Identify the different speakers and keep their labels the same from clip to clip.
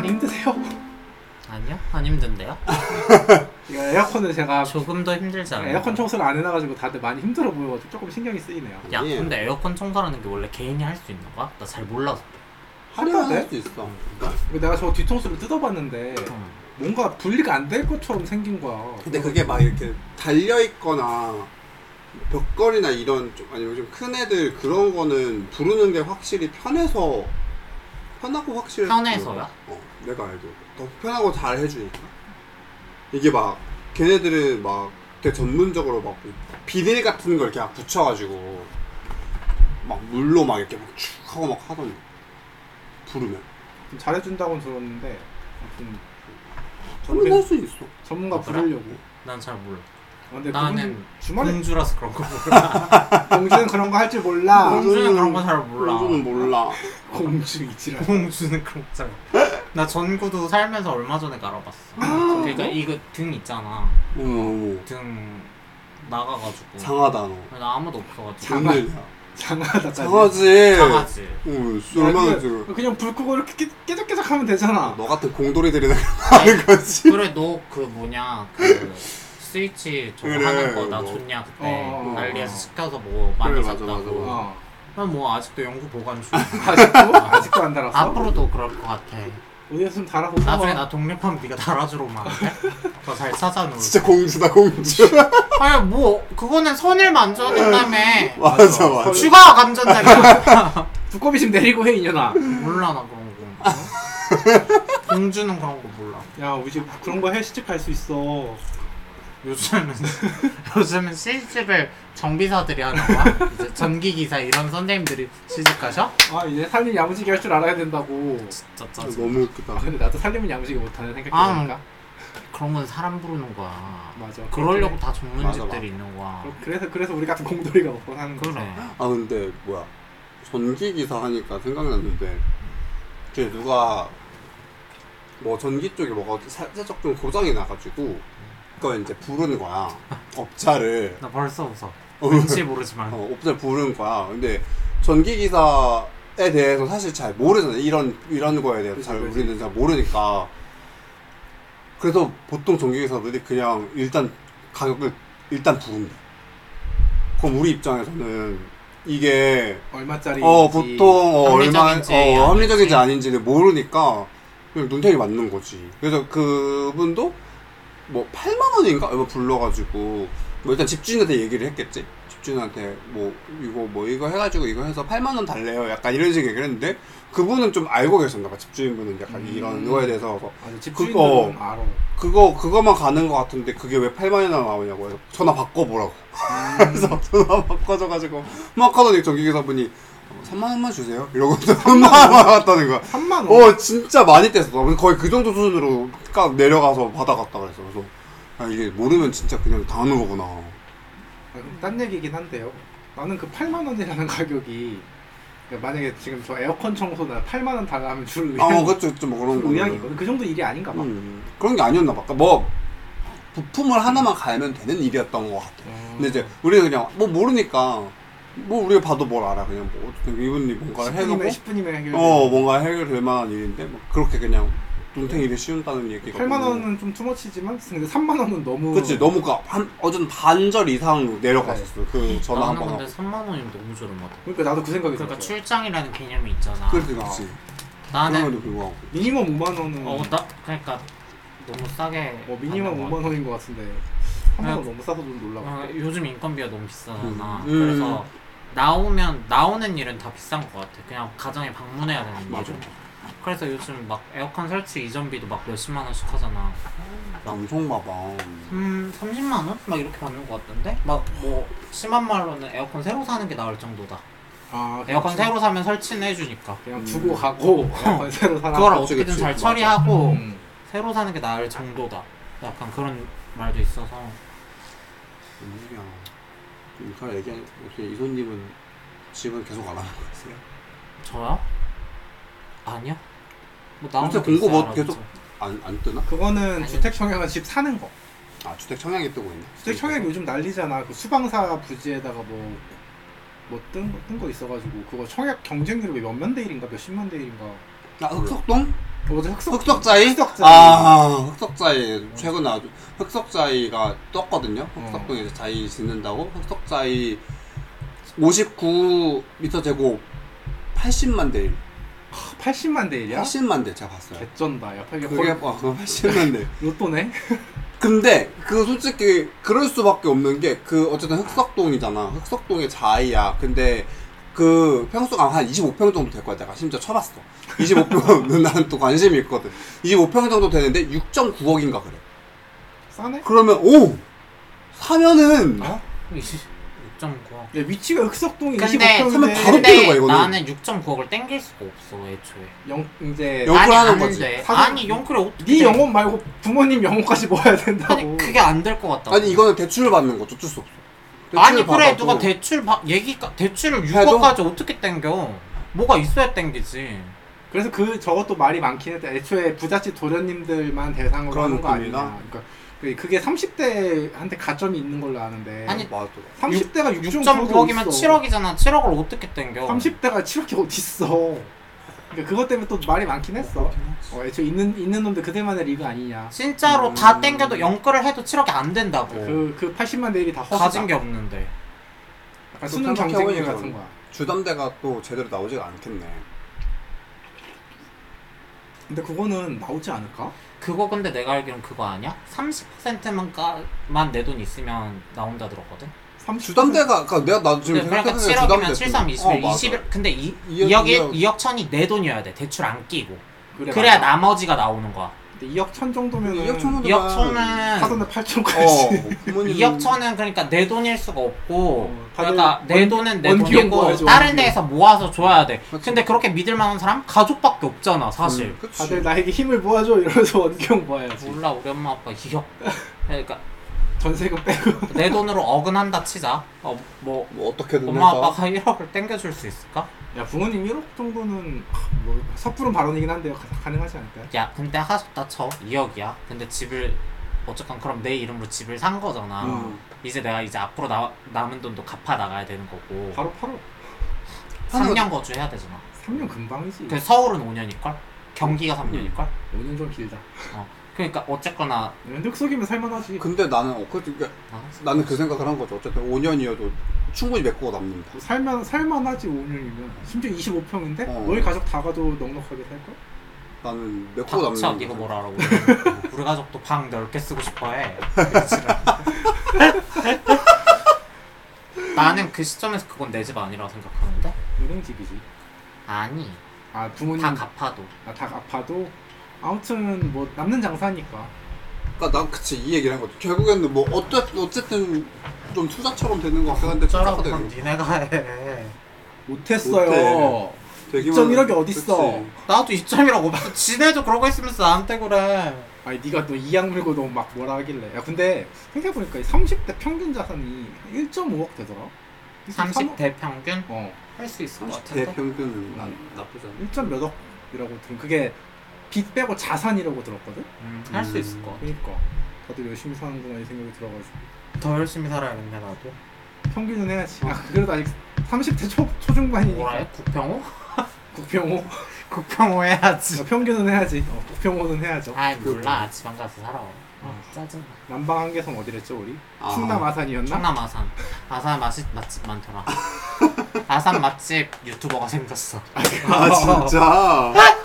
Speaker 1: 네.
Speaker 2: 힘드세요?
Speaker 1: 아니요? 안 힘든데요?
Speaker 2: 이거 에어컨을 제가
Speaker 1: 조금 더 힘들지 않아요?
Speaker 2: 아, 에어컨 청소를 안 해놔가지고 다들 많이 힘들어 보여가지고 조금 신경이 쓰이네요.
Speaker 1: 야
Speaker 3: 예.
Speaker 1: 근데 에어컨 청소라는 게 원래 개인이 할 수 있는 거야? 나 잘 몰라서
Speaker 3: 하려면
Speaker 1: 네.
Speaker 2: 하려는데?
Speaker 3: 할 수 있어.
Speaker 2: 내가 저 뒤통수를 뜯어봤는데
Speaker 1: 음.
Speaker 2: 뭔가 분리가 안 될 것처럼 생긴 거야.
Speaker 3: 근데 그게 막 이렇게 달려 있거나 벽걸이나 이런 좀 아니 요즘 큰 애들 그런 거는 부르는 게 확실히 편해서 편하고 확실히
Speaker 1: 편해서요?
Speaker 3: 어, 내가 알기로 더 편하고 잘 해주니까 이게 막 걔네들은 막 되게 전문적으로 막 비닐 같은 걸 이렇게 막 붙여가지고 막 물로 막 이렇게 막 축 하고 막 하더니 부르면
Speaker 2: 좀 잘해준다고는 들었는데 좀
Speaker 3: 저는 할수 있어.
Speaker 2: 전문가
Speaker 1: 아, 그래?
Speaker 2: 부르려고.
Speaker 1: 난 잘 몰라
Speaker 2: 아, 근데
Speaker 1: 나는 음.
Speaker 2: 그분 주말에
Speaker 1: 공주라서 그런 거 몰라
Speaker 2: 공주는 그런 거 할 줄 몰라.
Speaker 3: 음.
Speaker 1: 공주는 그런 거 잘 몰라
Speaker 3: 공주는 몰라. 어,
Speaker 2: 공주 이지라.
Speaker 1: 공주는 그런 거 잘 몰라 나 전구도 살면서 얼마 전에 갈아봤어 그러니까 이거 등 있잖아
Speaker 3: 어머 어머.
Speaker 1: 등 나가가지고
Speaker 3: 장하다 너.
Speaker 1: 나 아무도 없어가지고
Speaker 2: 장하-
Speaker 3: 장하다.
Speaker 2: 장하다까지.
Speaker 3: 장하지.
Speaker 1: 강아지
Speaker 3: 응, 술
Speaker 2: 야,
Speaker 3: 얼마나
Speaker 2: 그냥-
Speaker 3: 줄.
Speaker 2: 그냥 불 끄고 이렇게 깨- 깨작깨작 하면 되잖아.
Speaker 3: 너 같은 공돌이들이나 하는 거지.
Speaker 1: 그래 너 그 뭐냐 그 스위치 저거
Speaker 3: 그래,
Speaker 1: 하는 거 나
Speaker 3: 뭐.
Speaker 1: 줬냐 그때
Speaker 2: 어, 어,
Speaker 1: 난리에서
Speaker 2: 어.
Speaker 1: 시켜서 뭐 많이
Speaker 3: 그래, 맞아,
Speaker 1: 샀다고
Speaker 3: 맞아,
Speaker 2: 어.
Speaker 1: 난뭐 아직도 연구 보관 중
Speaker 2: 아직도 아직도 안 달았어.
Speaker 1: 앞으로도 그럴 것 같아
Speaker 2: 어디였으면 달아보고.
Speaker 1: 나중에 나 독립하면 네가 달아주러만 더잘 찾아놓을
Speaker 3: 진짜 공주다 공주.
Speaker 1: 아니 뭐 그거는 선을 만져야 된다며
Speaker 3: 맞아 맞아.
Speaker 2: 설-
Speaker 1: 추가 감전자리야
Speaker 2: 두꺼비 좀 내리고 해 이년아.
Speaker 1: 몰라 나 그런 거 어? 공주는 그런 거 몰라
Speaker 2: 야 우리 집 그런 거 해시집 갈 수 있어.
Speaker 1: 요즘은 요즘은 시집을 정비사들이 하는 거야? 이제 전기기사 이런 선생님들이 시집가셔?
Speaker 2: 아 이제 살림 야무지게 할 줄 알아야 된다고.
Speaker 1: 진짜
Speaker 3: 아,
Speaker 1: 짜증
Speaker 3: 너무 웃기다.
Speaker 2: 근데 나도 살림은 야무지게 못하는
Speaker 1: 아,
Speaker 2: 생각해보니까.
Speaker 1: 그런 건 사람 부르는 거야
Speaker 2: 맞아.
Speaker 1: 그러려고 다 전문
Speaker 3: 맞아,
Speaker 1: 집들이
Speaker 3: 맞아.
Speaker 1: 있는 거야
Speaker 2: 그래. 그래서 그래서 우리 같은 공돌이가 먹고 사는 거.
Speaker 1: 그래
Speaker 3: 아 근데 뭐야 전기 기사 하니까 생각났는데 그 누가 뭐 전기 쪽에 뭐가 살짝 좀 고장이 나가지고 그거 이제 부른 거야 업자를
Speaker 1: 나 벌써 웃어
Speaker 3: 어.
Speaker 1: 왠지
Speaker 2: 아.
Speaker 1: 모르지만
Speaker 3: 어, 업자를 부른 거야 근데 전기 기사에 대해서 사실 잘 모르잖아 이런 이런 거에 대해서
Speaker 2: 그치,
Speaker 3: 잘
Speaker 2: 그치.
Speaker 3: 우리는 잘 모르니까 그래서 보통 전기 기사들이 그냥 일단 가격을 일단 부른다 그럼 우리 입장에서는 이게
Speaker 2: 얼마짜리?
Speaker 3: 어 보통 어, 얼마
Speaker 1: 합리적인지 아닌지.
Speaker 3: 어, 합리적인지 아닌지를 모르니까 그냥 눈탱이 맞는 거지. 그래서 그분도 뭐 8만 원인가 얼마 불러가지고 뭐 일단 집주인한테 얘기를 했겠지. 집주인한테 뭐 이거 뭐 이거 해가지고 이거 해서 8만 원 달래요. 약간 이런 식의 얘기를 했는데 그분은 좀 알고 계셨나봐. 집주인분은 약간
Speaker 2: 음.
Speaker 3: 이런 거에 대해서 그래서 어.
Speaker 2: 아니 집주인들은
Speaker 3: 그거.
Speaker 2: 알아.
Speaker 3: 그거 그거만 가는 것 같은데 그게 왜 8만 원이나 나오냐고 해서 전화 바꿔보라고.
Speaker 2: 음.
Speaker 3: 그래서 전화 바꿔줘가지고 막 하더니 전기기사분이 3만 원만 주세요 이러고 또 3만 원 받았다는 거야
Speaker 2: 3만 원.
Speaker 3: 어 진짜 많이 뗐어 나는 거의 그 정도 수준으로 깍 내려가서 받아갔다 그랬어 그래서 아 이게 모르면 진짜 그냥 당하는 거구나
Speaker 2: 아, 딴 얘기긴 한데요. 나는 그 8만 원이라는 가격이 그러니까 만약에 지금 저 에어컨 청소나 8만 원 달라 하면 줄 의향,
Speaker 3: 아 그쵸 그쵸 뭐 그런
Speaker 2: 줄
Speaker 3: 거
Speaker 2: 의향이거든. 그 정도 일이 아닌가 봐.
Speaker 3: 음, 그런 게 아니었나 봐. 그러니까 뭐 부품을 하나만 갈면 되는 일이었던 것 같아.
Speaker 2: 음.
Speaker 3: 근데 이제 우리는 그냥 뭐 모르니까 뭐 우리가 봐도 뭘 알아 그냥 뭐 어떻게 이분이 뭔가를 해놓고
Speaker 2: 10분이면 10분이면 해결.
Speaker 3: 어 뭔가 해결될 만한 일인데 막 그렇게 그냥 눈탱이를 씌운다는 얘기가
Speaker 2: 8만
Speaker 3: 너무-
Speaker 2: 원은 좀 투머치지만 근데 3만 원은 너무
Speaker 3: 뭐. 그치 너무 가, 한 어쨌든 반절 이상 내려갔었어 그 전화
Speaker 1: 음, 나는
Speaker 3: 한번
Speaker 1: 근데
Speaker 3: 하고
Speaker 1: 3만 원이면 너무 저렴하다
Speaker 2: 그러니까 나도 그 생각이
Speaker 1: 그러니까
Speaker 2: 들었어.
Speaker 1: 출장이라는 개념이 있잖아
Speaker 3: 그렇지 그렇지
Speaker 1: 나는
Speaker 3: 그럼에도 불구하고
Speaker 2: 미니멈 5만 원은
Speaker 1: 어, 나, 그러니까 너무 싸게
Speaker 2: 뭐 미니멈
Speaker 1: 받는 것
Speaker 2: 5만 원인 것 같은데
Speaker 1: 아.
Speaker 2: 3만 원 너무 싸서 좀 놀라.
Speaker 1: 어, 요즘 인건비가 너무 비싸잖아.
Speaker 3: 아, 음.
Speaker 1: 그래서 나오면 나오는 일은 다 비싼 것 같아. 그냥 가정에 방문해야 되는
Speaker 3: 맞아.
Speaker 1: 일은. 그래서 요즘 막 에어컨 설치 이전비도 막 몇십만 원씩 하잖아.
Speaker 3: 방송 봐봐
Speaker 1: 음, 30만 원? 막 이렇게 받는 것 같던데? 막 뭐 심한 말로는 에어컨 새로 사는 게 나을 정도다.
Speaker 2: 아 그냥
Speaker 1: 에어컨
Speaker 2: 주-
Speaker 1: 새로 사면 설치는 해주니까.
Speaker 2: 그냥 주고 가고 에어컨 새로 사라.
Speaker 1: 그걸
Speaker 3: 그치,
Speaker 1: 어떻게든
Speaker 3: 그치.
Speaker 1: 잘
Speaker 3: 맞아.
Speaker 1: 처리하고
Speaker 2: 음.
Speaker 1: 새로 사는 게 나을 정도다. 약간 그런 말도 있어서.
Speaker 3: 야 그러니까 이걸 얘기하니 혹시 이손님은 집은 계속 안 하는 거 같아요?
Speaker 1: 저요? 아니요. 뭐
Speaker 3: 요새
Speaker 1: 나오는
Speaker 3: 공고
Speaker 1: 있어요,
Speaker 3: 뭐 계속
Speaker 1: 알아보죠.
Speaker 3: 안, 안 뜨나?
Speaker 2: 그거는
Speaker 1: 아니.
Speaker 2: 주택 청약은 집 사는 거.
Speaker 3: 아 주택 청약이 뜨고 있네
Speaker 2: 주택 청약 요즘 난리잖아. 그 수방사 부지에다가 뭐 뭐뜬거 뜬거 있어가지고 그거 청약 경쟁률이 몇몇 대 일인가 몇십만 대 일인가.
Speaker 3: 아 흑석동?
Speaker 2: 어제 흑석
Speaker 3: 흑석자이?
Speaker 2: 흑석자이.
Speaker 3: 아, 흑석자이. 최근에 아주, 흑석자이가 떴거든요.
Speaker 2: 음.
Speaker 3: 흑석동에서 자이 짓는다고. 흑석자이 59m 제곱 80만 대 1.
Speaker 2: 80만 대 1이야?
Speaker 3: 80만 대 제가 봤어요.
Speaker 2: 개쩐다 야 팔-
Speaker 3: 아, 그게,
Speaker 2: 거의
Speaker 3: 와, 그거 80만 대.
Speaker 2: 로또네?
Speaker 3: 근데, 그 솔직히, 그럴 수밖에 없는 게, 그, 어쨌든 흑석동이잖아. 흑석동의 자이야. 근데, 그, 평수가 한 25평 정도 될 거야. 내가 심지어 쳐봤어. 25평은 난 또 관심이 있거든. 25평 정도 되는데, 6.9억인가 그래.
Speaker 2: 싸네?
Speaker 3: 그러면 오 사면은
Speaker 2: 아?
Speaker 1: 6.9억.
Speaker 2: 야 네, 위치가 흑석동
Speaker 1: 근데
Speaker 2: 25평인데
Speaker 3: 설마 바로 뛰는 거야, 이거는?
Speaker 1: 나는 6.9억을 땡길 수가 없어 애초에.
Speaker 2: 영 이제
Speaker 3: 영- 영끌
Speaker 1: 아니,
Speaker 3: 하는
Speaker 1: 안
Speaker 3: 거지.
Speaker 1: 돼.
Speaker 2: 사전-
Speaker 1: 아니 영끌이 어떻게?
Speaker 2: 네
Speaker 1: 돼?
Speaker 2: 영혼 말고 부모님 영혼까지 모아야 된다고
Speaker 1: 아니 그게 안 될 것 같다.
Speaker 3: 아니 이거는 대출을 받는 거 어쩔 수 없어 대출을
Speaker 1: 아니 그래
Speaker 3: 받아도
Speaker 1: 누가 대출 바, 얘기가 대출을
Speaker 3: 해도?
Speaker 1: 6억까지 어떻게 땡겨? 뭐가 있어야 땡기지.
Speaker 2: 그래서 그 저것도 말이 많긴 했다. 애초에 부잣집 도련님들만 대상으로
Speaker 3: 그런
Speaker 2: 하는 거 아니냐.
Speaker 3: 느낌이나?
Speaker 2: 그러니까 그- 그게 30대한테 가점이 있는 걸로 아는데
Speaker 1: 아니,
Speaker 3: 맞아
Speaker 2: 30대가
Speaker 1: 6.9억이면
Speaker 2: 7억
Speaker 1: 7억이잖아. 7억을 어떻게 땡겨?
Speaker 2: 30대가 7억이 어딨어. 그러니까 그것 때문에 또 말이 많긴 했어. 어, 애초에 있는 있는 놈들 그들만의 리그 아니냐.
Speaker 1: 진짜로
Speaker 3: 음. 네.
Speaker 1: 다 땡겨도 영끌을 해도 7억이 안 된다고.
Speaker 2: 그 그 80만 대일이 다 허수다.
Speaker 1: 가진 게 없는데.
Speaker 2: 약간 수능
Speaker 3: 생각해
Speaker 2: 경쟁률
Speaker 3: 보니까
Speaker 2: 같은 거야.
Speaker 3: 주담대가 또 제대로 나오지가 않겠네
Speaker 2: 근데 그거는 나오지 않을까?
Speaker 1: 그거 근데 내가 알기론 그거 아니야? 30%만 까만 내 돈 있으면 나온다 들었거든.
Speaker 2: 30%
Speaker 3: 주담대가 그러니까 내가 나 지금
Speaker 1: 근데 그러니까
Speaker 3: 생각해보니까
Speaker 1: 7억이면
Speaker 3: 주담대
Speaker 1: 7, 3, 20,
Speaker 3: 어, 맞아.
Speaker 1: 21. 근데 2,
Speaker 3: 이억,
Speaker 1: 2억, 이
Speaker 3: 이억.
Speaker 1: 2억 천이 내 돈이어야 돼. 대출 안 끼고.
Speaker 2: 그래,
Speaker 1: 그래야
Speaker 2: 맞아.
Speaker 1: 나머지가 나오는 거야.
Speaker 2: 근데 2억 천 정도면은
Speaker 3: 2억 천은
Speaker 1: 2억 천은
Speaker 2: 사돈에 8천까지.
Speaker 3: 어 부모님
Speaker 1: 2억 천은 그러니까 내 돈일 수가 없고
Speaker 2: 어, 다들
Speaker 1: 그러니까 내
Speaker 2: 원-
Speaker 1: 돈은 내
Speaker 2: 원기업
Speaker 1: 돈이고
Speaker 2: 모아야지,
Speaker 1: 다른
Speaker 2: 원기업.
Speaker 1: 데에서 모아서 줘야 돼.
Speaker 3: 그치.
Speaker 1: 근데 그렇게 믿을 만한 사람 가족밖에 없잖아, 사실.
Speaker 3: 음, 그치
Speaker 2: 다들 나에게 힘을 모아줘 이러면서 원경 모아야지.
Speaker 1: 몰라 우리 엄마 아빠 2억. 그러니까
Speaker 2: 전세금 빼고.
Speaker 1: 내 돈으로 어근한다 치자. 어 뭐
Speaker 3: 뭐 어떻게든
Speaker 2: 그러니까.
Speaker 1: 엄마
Speaker 3: 해서.
Speaker 1: 아빠가 1억을 땡겨줄 수 있을까?
Speaker 2: 야 부모님 1억 정도는 뭐 섣부른 발언이긴 한데요 가, 가능하지 않을까요?
Speaker 1: 야 근데 하셨다 쳐 2억이야. 근데 집을 어쨌건 그럼 내 이름으로 집을 산 거잖아.
Speaker 3: 음.
Speaker 1: 이제 내가 이제 앞으로 나, 남은 돈도 갚아 나가야 되는 거고.
Speaker 2: 바로 팔어.
Speaker 3: 하는
Speaker 1: 3년 거주 해야 되잖아.
Speaker 3: 음.
Speaker 2: 3년 금방이지.
Speaker 1: 그 서울은 5년일걸? 경기가 3년일걸?
Speaker 2: 5년 좀 길다.
Speaker 1: 그러니까 어쨌거나
Speaker 2: 흑석이면 살만하지.
Speaker 3: 근데 나는 어, 그, 그러니까
Speaker 1: 아,
Speaker 3: 나는 그 생각을 한 거죠 어쨌든 5년이어도 충분히 메꾸고 남는다
Speaker 2: 그 살만 살만하지 5년이면 심지어 25평인데
Speaker 3: 어.
Speaker 2: 너희 가족 다 가도 넉넉하게 살 걸?
Speaker 3: 나는 메꾸고 남는
Speaker 1: 박차 이거
Speaker 3: 거죠.
Speaker 1: 뭐라 그러고 우리 가족도 방 넓게 쓰고 싶어해 나는 그 시점에서 그건 내 집 아니라고 생각하는데
Speaker 2: 은행 집이지.
Speaker 1: 아니
Speaker 2: 아 부모님
Speaker 1: 다
Speaker 3: 어,
Speaker 1: 갚아도
Speaker 2: 아, 다 아파도 아무튼 뭐 남는 장사니까.
Speaker 3: 그러니까 난 그치 이 얘기를 한 거죠. 결국에는 뭐 어째, 어쨌든 좀 투자처럼 되는 것 같긴 한데 투자가 되는
Speaker 1: 그럼 니네가 해
Speaker 2: 못했어요. 2.1억이 어딨어?
Speaker 1: 나도 이점이라고 없어 지네도 그러고 있으면서 나한테 그래
Speaker 2: 아니 네가 또 이양 물고 너무 막 뭐라 하길래. 야 근데 생각해보니까 30대 평균 자산이 1.5억 되더라.
Speaker 1: 30대 평균
Speaker 2: 어.
Speaker 1: 할 수 있을
Speaker 3: 30대
Speaker 1: 것 같은데
Speaker 3: 평균은 난 나쁘지 않아.
Speaker 2: 1점 몇 억이라고 들은 그게 빚 빼고 자산이라고 들었거든?
Speaker 1: 음, 할 수 있을 것 같아
Speaker 2: 그러니까 다들 열심히 사는구나 이 생각이 들어가지고
Speaker 1: 더 열심히 살아야겠네 나도
Speaker 2: 평균은 해야지
Speaker 1: 어.
Speaker 2: 아 그래도 아직 30대 초, 초중반이니까
Speaker 1: 뭐라 해? 국평호?
Speaker 2: 국평호?
Speaker 1: 국평호 해야지 그 뭐.
Speaker 2: 어, 평균은 해야지 어, 국평호는 해야죠
Speaker 1: 아이 몰라 지방 가서 살아 아, 짜증나
Speaker 2: 남방 한계선 어디랬죠 우리?
Speaker 3: 아.
Speaker 2: 충남 아산이었나?
Speaker 1: 충남 아산 아산 맛이 맛집 많더라 아산 맛집 유튜버가 생겼어
Speaker 3: 아 진짜. 아,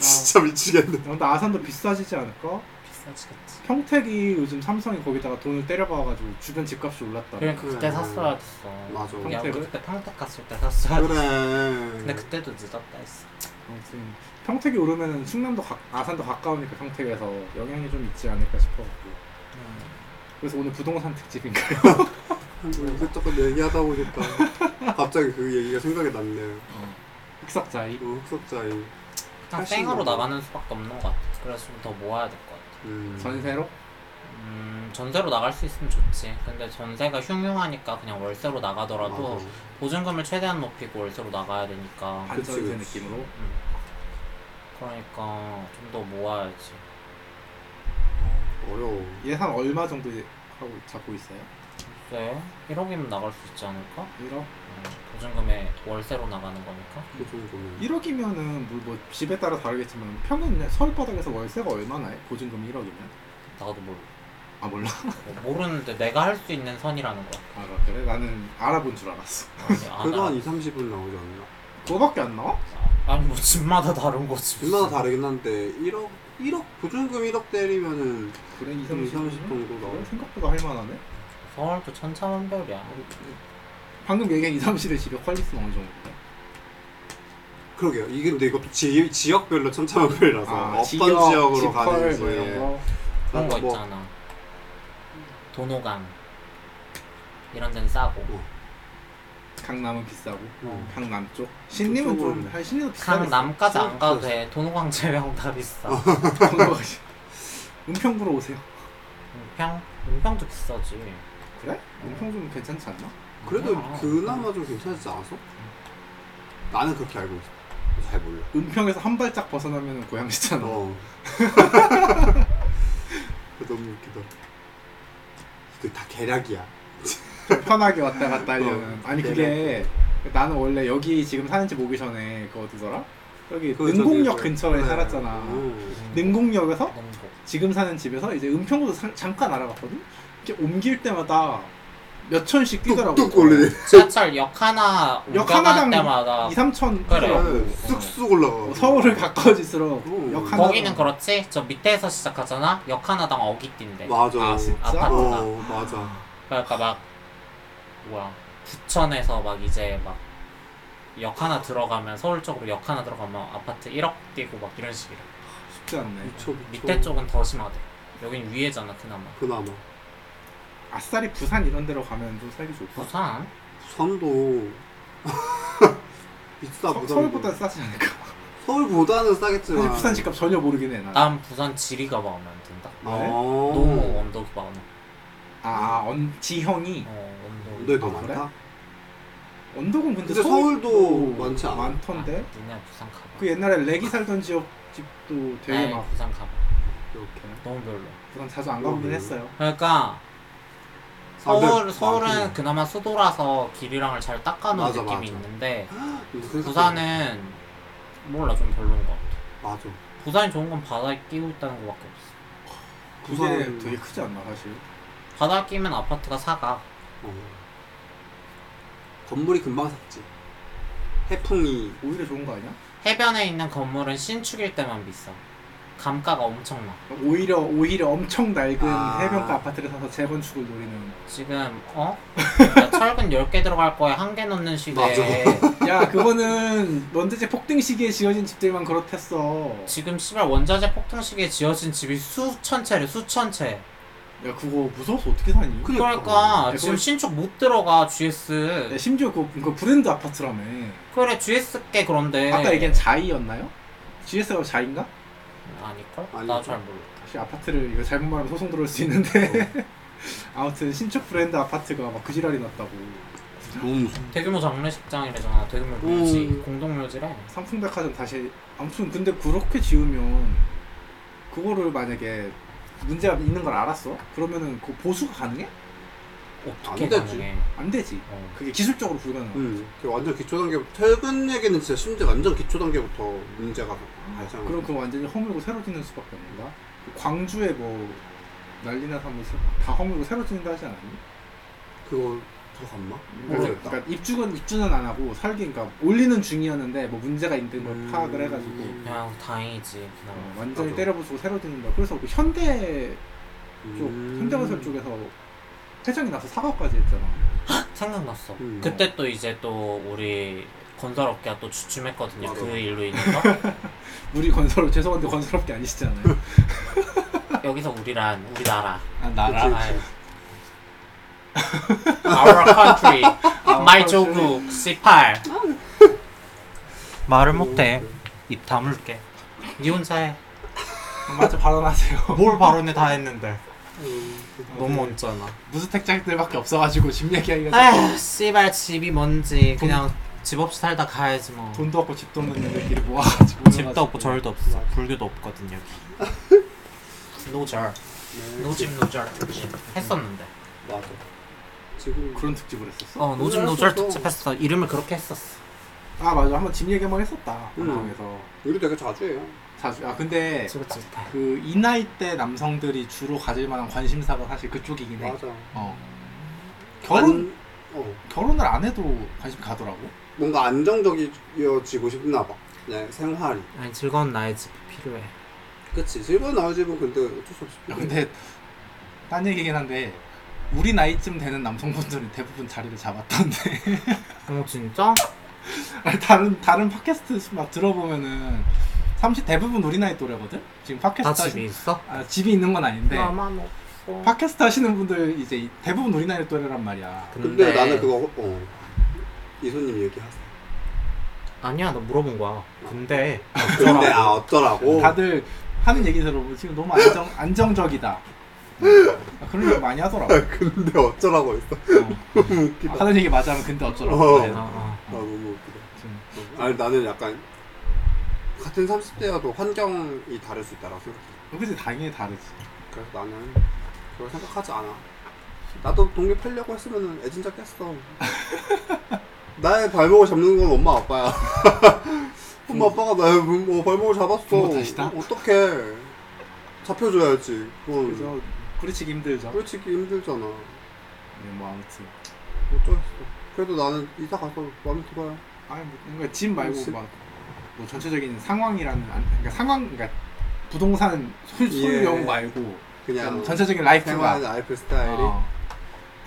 Speaker 3: 진짜 미치겠네.
Speaker 2: 어, 근데 아산도 비싸지지 않을까?
Speaker 1: 비싸지겠지
Speaker 2: 평택이 요즘 삼성이 거기다가 돈을 때려박아가지고 주변 집값이 올랐다
Speaker 1: 그러니까 그때 샀어야 됐어
Speaker 3: 맞아.
Speaker 1: 야
Speaker 2: 평택을?
Speaker 1: 그때 평택 갔을 때 샀어야 됐어
Speaker 3: 그래.
Speaker 1: 근데 그때도 늦었다 했어
Speaker 2: 아무튼 평택이 오르면 충남도 가, 아산도 가까우니까 평택에서 영향이 좀 있지 않을까 싶어가지고
Speaker 1: 음.
Speaker 2: 그래서 오늘 부동산 특집인가요?
Speaker 3: 이거 조금 얘기하다 보니까 갑자기 그 얘기가 생각이 났네.
Speaker 2: 흑석자이
Speaker 3: 이거 흑석자의
Speaker 1: 그냥
Speaker 3: 사실은
Speaker 1: 쌩으로
Speaker 3: 뭐.
Speaker 1: 나가는 수밖에 없는 것 같아 그래서 좀 더 모아야 될 것 같아
Speaker 3: 음.
Speaker 2: 전세로?
Speaker 1: 음 전세로 나갈 수 있으면 좋지 근데 전세가 흉흉하니까 그냥 월세로 나가더라도
Speaker 3: 맞아.
Speaker 1: 보증금을 최대한 높이고 월세로 나가야 되니까
Speaker 2: 반전세
Speaker 3: 아, 그치.
Speaker 2: 느낌으로
Speaker 1: 음. 그러니까 좀 더 모아야지
Speaker 3: 어려워.
Speaker 2: 예산 얼마 정도 하고 잡고 있어요?
Speaker 1: 글쎄 1억이면 네, 나갈 수 있지 않을까?
Speaker 2: 1억?
Speaker 1: 음, 보증금에 월세로 나가는 거니까
Speaker 3: 그 정도면
Speaker 2: 1억이면은 뭐, 뭐 집에 따라 다르겠지만 평균 서울바닥에서 월세가 얼마나 해? 보증금 1억이면?
Speaker 1: 나도 모르
Speaker 2: 아 몰라
Speaker 1: 뭐, 모르는데 내가 할 수 있는 선이라는 거야
Speaker 2: 아 그래? 나는 알아본 줄 알았어
Speaker 1: 아니, 안
Speaker 3: 그래도 한
Speaker 1: 알아.
Speaker 3: 2, 30분 나오지 않나?
Speaker 2: 그거밖에 안 나와?
Speaker 1: 아니 뭐 집마다 다른 거지
Speaker 3: 얼마나 다르긴 한데 1억 1억 보증금 1억 때리면은
Speaker 2: 그래 2,
Speaker 3: 2,
Speaker 2: 30,
Speaker 3: 30 정도 나와.
Speaker 2: 그래? 음, 생각보다 할만하네
Speaker 1: 서울도 천차만별이야
Speaker 2: 방금 얘기한 2, 30의 집에 퀄리티는 어느 정도인데?
Speaker 3: 그러게요. 이게 근데 이것도 지, 지역별로 천차만별이라서 어떤
Speaker 2: 아, 지역,
Speaker 3: 지역, 으로
Speaker 2: 지펄
Speaker 3: 가는지 어.
Speaker 2: 뭐 이런 거
Speaker 1: 그런 거
Speaker 3: 뭐,
Speaker 1: 있잖아 도노강 이런 데는 싸고
Speaker 2: 강남은 비싸고
Speaker 3: 어.
Speaker 2: 강남 쪽 신림은
Speaker 3: 그쪽은
Speaker 2: 좀 아니, 신림도 비싸겠어 어.
Speaker 1: 강남까지 안 가도 돼 도노강 제외하고 다 비싸
Speaker 2: 건너가시- 은평구로 오세요
Speaker 1: 은평? 은평도 비싸지
Speaker 2: 그래? 은평 좀 괜찮지 않나?
Speaker 3: 그래도
Speaker 1: 아,
Speaker 3: 그나마 좀 괜찮지 않았어? 나는 그렇게 알고 있어. 잘 몰라.
Speaker 2: 은평에서 한 발짝 벗어나면 고양시잖아
Speaker 3: 어. 그거 너무 웃기다. 그게 다 계략이야.
Speaker 2: 편하게 왔다 갔다 하려는
Speaker 3: 어,
Speaker 2: 아니 그게 나는 원래 여기 지금 사는 집 오기 전에 그거 어디더라? 여기
Speaker 3: 그거
Speaker 2: 능곡역
Speaker 3: 저기
Speaker 2: 근처에
Speaker 3: 네. 음.
Speaker 2: 살았잖아
Speaker 3: 오.
Speaker 1: 음,
Speaker 2: 능곡역에서
Speaker 1: 능곡
Speaker 2: 지금 사는 집에서 이제 은평구도 사- 잠깐 알아봤거든? 이렇게 옮길 때마다 몇 천씩 뛰더라고
Speaker 3: 뚝뚝 올리네.
Speaker 1: 지하철 역 하나
Speaker 2: 역
Speaker 1: 옮겨갈
Speaker 2: 하나당
Speaker 1: 때마다
Speaker 2: 2, 3천
Speaker 1: 그래.
Speaker 2: 어, 뛰더라고
Speaker 3: 네. 쑥쑥 올라가.
Speaker 2: 어, 그러니까 서울을 가까워질수록
Speaker 3: 오.
Speaker 2: 역 하나
Speaker 1: 거기는 그렇지 저 밑에서 시작하잖아 역 하나당 어기 뛴대
Speaker 3: 맞아.
Speaker 2: 아, 진짜?
Speaker 1: 아파트가
Speaker 3: 어, 맞아.
Speaker 1: 그러니까 막 뭐야 부천에서 막 이제 막 역 하나 들어가면 서울 쪽으로 역 하나 들어가면 아파트 1억 뛰고 막 이런 식이라
Speaker 2: 쉽지 않네
Speaker 3: 미쳐, 미쳐.
Speaker 1: 밑에 쪽은 더 심하대 여긴 위에잖아 그나마
Speaker 3: 그나마.
Speaker 2: 아싸리 부산 이런 데로 가면 좀 살기 좋다
Speaker 1: 부산?
Speaker 3: 부산도 비싸
Speaker 2: 서,
Speaker 3: 부산도.
Speaker 2: 서울보다 싸지 않을까
Speaker 3: 서울보다는 싸겠지만.
Speaker 2: 사실 부산 집값 전혀 모르긴 해나
Speaker 1: 난 부산 지리가 마음에 안 든다
Speaker 3: 아.
Speaker 1: 너무 언덕이 많아
Speaker 2: 아 언, 지형이
Speaker 1: 어 언덕이
Speaker 3: 근데 더
Speaker 2: 아, 그래?
Speaker 3: 많다.
Speaker 2: 언덕은 근데,
Speaker 3: 근데 서울도 많지 않아.
Speaker 2: 많던데
Speaker 1: 니네 부산 가봐
Speaker 2: 그 옛날에 렉이 살던 지역 집도 되게
Speaker 1: 에이,
Speaker 2: 막
Speaker 1: 부산 가봐
Speaker 3: 이렇게.
Speaker 1: 너무 별로
Speaker 2: 부산 자주 안 가보긴
Speaker 3: 음.
Speaker 2: 했어요
Speaker 1: 그러니까
Speaker 3: 아, 네,
Speaker 1: 서울, 서울은 그나마 수도라서 길이랑을 잘 닦아놓은
Speaker 3: 맞아,
Speaker 1: 느낌이
Speaker 3: 맞아.
Speaker 1: 있는데
Speaker 3: 그
Speaker 1: 부산은 몰라 좀 별로인 것 같아
Speaker 3: 맞아.
Speaker 1: 부산이 좋은 건 바다에 끼고 있다는 것밖에 없어
Speaker 2: 그게
Speaker 3: 부산은-
Speaker 2: 되게 크지 않나 사실
Speaker 1: 바다에 끼면 아파트가 사가
Speaker 3: 어. 건물이 금방 샀지. 해풍이
Speaker 2: 오히려 좋은 거 아니야?
Speaker 1: 해변에 있는 건물은 신축일 때만 비싸 감가가 엄청나
Speaker 2: 오히려 오히려 엄청 낡은
Speaker 3: 아.
Speaker 2: 해변가 아파트를 사서 재건축을 노리는
Speaker 1: 지금 어? 야, 철근 10개 들어갈 거에 한 개 넣는 시대에
Speaker 2: 야 그거는 원자재 폭등 시기에 지어진 집들만 그렇댔어
Speaker 1: 지금 씨발 원자재 폭탄 시기에 지어진 집이 수천 채래 수천 채
Speaker 2: 야 그거 무서워서 어떻게 사니?
Speaker 1: 그러니까
Speaker 3: 어,
Speaker 2: 야,
Speaker 1: 지금
Speaker 2: 그걸- 네.
Speaker 1: 신축 못 들어가 GS
Speaker 2: 야, 심지어 그거, 그거 브랜드 아파트라며
Speaker 1: 그래 GS께 그런데
Speaker 2: 아까 얘기한 자이였나요? GS가 자인가?
Speaker 1: 아닐걸?
Speaker 3: 아닐걸?
Speaker 1: 나잘 몰라
Speaker 2: 혹시 아파트를 이거 잘못 말하면 소송 들어올 수 있는데 아무튼 신축 브랜드 아파트가 막 그지랄이 났다고
Speaker 3: 너무 무서워.
Speaker 1: 대규모 장례식장이래잖아 대규모 묘지
Speaker 3: 음.
Speaker 1: 공동묘지래
Speaker 2: 삼풍백화점 다시 아무튼 근데 그렇게 지으면 그거를 만약에 문제가 있는 걸 알았어? 그러면은 그 보수가 가능해?
Speaker 1: 어떻게
Speaker 3: 안 되지.
Speaker 1: 가능해
Speaker 2: 안 되지
Speaker 1: 어.
Speaker 2: 그게 기술적으로 불가능해
Speaker 3: 음. 그 완전 기초 단계부터 퇴근 얘기는 진짜 심지어 완전 기초 단계부터 문제가 발생.
Speaker 2: 그럼 그거 완전히 허물고 새로 짓는 수밖에 없는가? 그 광주에 뭐 난리나서 한번 새- 다 허물고 새로 짓는다 하지 않았니?
Speaker 3: 그거 더 갔나?
Speaker 2: 그러니까,
Speaker 3: 모르겠다.
Speaker 2: 그러니까 입주는 입주는 안 하고 살기 그러니까 올리는 중이었는데 뭐 문제가 있는 걸
Speaker 3: 음.
Speaker 2: 파악을 해가지고
Speaker 1: 야 다행이지 그나마
Speaker 2: 어, 완전히
Speaker 3: 나도.
Speaker 2: 때려부수고 새로 짓는다 그래서 그 현대 쪽
Speaker 3: 음.
Speaker 2: 현대건설 쪽에서 회장이 나서 사과까지 했잖아
Speaker 1: 생각났어
Speaker 3: 음.
Speaker 1: 그때 또 이제 또 우리 건설업계가 또 주춤했거든요
Speaker 3: 맞아.
Speaker 1: 그 일로 인해서
Speaker 2: 우리 건설 죄송한데 건설업계 아니시잖아요
Speaker 1: 여기서 우리란 우리나라
Speaker 2: 아
Speaker 3: 나라? 그치,
Speaker 1: 아유. Our country
Speaker 2: 아,
Speaker 1: My
Speaker 2: country.
Speaker 1: 조국 C8 말을
Speaker 3: 못해.
Speaker 1: 입 다물게 니 혼자 해
Speaker 2: 맞아 발언하세요
Speaker 1: 뭘 발언해 다 했는데
Speaker 3: 음.
Speaker 1: 너무 얹잖아
Speaker 2: 무주택자들밖에 없어가지고 집 얘기하기가 좀-
Speaker 1: 에휴 씨발 집이 뭔지 그냥 집 없이 살다 가야지 뭐
Speaker 2: 돈도 없고 집도 없는 애들끼리 모아가지고
Speaker 1: 집도 없고
Speaker 2: 모여가지고.
Speaker 1: 절도 없어 불교도 없거든 여기 노절
Speaker 3: 네.
Speaker 1: 노집 노절 했었는데
Speaker 3: 맞아. 지금
Speaker 2: 그런 특집을 했었어?
Speaker 1: 어 노즘 노절 특집했어 이름을 그렇게 했었어
Speaker 2: 아 맞아 한번 집 얘기 한번 했었다
Speaker 3: 음.
Speaker 2: 방송에서
Speaker 3: 우리 되게 자주 해요.
Speaker 2: 자주 아 근데
Speaker 1: 그치 그치
Speaker 2: 그 이 나이 때 남성들이 주로 가질 만한 관심사가 사실 그쪽이긴 해.
Speaker 3: 맞아.
Speaker 2: 어. 결혼
Speaker 3: 안- 어
Speaker 2: 결혼을 안 해도 관심 가더라고.
Speaker 3: 뭔가 안정적이어지고 싶나 봐. 그냥 생활이.
Speaker 1: 아니 즐거운 나의 집이 필요해
Speaker 3: 그치 즐거운 나의 집은 근데 어쩔 수 없이.
Speaker 2: 야, 아, 근데
Speaker 1: 음.
Speaker 2: 딴 얘기긴 한데 우리 나이쯤 되는 남성분들은 대부분 자리를 잡았던데
Speaker 1: 어 진짜?
Speaker 2: 아니, 다른 다른 팟캐스트 막 들어보면은 30 대부분 우리 나이 또래거든. 지금
Speaker 1: 다
Speaker 2: 팟캐스트
Speaker 1: 집이
Speaker 2: 하시,
Speaker 1: 있어?
Speaker 2: 아, 집이 있는 건 아닌데
Speaker 1: 나만 뭐 없어
Speaker 2: 팟캐스트 하시는 분들 이제 이- 대부분 우리 나이 또래란 말이야.
Speaker 3: 근데, 나는 그거 어 이소님 얘기하세요.
Speaker 1: 아니야 나 물어본 거야 근데
Speaker 3: 근데 아 어쩌라고?
Speaker 2: 다들 하는 얘기 들어보면 지금 너무 안정 안정적이다. 아, 그런 얘기 많이 하더라고.
Speaker 3: 근데 어쩌라고 했어.
Speaker 2: 어. 아, 하는 얘기 맞아면 근데 어쩌라고.
Speaker 3: 어.
Speaker 1: 어, 어.
Speaker 3: 아 너무 웃기다.
Speaker 2: 지금
Speaker 3: 아니 나는 약간 같은 30대여도 환경이 다를 수 있다라고 생각해.
Speaker 2: 그지 당연히 다르지.
Speaker 3: 음. 그래서 나는 그걸 생각하지 않아. 나도 독립하려고 했으면 애진자 깼어. 나의 발목을 잡는 건 엄마 아빠야. 엄마 아빠가 나의 뭐 발목을 잡았어.
Speaker 2: 부모 탓이다?
Speaker 3: 어떡해. 잡혀줘야지. 그건
Speaker 2: 그래서 그르치기 힘들죠.
Speaker 3: 그렇지 힘들잖아.
Speaker 2: 네, 뭐 아무튼.
Speaker 3: 어쩌겠어. 그래도 나는 이사 가서 마음에 들어요.
Speaker 2: 아니 뭐 그러니까 집 말고
Speaker 3: 그치.
Speaker 2: 막뭐 전체적인 상황이라는 안- 그러니까 상황 그러니까 부동산 소- 소유형
Speaker 3: 예.
Speaker 2: 말고
Speaker 3: 그냥
Speaker 2: 그냥 전체적인 라이프가
Speaker 3: 생활 라이프 스타일이.
Speaker 2: 어.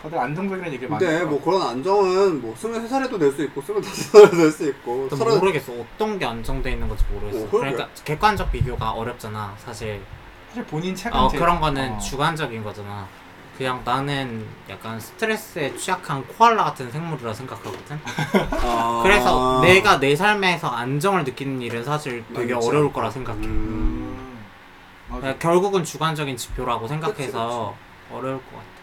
Speaker 2: 다들 안정적이라는 얘기를 많이.
Speaker 3: 근데 뭐 그런 안정은 뭐 23살에도 될 수 있고 25살에도 될 수 있고
Speaker 1: 또
Speaker 3: 서른-
Speaker 1: 모르겠어 어떤 게 안정돼 있는 건지 모르겠어
Speaker 3: 어, 그러게.
Speaker 1: 그러니까 객관적 비교가 어렵잖아 사실
Speaker 2: 사실 본인 책은
Speaker 1: 어,
Speaker 2: 제일-
Speaker 1: 그런 거는
Speaker 2: 어.
Speaker 1: 주관적인 거잖아. 그냥 나는 약간 스트레스에 취약한 코알라 같은 생물이라 생각하거든.
Speaker 3: 아.
Speaker 1: 그래서 내가 내 삶에서 안정을 느끼는 일은 사실 되게
Speaker 3: 맞지.
Speaker 1: 어려울 거라 생각해.
Speaker 3: 음.
Speaker 2: 음. 맞아.
Speaker 1: 그러니까 결국은 주관적인 지표라고 생각해서
Speaker 3: 그치,
Speaker 1: 어려울 것 같아.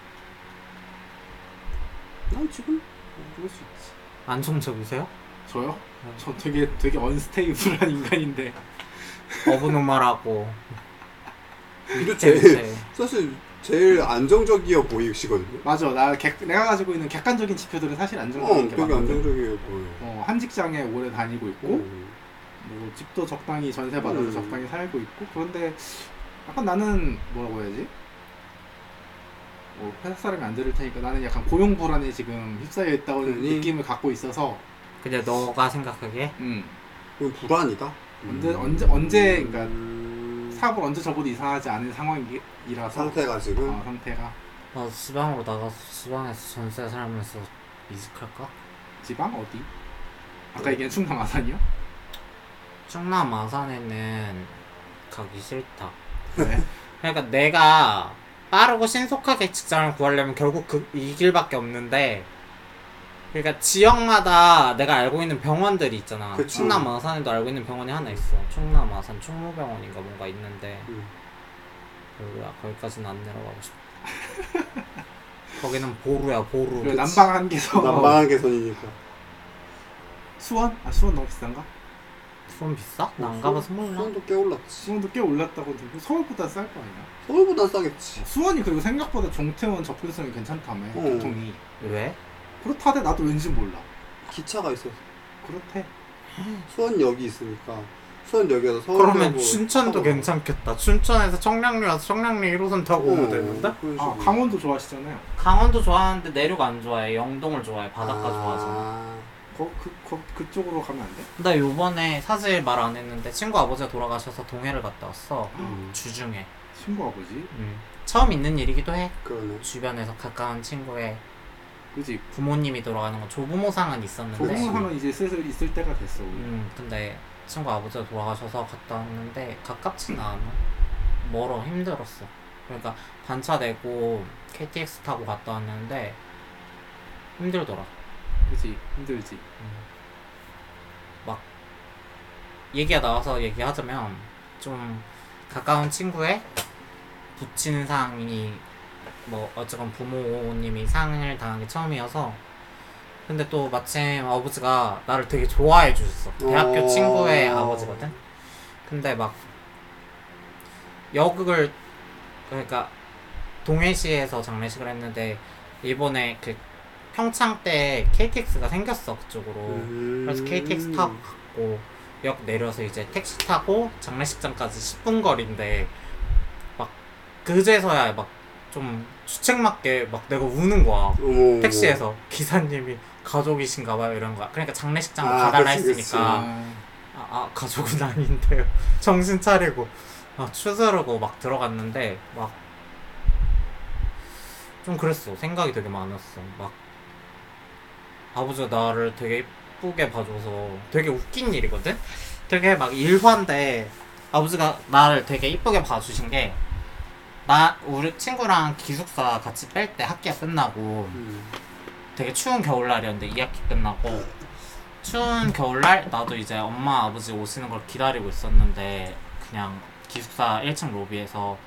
Speaker 3: 난 지금 뭐 그럴 수 있지.
Speaker 1: 안정적이세요?
Speaker 2: 저요?
Speaker 1: 음.
Speaker 2: 저 되게 되게 언스테이블한 인간인데
Speaker 1: 어부노말하고
Speaker 3: 근데
Speaker 1: 밑에
Speaker 3: 제일
Speaker 1: 밑에.
Speaker 3: 사실 제일 안정적이어 보이시거든요.
Speaker 2: 맞아 나 객, 내가 가지고 있는 객관적인 지표들은 사실
Speaker 3: 어,
Speaker 2: 안정적인 게
Speaker 3: 되게
Speaker 2: 많거든
Speaker 3: 안정적이어 보여.
Speaker 2: 어, 한 직장에 오래 다니고
Speaker 1: 어?
Speaker 2: 있고
Speaker 3: 음.
Speaker 2: 뭐 집도 적당히 전세 받아서
Speaker 3: 음.
Speaker 2: 적당히 살고 있고 그런데 약간 나는 뭐라고 해야지 뭐 회사 사람이 안 들을 테니까 나는 약간 고용 불안에 지금 휩싸여 있다는
Speaker 3: 그러니?
Speaker 2: 느낌을 갖고 있어서
Speaker 1: 근데 너가 생각하기에
Speaker 2: 음,
Speaker 3: 이건 불안이다.
Speaker 2: 언제- 언제- 언제, 그러니까
Speaker 3: 음.
Speaker 2: 사업을 언제 접어도 이상하지 않은 상황이라서
Speaker 3: 상태가 지금
Speaker 1: 아.
Speaker 2: 어, 상태가
Speaker 1: 나 지방으로 나가서 지방에서 전세 살면서 이직할까?
Speaker 2: 지방 어디? 아까 얘기한 충남 아산이요?
Speaker 1: 충남 아산에는 가기 싫다.
Speaker 2: 네.
Speaker 1: 그러니까 내가 빠르고 신속하게 직장을 구하려면 결국 그, 이 길밖에 없는데 그러니까 지역마다 내가 알고 있는 병원들이 있잖아.
Speaker 3: 그치.
Speaker 1: 충남 아산에도 알고 있는 병원이 하나 있어. 충남 아산 충무병원인가 뭔가 있는데
Speaker 3: 음.
Speaker 1: 별로야. 아, 거기까지는 안 내려가고 싶어. 거기는 보루야 보루.
Speaker 2: 그리고 남방
Speaker 1: 어.
Speaker 2: 한계서
Speaker 3: 난방한 개선이니까.
Speaker 2: 수원? 아 수원 너무 비싼가?
Speaker 1: 좀 비싸? 나 안 가봐서 몰라.
Speaker 3: 수원도 꽤 올랐지.
Speaker 2: 수원도 꽤 올랐다고 듣고 서울보다 쌀 거 아니야?
Speaker 3: 서울보다 싸겠지.
Speaker 2: 수원이 그리고 생각보다 종태원 접근성이 괜찮다며
Speaker 3: 어.
Speaker 2: 교통이
Speaker 1: 왜?
Speaker 2: 그렇다대 나도 왠지 몰라
Speaker 3: 기차가 있어서
Speaker 2: 그렇대
Speaker 3: 수원역이 있으니까 수원역에 서 서울
Speaker 1: 네.
Speaker 3: 뭐
Speaker 1: 그러면 춘천도 괜찮겠다. 춘천에서 청량리 와서 청량리 1호선 타고 오면
Speaker 3: 어,
Speaker 1: 되는데?
Speaker 2: 아 강원도 좋아하시잖아요
Speaker 1: 강원도 좋아하는데 내륙 안 좋아해. 영동을 좋아해. 바닷가 좋아하잖아.
Speaker 2: 거, 그, 거, 그쪽으로 가면 안 돼?
Speaker 1: 나 요번에 사실 말 안 했는데 친구 아버지가 돌아가셔서 동해를 갔다 왔어.
Speaker 3: 음,
Speaker 1: 주중에.
Speaker 2: 친구 아버지
Speaker 1: 처음 있는 일이기도 해.
Speaker 3: 그러네.
Speaker 1: 주변에서 가까운 친구의
Speaker 2: 그지
Speaker 1: 부모님이 돌아가는 건 조부모상은 있었는데.
Speaker 2: 조금 하면 이제 슬슬 있을 때가 됐어 우리
Speaker 1: 음, 근데 친구 아버지가 돌아가셔서 갔다 왔는데 가깝진 않아. 멀어 힘들었어. 그러니까 반차 내고 KTX 타고 갔다 왔는데 힘들더라.
Speaker 2: 그지 힘들지
Speaker 1: 음. 얘기가 나와서 얘기하자면 좀 가까운 친구의 붙이는 상이 뭐 어쨌건 부모님이 상을 당한 게 처음이어서 근데 또 마침 아버지가 나를 되게 좋아해 주셨어 대학교
Speaker 3: 오.
Speaker 1: 친구의 아버지거든 근데 막 여극을 그러니까 동해시에서 장례식을 했는데 이번에 그 평창 때 KTX가 생겼어 그쪽으로.
Speaker 3: 음.
Speaker 1: 그래서 KTX 타고 갔고 역 내려서 이제 택시 타고 장례식장까지 10분 거리인데 막 그제서야 막 좀 주책맞게 막 내가 우는 거야
Speaker 3: 어머,
Speaker 1: 택시에서 기사님이 가족이신가 봐요 이런 거야 그러니까 장례식장
Speaker 3: 아,
Speaker 1: 가달라
Speaker 3: 그치, 그치.
Speaker 1: 했으니까 아, 아 가족은 아닌데요 정신 차리고 막 추스르고 막 들어갔는데 막 좀 그랬어 생각이 되게 많았어 막 아버지가 나를 되게 이쁘게 봐줘서 되게 웃긴 일이거든 되게 막 일화인데 아버지가 나를 되게 이쁘게 봐주신 게 나 우리 친구랑 기숙사 같이 뺄 때 학기가 끝나고
Speaker 3: 음.
Speaker 1: 되게 추운 겨울날이었는데 2학기 끝나고 추운 겨울날 나도 이제 엄마 아버지 오시는 걸 기다리고 있었는데 그냥 기숙사 1층 로비에서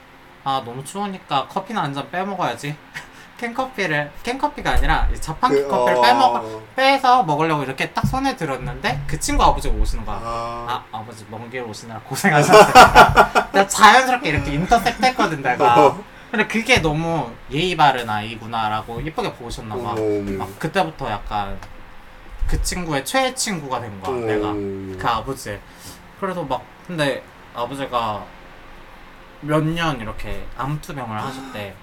Speaker 1: 아 너무 추우니까 커피나 한 잔 빼먹어야지 캔커피를 캔커피가 아니라 이 자판기
Speaker 3: 그,
Speaker 1: 커피를
Speaker 3: 어,
Speaker 1: 빼먹어 빼서 먹으려고 이렇게 딱 손에 들었는데 그 친구 아버지가 오시는 거야
Speaker 3: 아,
Speaker 1: 아 아버지 먼 길 오시느라 고생하셨어요. 내가 자연스럽게 이렇게 인터셉트 했거든 내가.
Speaker 3: 어.
Speaker 1: 근데 그게 너무 예의 바른 아이구나라고 아, 예쁘게 보셨나 봐.
Speaker 3: 어머.
Speaker 1: 막 그때부터 약간 그 친구의 최애 친구가 된 거야
Speaker 3: 음.
Speaker 1: 아, 내가. 그 아버지. 그래서 막 근데 아버지가 몇 년 이렇게 암투병을 하셨대.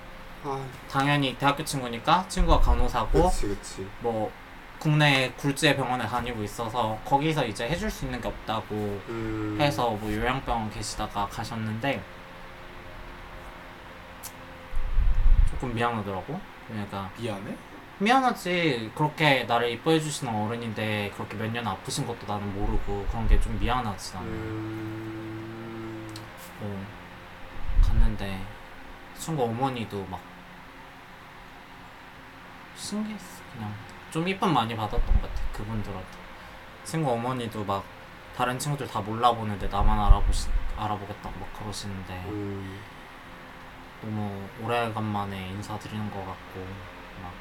Speaker 3: 아,
Speaker 1: 당연히 대학교 친구니까 친구가 간호사고
Speaker 3: 그치 그치
Speaker 1: 뭐 국내 굴지의 병원에 다니고 있어서 거기서 이제 해줄 수 있는 게 없다고
Speaker 3: 음.
Speaker 1: 해서 뭐 요양병원 계시다가 가셨는데 조금 미안하더라고. 그러니까
Speaker 2: 미안해?
Speaker 1: 미안하지 그렇게 나를 이뻐해 주시는 어른인데 그렇게 몇 년 아프신 것도 나는 모르고 그런 게 좀 미안하지 나는.
Speaker 3: 음.
Speaker 1: 어, 갔는데 친구 어머니도 막 신기했어 그냥 좀 이쁨 많이 받았던 것 같아 그분들한테 친구 어머니도 막 다른 친구들 다 몰라보는데 나만 알아보시, 알아보겠다 막 그러시는데
Speaker 3: 음.
Speaker 1: 너무 오래간만에 인사드리는 것 같고 막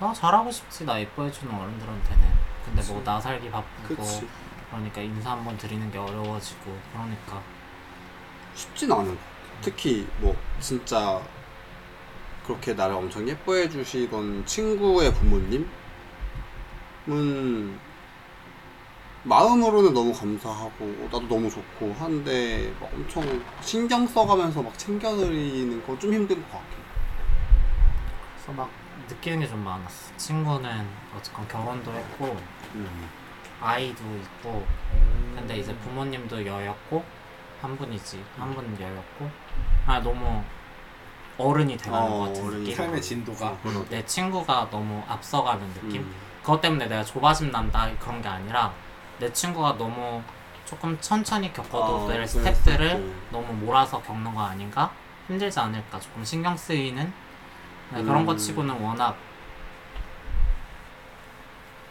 Speaker 1: 나 잘하고 싶지 나 예뻐해주는 어른들한테는 근데 뭐
Speaker 3: 그치.
Speaker 1: 나 살기 바쁘고
Speaker 3: 그치
Speaker 1: 그러니까 인사 한번 드리는 게 어려워지고 그러니까
Speaker 3: 쉽진 않은 것 같아요. 특히 뭐 진짜 그렇게 나를 엄청 예뻐해 주시던 친구의 부모님은 마음으로는 너무 감사하고 어, 나도 너무 좋고 한데 막 엄청 신경 써가면서 막 챙겨드리는 건 좀 힘든 것 같긴 해요.
Speaker 1: 그래서 막 느끼는 게 좀 많았어 친구는 어쨌건 결혼도 했고 음, 아이도 있고 근데
Speaker 3: 음.
Speaker 1: 이제 부모님도 여였고 한 분이지 한 분은 여였고 아 너무 어른이 되가는
Speaker 3: 어,
Speaker 1: 것 같은
Speaker 3: 어른이
Speaker 1: 느낌
Speaker 2: 삶의 진도가
Speaker 3: 그런
Speaker 1: 내 친구가 너무 앞서가는 느낌
Speaker 3: 음.
Speaker 1: 그것 때문에 내가 조바심 난다 그런 게 아니라 내 친구가 너무 조금 천천히
Speaker 3: 어,
Speaker 1: 겪어도 내
Speaker 3: 그럴 수
Speaker 1: 스텝들을
Speaker 3: 있지.
Speaker 1: 너무 몰아서 겪는 거 아닌가 힘들지 않을까 조금 신경 쓰이는 네,
Speaker 3: 음.
Speaker 1: 그런 것 치고는 워낙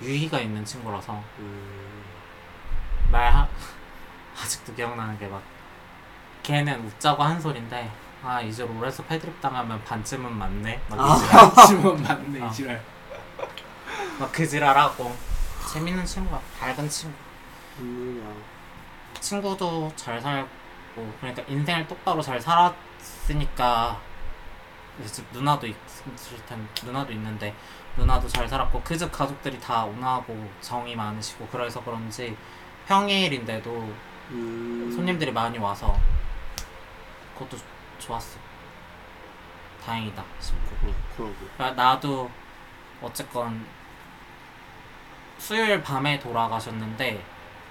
Speaker 1: 유희가 있는 친구라서
Speaker 3: 음.
Speaker 1: 말 하, 아직도 기억나는 게 막 걔는 웃자고 한 소린데 아 이제 롤에서 패드립 당하면 반쯤은 맞네 막
Speaker 3: 아.
Speaker 1: 이제
Speaker 2: 하지만 맞네
Speaker 1: 아.
Speaker 2: 이 지랄
Speaker 1: 막 그지랄하고 재밌는 친구야 밝은 친구
Speaker 3: 음. 힘들냐.
Speaker 1: 친구도 잘 살고 그러니까 인생을 똑바로 잘 살았으니까 집 누나도 있을 텐 누나도 있는데 누나도 잘 살았고 그 집 가족들이 다 온화하고 정이 많으시고 그래서 그런지 평일인데도
Speaker 3: 음.
Speaker 1: 손님들이 많이 와서 그것도 좋았어 다행이다 싶고
Speaker 3: 어, 그러고.
Speaker 1: 그러니까 나도 어쨌건 수요일 밤에 돌아가셨는데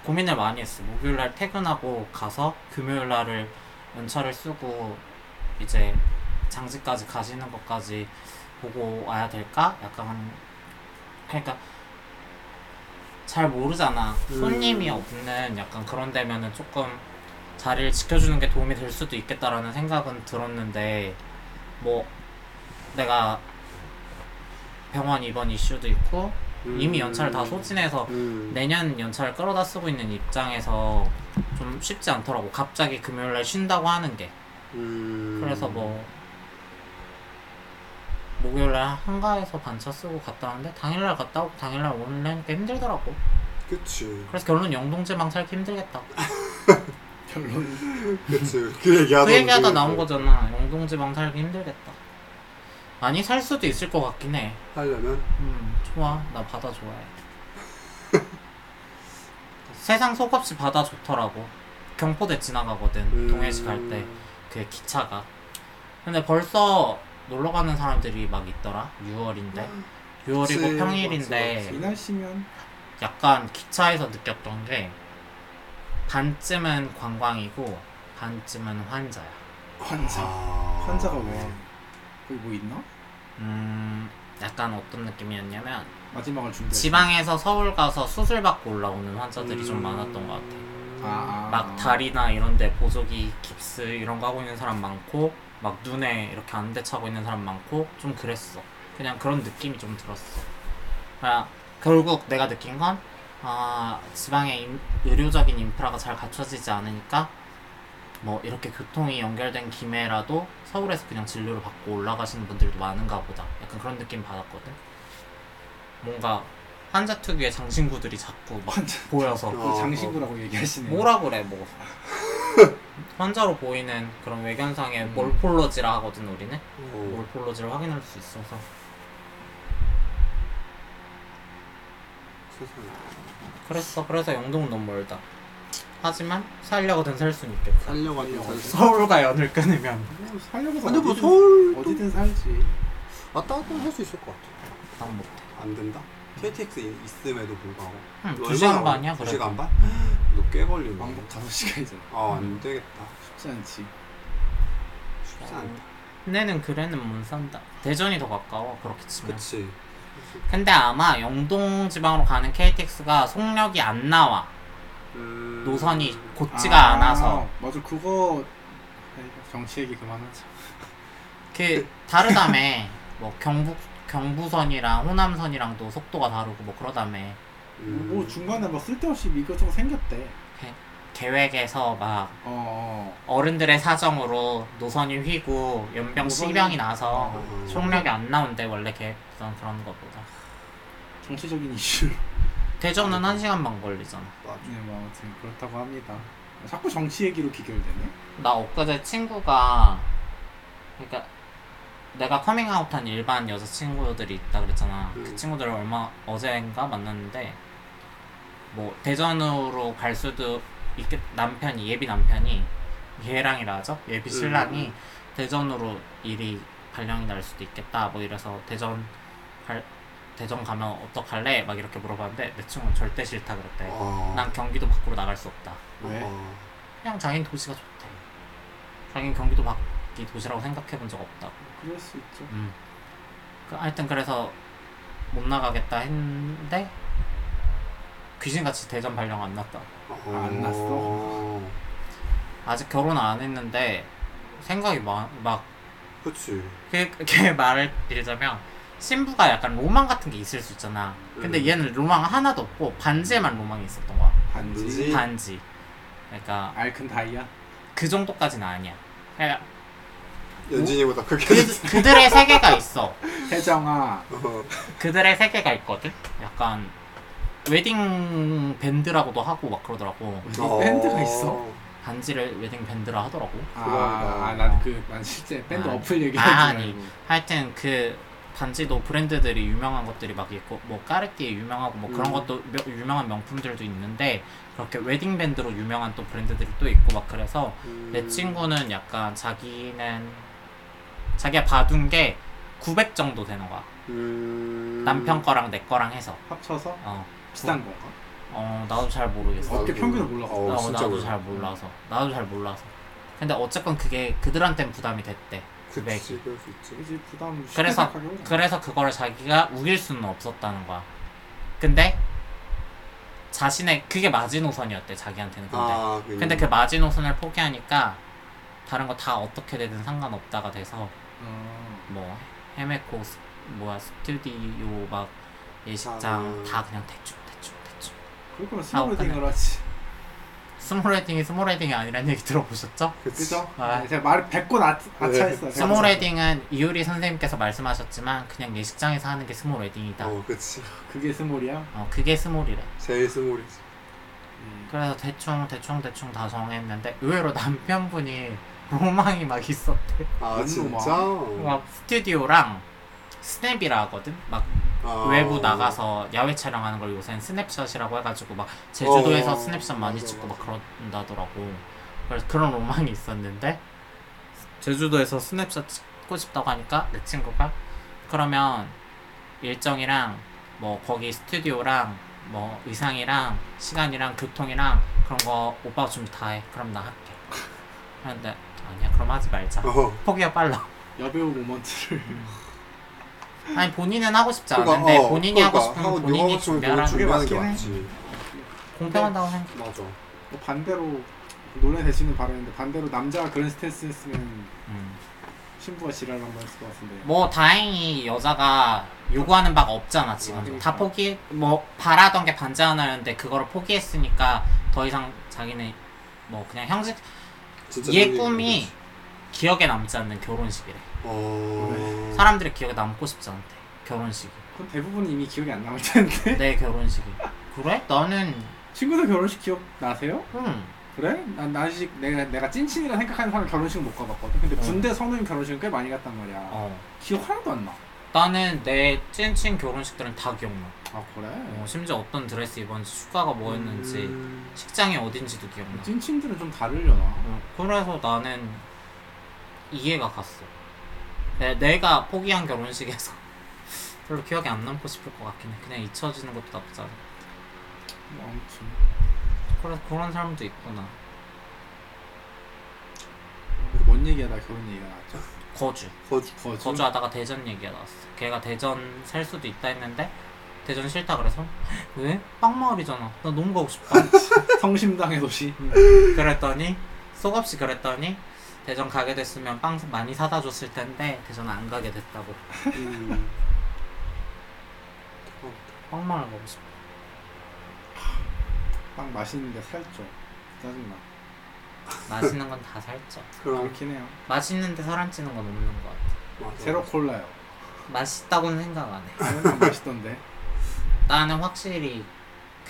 Speaker 1: 고민을 많이 했어. 목요일 날 퇴근하고 가서 금요일 날을 연차를 쓰고 이제 장지까지 가시는 것까지 보고 와야 될까? 약간 그러니까 잘 모르잖아.
Speaker 3: 음.
Speaker 1: 손님이 없는 약간 그런 데면은 조금 자리를 지켜주는 게 도움이 될 수도 있겠다라는 생각은 들었는데 뭐 내가 병원 입원 이슈도 있고 이미 연차를 다 네. 소진해서
Speaker 3: 음.
Speaker 1: 내년 연차를 끌어다 쓰고 있는 입장에서 좀 쉽지 않더라고 갑자기 금요일날 쉰다고 하는 게
Speaker 3: 음.
Speaker 1: 그래서 뭐 목요일날 한가해서 반차 쓰고 갔다 왔는데 당일날 갔다 오고 당일날 오는 게 힘들더라고
Speaker 3: 그치.
Speaker 1: 그래서 결론은 영동제방 살기 힘들겠다
Speaker 2: 결론
Speaker 1: 네.
Speaker 3: 그치. 그 얘기하다
Speaker 1: 그 얘기하다
Speaker 3: 오늘
Speaker 1: 나온 거잖아 영동제방 살기 힘들겠다 아니 살 수도 있을 것 같긴 해.
Speaker 3: 하려면
Speaker 1: 음 좋아 나 바다 좋아해. 세상 속없이 바다 좋더라고. 경포대 지나가거든
Speaker 3: 음.
Speaker 1: 동해시 갈 때 그 기차가. 근데 벌써 놀러 가는 사람들이 막 있더라. 6월인데 6월이고
Speaker 3: 음, 그치,
Speaker 1: 평일인데
Speaker 3: 맞지,
Speaker 2: 이 날씨면
Speaker 1: 약간 기차에서 느꼈던 게 반쯤은 관광이고 반쯤은 환자야.
Speaker 2: 환자
Speaker 3: 아.
Speaker 2: 환자가 왜 거기 뭐 있나?
Speaker 1: 음, 약간 어떤 느낌이었냐면
Speaker 3: 네.
Speaker 2: 마지막을 준비
Speaker 1: 지방에서 서울 가서 수술 받고 올라오는 환자들이
Speaker 3: 음.
Speaker 1: 좀 많았던 것 같아.
Speaker 2: 아, 아,
Speaker 1: 막 다리나 이런데 보조기, 깁스 이런 거 하고 있는 사람 많고 막 눈에 이렇게 안대 차고 있는 사람 많고 좀 그랬어. 그냥 그런 느낌이 좀 들었어. 아, 결국 내가 느낀 건 아, 지방에 인- 의료적인 인프라가 잘 갖춰지지 않으니까 뭐 이렇게 교통이 연결된 김에라도 서울에서 그냥 진료를 받고 올라가시는 분들도 많은가 보다. 약간 그런 느낌 받았거든. 뭔가 환자 특유의 장신구들이 자꾸 막
Speaker 2: 환자
Speaker 1: 보여서
Speaker 2: 그
Speaker 3: 어.
Speaker 2: 장신구라고 얘기하시네
Speaker 1: 뭐라 그래 뭐 환자로 보이는 그런 외견상의
Speaker 2: 음.
Speaker 1: 몰폴로지라 하거든 우리는
Speaker 2: 뭐,
Speaker 3: 어.
Speaker 1: 몰폴로지를 확인할 수 있어서
Speaker 3: 세상에.
Speaker 2: 아,
Speaker 1: 그랬어 그래서 영동은 너무 멀다 하지만 살려거든 살 수는 있겠다
Speaker 3: 살려고 하는 사
Speaker 1: 서울과 연을 끊으면
Speaker 2: 뭐 살려고
Speaker 3: 근데 뭐
Speaker 2: 어디든-
Speaker 3: 서울 어디
Speaker 2: 어디든 살지
Speaker 3: 왔다 갔다 할 수 있을 것 같아.
Speaker 1: 난 못해
Speaker 3: 안 된다. KTX 있음에도 불구하고
Speaker 1: 응,
Speaker 3: 얼마나
Speaker 1: 두 시간
Speaker 3: 걸려?
Speaker 1: 반이야
Speaker 3: 두
Speaker 1: 그래
Speaker 3: 시간 반? 너꽤 걸리네.
Speaker 2: 왕복 5시간이잖아
Speaker 3: 아안 되겠다.
Speaker 2: 쉽지 않지
Speaker 3: 쉽지 않다.
Speaker 1: 내는 어. 그래는 못 산다 대전이 더 가까워 그렇게 치면
Speaker 3: 그치.
Speaker 1: 근데 아마 영동 지방으로 가는 KTX가 속력이 안 나와
Speaker 3: 음...
Speaker 1: 노선이 곧지가
Speaker 2: 아,
Speaker 1: 않아서
Speaker 2: 맞아 그거 아이고, 정치 얘기 그만하자
Speaker 1: 그 다르다며 뭐 경북 경부선이랑 호남선이랑도 속도가 다르고 뭐 그러다며
Speaker 3: 음.
Speaker 2: 뭐 중간에 뭐 쓸데없이 이것저것 생겼대
Speaker 1: 계획에서 막
Speaker 2: 어,
Speaker 1: 어른들의 사정으로 노선이 휘고 연병
Speaker 2: 노선이- 아,
Speaker 1: 시병이 나서
Speaker 3: 어.
Speaker 1: 속력이 안 나온대 원래 계획했던 그런 것보다
Speaker 2: 어 정치적인 이슈
Speaker 1: 대전은 한 시간 반 걸리잖아
Speaker 3: 맞아.
Speaker 2: 네, 뭐 아무튼 그렇다고 합니다. 자꾸 정치 얘기로 귀결되네.
Speaker 1: 나 엊그제 친구가 그러니까 내가 커밍아웃한 일반 여자 친구들이 있다 그랬잖아. 그
Speaker 3: 음.
Speaker 1: 친구들을 얼마 어제인가 만났는데 뭐 대전으로 갈 수도 있겠 남편이 예비 남편이 얘랑이라죠 예비 신랑이
Speaker 3: 음.
Speaker 1: 대전으로 일이 발령이 날 수도 있겠다 뭐 이래서 대전 갈 대전 가면 어떡할래 막 이렇게 물어봤는데 내 친구는 절대 싫다 그랬대.
Speaker 3: 어.
Speaker 1: 난 경기도 밖으로 나갈 수 없다.
Speaker 2: 왜?
Speaker 3: 어.
Speaker 1: 그냥 자기는 도시가 좋대. 자기는 경기도 밖이 도시라고 생각해 본 적 없다고.
Speaker 2: 그럴 수 있죠.
Speaker 1: 음. 그, 하여튼 그래서 못 나가겠다 했는데 귀신같이 대전 발령 안 났다. 아.
Speaker 3: 어.
Speaker 2: 안 났어?
Speaker 1: 아직 결혼 안 했는데 생각이 막, 막
Speaker 3: 그치.
Speaker 1: 그, 그 말을 드리자면 신부가 약간 로망 같은 게 있을 수 있잖아. 근데
Speaker 3: 음.
Speaker 1: 얘는 로망 하나도 없고 반지에만 로망이 있었던 거야.
Speaker 2: 반지,
Speaker 3: 반지.
Speaker 1: 반지. 그러니까
Speaker 2: 알큰 다이아.
Speaker 1: 그 정도까지는 아니야. 그러니까
Speaker 3: 연진이보다 그렇게.
Speaker 1: 그, 그들의 세계가 있어.
Speaker 2: 혜정아,
Speaker 3: 어.
Speaker 1: 그들의 세계가 있거든. 약간 웨딩 밴드라고도 하고 막 그러더라고.
Speaker 2: 어디 밴드가 있어?
Speaker 1: 반지를 웨딩 밴드라 하더라고.
Speaker 2: 아, 난 그, 난 실제 밴드
Speaker 1: 그러니까. 아,
Speaker 2: 어플
Speaker 1: 아,
Speaker 2: 얘기하는
Speaker 1: 아니.
Speaker 2: 줄 알고.
Speaker 1: 하여튼 그 반지도 브랜드들이 유명한 것들이 막 있고 뭐 까르띠에 유명하고 뭐 그런
Speaker 3: 음.
Speaker 1: 것도 명- 유명한 명품들도 있는데 그렇게 웨딩 밴드로 유명한 또 브랜드들이 또 있고 막 그래서
Speaker 3: 음.
Speaker 1: 내 친구는 약간 자기는 자기가 봐둔 게 900 정도 되는 거야.
Speaker 3: 음.
Speaker 1: 남편 거랑 내 거랑 해서.
Speaker 2: 합쳐서
Speaker 1: 어.
Speaker 2: 비싼 건가?
Speaker 1: 어, 나도 잘 모르겠어.
Speaker 2: 어깨 평균을 몰라.
Speaker 3: 어,
Speaker 1: 어,
Speaker 3: 진짜
Speaker 1: 나도
Speaker 3: 몰라.
Speaker 1: 잘 몰라서 나도 잘 몰라서 근데 어쨌건 그게 그들한텐 부담이 됐대
Speaker 3: 그치. 그럴 수 있지.
Speaker 2: 그지 부담. 쉽게
Speaker 1: 그래서
Speaker 2: 생각하기 어려워.
Speaker 1: 그래서 그거를 자기가 우길 수는 없었다는 거야 근데 자신의 그게 마지노선이었대 자기한테는 근데
Speaker 3: 아, 그냥.
Speaker 1: 근데 그 마지노선을 포기하니까 다른 거 다 어떻게 되든 상관없다가 돼서
Speaker 2: 어,
Speaker 1: 뭐 헤메코 스- 뭐야 스튜디오 막 예식장
Speaker 3: 아.
Speaker 1: 다 그냥 대충 대충 대충
Speaker 2: 그럴 거면
Speaker 1: 아,
Speaker 2: 스몰웨딩을 하지.
Speaker 1: 스몰 웨딩이 스몰 웨딩이 아니라는 얘기 들어보셨죠?
Speaker 2: 그죠?
Speaker 1: 아. 네.
Speaker 2: 네, 제가 말을 뱉고 나, 아차했어요.
Speaker 1: 스몰 웨딩은 이효리 선생님께서 말씀하셨지만 그냥 예식장에서 하는 게 스몰 웨딩이다. 어,
Speaker 2: 아.
Speaker 3: 어, 그치.
Speaker 2: 그게 스몰이야?
Speaker 1: 그게 스몰이래.
Speaker 3: 제일 스몰이지.
Speaker 2: 음.
Speaker 1: 그래서 대충 대충 대충 다 정했는데 의외로 남편분이 로망이 막 있었대.
Speaker 3: 아
Speaker 2: 너무
Speaker 3: 진짜?
Speaker 1: 막 스튜디오랑 스냅이라 하거든. 막
Speaker 3: 아.
Speaker 1: 외부 나가서 야외 촬영하는 걸 요새는 스냅샷이라고 해가지고 막 제주도에서
Speaker 3: 어,
Speaker 1: 스냅샷 많이
Speaker 3: 맞아,
Speaker 1: 찍고
Speaker 3: 맞아.
Speaker 1: 막 그런다더라고. 그래서 그런 로망이 있었는데 제주도에서 스냅샷 찍고 싶다고 하니까 내 친구가 그러면 일정이랑 뭐 거기 스튜디오랑 뭐 의상이랑 시간이랑 교통이랑 그런 거 오빠가 준비 다 해. 그럼 나 할게. 그런데 아니야 그럼 하지 말자.
Speaker 3: 어.
Speaker 1: 포기가 빨라.
Speaker 2: 여배우 모먼트를
Speaker 1: 아니 본인은 하고 싶지
Speaker 3: 그러니까,
Speaker 1: 않은데
Speaker 3: 어,
Speaker 1: 본인이 하고
Speaker 3: 그러니까,
Speaker 1: 싶으면
Speaker 3: 하고 누가
Speaker 1: 본인이
Speaker 3: 하고 싶으면
Speaker 1: 준비하라는
Speaker 3: 그걸 준비하는 게
Speaker 2: 맞긴 해.
Speaker 3: 맞지
Speaker 1: 공평하다고 생각.
Speaker 3: 맞아
Speaker 2: 뭐 반대로 노래 되시는 바라는데 반대로 남자가 그런 스탠스 했으면
Speaker 1: 음.
Speaker 2: 신부가 지랄 한번 했을 것 같은데
Speaker 1: 뭐 다행히 여자가 요구하는 바가 없잖아 지금.
Speaker 2: 그러니까.
Speaker 1: 다 포기. 뭐 바라던 게 반지 하나였는데 그거를 포기했으니까 더 이상 자기는 뭐 그냥 형식
Speaker 3: 진짜
Speaker 1: 얘
Speaker 3: 그런
Speaker 1: 꿈이
Speaker 3: 얘기지.
Speaker 1: 기억에 남지 않는 결혼식이래.
Speaker 3: 어...
Speaker 1: 사람들의 기억에 남고 싶지 않대. 결혼식이.
Speaker 2: 그건 대부분 이미 기억이 안 남을 텐데
Speaker 1: 내 결혼식이. 그래? 나는
Speaker 2: 친구들 결혼식 기억 나세요?
Speaker 1: 음.
Speaker 2: 그래? 난 아직 내가 내가 찐친이라 생각하는 사람 결혼식 못 가봤거든. 근데
Speaker 1: 어.
Speaker 2: 군대 선우님 결혼식은 꽤 많이 갔단 말이야.
Speaker 1: 어.
Speaker 2: 기억 하나도 안 나.
Speaker 1: 나는 내 찐친 결혼식들은 다 기억나.
Speaker 2: 아 그래?
Speaker 1: 어, 심지어 어떤 드레스 입었는지 휴가가 뭐였는지
Speaker 3: 음.
Speaker 1: 식장이 어딘지도 기억나.
Speaker 2: 찐친들은 좀 다르려나?
Speaker 1: 어, 그래서 나는 이해가 갔어. 내, 내가 포기한 결혼식에서 별로 기억이 안 남고 싶을 것 같긴 해. 그냥 잊혀지는 것도 나쁘지 않아.
Speaker 2: 뭐 아무튼
Speaker 1: 그래서 그런 사람도 있구나.
Speaker 2: 그래서 뭔 얘기야 나 결혼 얘기가 나왔죠.
Speaker 1: 거주.
Speaker 3: 거주
Speaker 2: 거주.
Speaker 1: 거주하다가 대전 얘기가 나왔어. 걔가 대전 살 수도 있다 했는데 대전 싫다 그래서 왜? 빵마을이잖아. 나 너무 가고 싶다.
Speaker 2: 성심당의 도시.
Speaker 1: 음, 그랬더니 속없이 그랬더니 대전 가게 됐으면 빵 많이 사다 줬을 텐데 대전 안 가게 됐다고.
Speaker 3: 음.
Speaker 1: 빵마을 가고 싶어.
Speaker 2: 빵 맛있는데 살쪄. 짜증나.
Speaker 1: 음. 맛있는 건 다 살쪄.
Speaker 3: 그럼
Speaker 2: 그렇긴 해요.
Speaker 1: 음. 맛있는데 사람 찌는 건 없는 것 같아.
Speaker 3: 맞아.
Speaker 2: 제로 콜라요. 아,
Speaker 1: 맛있다고는 생각 안 해.
Speaker 2: 그건 맛있던데.
Speaker 1: 나는 확실히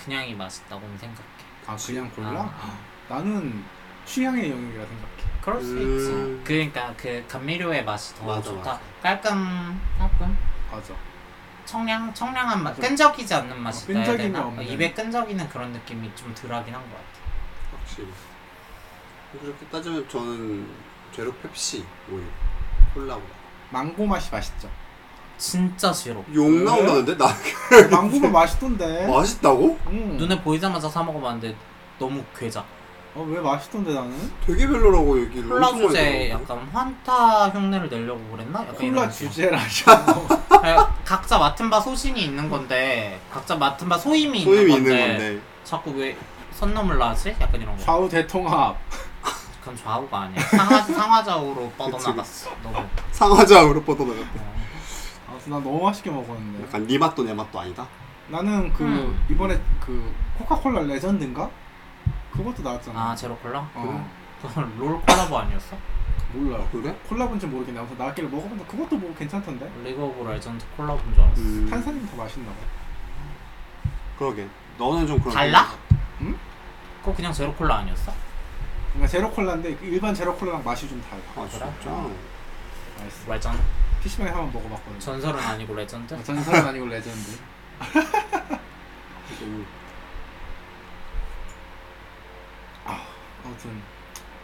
Speaker 1: 그냥이 맛있다고는 생각해.
Speaker 2: 아 그냥 콜라?
Speaker 1: 아,
Speaker 2: 나는 취향의 영역이라 생각해.
Speaker 1: 그럴 수
Speaker 3: 음.
Speaker 1: 있지. 그러니까 그 감미료의 맛이 더
Speaker 3: 맞아,
Speaker 1: 좋다.
Speaker 3: 맞아.
Speaker 1: 깔끔하고
Speaker 2: 맞아.
Speaker 1: 청량 청량한 맛,
Speaker 2: 맞아.
Speaker 1: 끈적이지 않는 맛이
Speaker 2: 어,
Speaker 1: 나야
Speaker 2: 끈적임이
Speaker 1: 되나?
Speaker 2: 없는.
Speaker 1: 입에 끈적이는 그런 느낌이 좀 덜하긴 한 것 같아.
Speaker 3: 확실히 그렇게 따지면 저는 제로 펩시 오히려 콜라보다
Speaker 2: 망고 맛이 맛있죠.
Speaker 1: 진짜 싫어.
Speaker 3: 욕
Speaker 2: 왜?
Speaker 3: 나온다는데 나
Speaker 2: 망고가 맛있던데.
Speaker 3: 맛있다고?
Speaker 2: 음.
Speaker 1: 어, 눈에 보이자마자 사 먹어봤는데 너무 괴자.
Speaker 2: 어왜 맛있던데 나는?
Speaker 3: 되게 별로라고 얘기를
Speaker 1: 콜라
Speaker 3: 엄청 많이
Speaker 1: 주제
Speaker 3: 들었거든.
Speaker 1: 약간 환타 흉내를 내려고 아, 그랬나? 약간 이런
Speaker 2: 콜라
Speaker 1: 느낌.
Speaker 2: 주제라죠.
Speaker 1: 아니, 각자 맡은 바 소신이 있는 건데 각자 맡은 바 소임이,
Speaker 3: 소임이
Speaker 1: 있는, 건데,
Speaker 3: 있는 건데
Speaker 1: 자꾸 왜 선 넘을 나지? 약간 이런 거
Speaker 2: 좌우 대통합.
Speaker 1: 그건 좌우가 아니야 상하, 상하좌우로
Speaker 3: 그치.
Speaker 1: 뻗어나갔어 너무
Speaker 3: 상하좌우로 뻗어나가
Speaker 1: 어.
Speaker 2: 아무튼 난 너무 맛있게 먹었는데.
Speaker 3: 약간 네 맛도 내 맛도 아니다
Speaker 2: 나는 그
Speaker 1: 음.
Speaker 2: 이번에 그 코카콜라 레전드인가? 그것도 나왔잖아.
Speaker 1: 아 제로콜라?
Speaker 2: 어,
Speaker 1: 그건 롤 콜라보 아니었어?
Speaker 2: 몰라요.
Speaker 3: 그래?
Speaker 2: 콜라본지 모르겠네. 아무튼 나왔길래 먹어본다. 그것도 뭐 괜찮던데.
Speaker 1: 리그 오브 레전드 콜라보인 줄 알았어
Speaker 3: 음,
Speaker 2: 탄산이 더 맛있나 봐.
Speaker 3: 그러게 너는 좀 그런
Speaker 1: 달라?
Speaker 3: 편이야.
Speaker 1: 그거 그냥 제로콜라 아니었어?
Speaker 2: 그러니까 제로 콜라인데 그 일반 제로 콜라랑 맛이 좀 달라.
Speaker 3: 아 진짜?
Speaker 2: 맛있어.
Speaker 1: 레전드
Speaker 2: PC방에 한번 먹어봤거든. 전...
Speaker 1: 전설은 아니고 레전드?
Speaker 2: 전설은 아니고 레전드.
Speaker 3: 음,
Speaker 2: 아무튼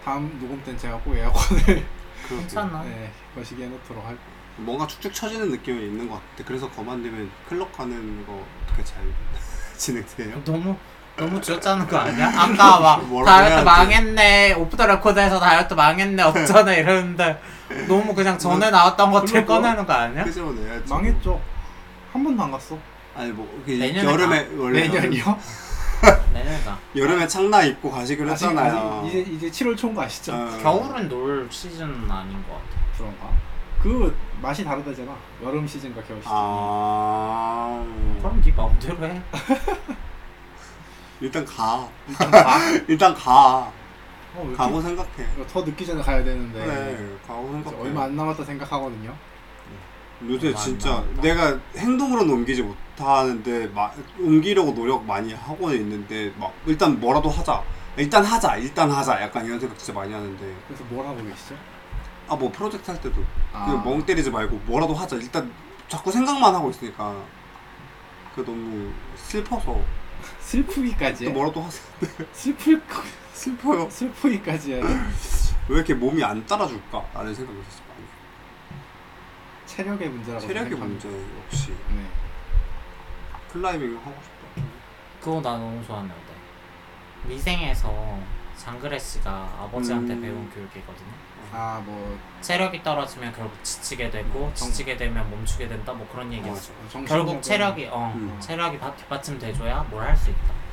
Speaker 2: 다음 녹음 때는 제가 꼭 에어컨을
Speaker 3: 그러게.
Speaker 1: 괜찮아
Speaker 2: 네, 거시기 해놓도록 할.
Speaker 3: 뭔가 쭉쭉 처지는 느낌이 있는 것 같아 그래서 거만님은 클럽 가는 거 어떻게 잘 진행돼요?
Speaker 1: 너무 너무 쥐어짜는 거 아니야? 아까 막
Speaker 3: 뭐라고
Speaker 1: 다이어트
Speaker 3: 해야지.
Speaker 1: 망했네 오프 더 레코드에서 다이어트 망했네 없잖아 이러는데 너무 그냥
Speaker 3: 네.
Speaker 1: 전에 나왔던 것들
Speaker 3: 그러니까.
Speaker 2: 그러게요.
Speaker 1: 꺼내는 거 아니야?
Speaker 3: 끄집어내야지
Speaker 2: 망했죠. 한 번도 안 갔어. 네,
Speaker 3: 아니 뭐 그,
Speaker 1: 내년에
Speaker 3: 여름에 원래
Speaker 2: 아, 내년이요?
Speaker 1: 내년이다
Speaker 3: 여름에 창나 입고 가시기로
Speaker 2: 아직
Speaker 3: 했잖아요
Speaker 2: 아직 이제 이제 7월 초인 거 아시죠?
Speaker 3: 어.
Speaker 1: 겨울은 놀 시즌은 아닌 것 같아
Speaker 2: 그런가? 그 맛이 다르다잖아. 여름 시즌과 겨울 어, 시즌.
Speaker 3: 아
Speaker 1: 그럼 네 마음대로 해
Speaker 3: 일단 가
Speaker 2: 아,
Speaker 3: 일단 가
Speaker 2: 어, 왜 이렇게-
Speaker 3: 가고 네. 생각해
Speaker 2: 더 늦기 전에 가야 되는데
Speaker 3: 그래 가고
Speaker 2: 이제
Speaker 3: 생각해
Speaker 2: 얼마 안 남았다 생각하거든요.
Speaker 3: 요새
Speaker 1: 얼마 안
Speaker 3: 진짜
Speaker 1: 남았다.
Speaker 3: 내가 행동으로는 옮기지 못하는데 막 옮기려고 노력 많이 하고 있는데 막 일단 뭐라도 하자 일단 하자, 일단 하자. 약간 이런 생각 진짜 많이 하는데.
Speaker 2: 그래서 뭘 하고 계시죠?
Speaker 3: 아, 뭐 프로젝트 할 때도.
Speaker 2: 아.
Speaker 3: 그냥 멍 때리지 말고 뭐라도 하자. 일단 자꾸 생각만 하고 있으니까. 그 너무 슬퍼서.
Speaker 2: 슬프기까지
Speaker 3: 또 뭐라도 하자.
Speaker 2: 슬플 거-
Speaker 3: 슬퍼요.
Speaker 2: 슬프기까지 해야
Speaker 3: 왜 이렇게 몸이 안 따라줄까? 라는 생각이 있었어요. 많이.
Speaker 2: 체력의 문제라고
Speaker 3: 체력의
Speaker 2: 생각합니다.
Speaker 3: 문제 역시.
Speaker 2: 네.
Speaker 3: 클라이밍 하고 싶다.
Speaker 1: 그거 나 너무 좋았는데 미생에서 장그래 씨가 아버지한테
Speaker 3: 음.
Speaker 1: 배운 교육이거든요.
Speaker 2: 아뭐
Speaker 1: 체력이 떨어지면 결국 지치게 되고
Speaker 3: 음.
Speaker 1: 지치게 되면 멈추게 된다 뭐 그런 얘기였어. 결국 체력이 어
Speaker 3: 음.
Speaker 1: 체력이 바- 뒷받침 돼줘야 뭘 할 수 있다.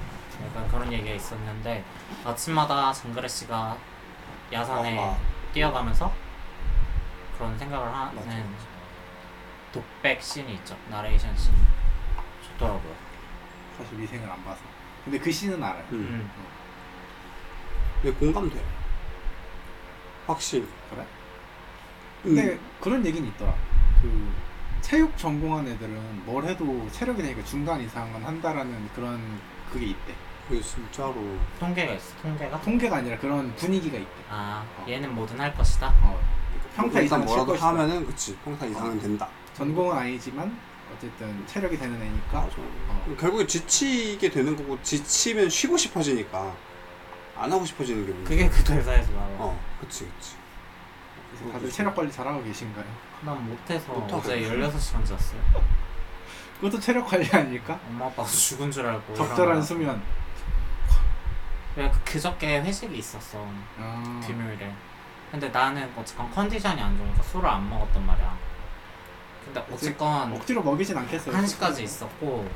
Speaker 1: 약간 그런 얘기가 있었는데 아침마다 장그래 씨가 야산에
Speaker 3: 아,
Speaker 1: 뛰어가면서 그런 생각을 하는
Speaker 3: 맞아.
Speaker 1: 독백 씬이 있죠. 나레이션 씬 좋더라고요.
Speaker 2: 사실 미생을 안 봐서 근데 그 씬은 알아요.
Speaker 3: 음.
Speaker 1: 음.
Speaker 3: 근데 공감돼. 확실히.
Speaker 2: 그래? 근데 네.
Speaker 1: 네.
Speaker 3: 근데
Speaker 2: 그런 얘기는 있더라. 그 체육 전공한 애들은 뭘 해도 체력이 되니까 중간 이상은 한다라는 그런 그게 있대.
Speaker 3: 그게 진짜로.
Speaker 1: 통계가 있어.
Speaker 3: 음.
Speaker 1: 통계가
Speaker 2: 통계가 아니라 그런 분위기가 있대.
Speaker 1: 아 얘는 뭐든 할 것이다.
Speaker 2: 어, 평타
Speaker 3: 일단
Speaker 2: 이상은 어.
Speaker 3: 뭐라도
Speaker 2: 칠 것이다.
Speaker 3: 하면은 그치. 평타 이상은 된다.
Speaker 2: 전공은 아니지만 어쨌든 체력이 되는 애니까
Speaker 3: 맞아.
Speaker 2: 어,
Speaker 3: 결국에 지치게 되는 거고 지치면 쉬고 싶어지니까 안 하고 싶어지는 게 문제.
Speaker 1: 그게 그 대사에서 나와.
Speaker 3: 어, 그치 그치.
Speaker 2: 그래서 다들 체력 관리 잘하고 계신가요?
Speaker 1: 난 못해서
Speaker 3: 못하고
Speaker 1: 어제
Speaker 3: 있어.
Speaker 1: 16시간 잤어요.
Speaker 2: 그것도 체력 관리 아닐까?
Speaker 1: 엄마 아빠가 죽은 줄 알고.
Speaker 2: 적절한 수면.
Speaker 1: 그래, 그- 그저께 회식이 있었어.
Speaker 2: 아,
Speaker 1: 금요일에. 근데 나는 어쨌건 컨디션이 안 좋으니까 술을 안 먹었단 말이야. 근데 어쨌건
Speaker 2: 억지로 먹이진 않겠어요.
Speaker 1: 1시까지 있었고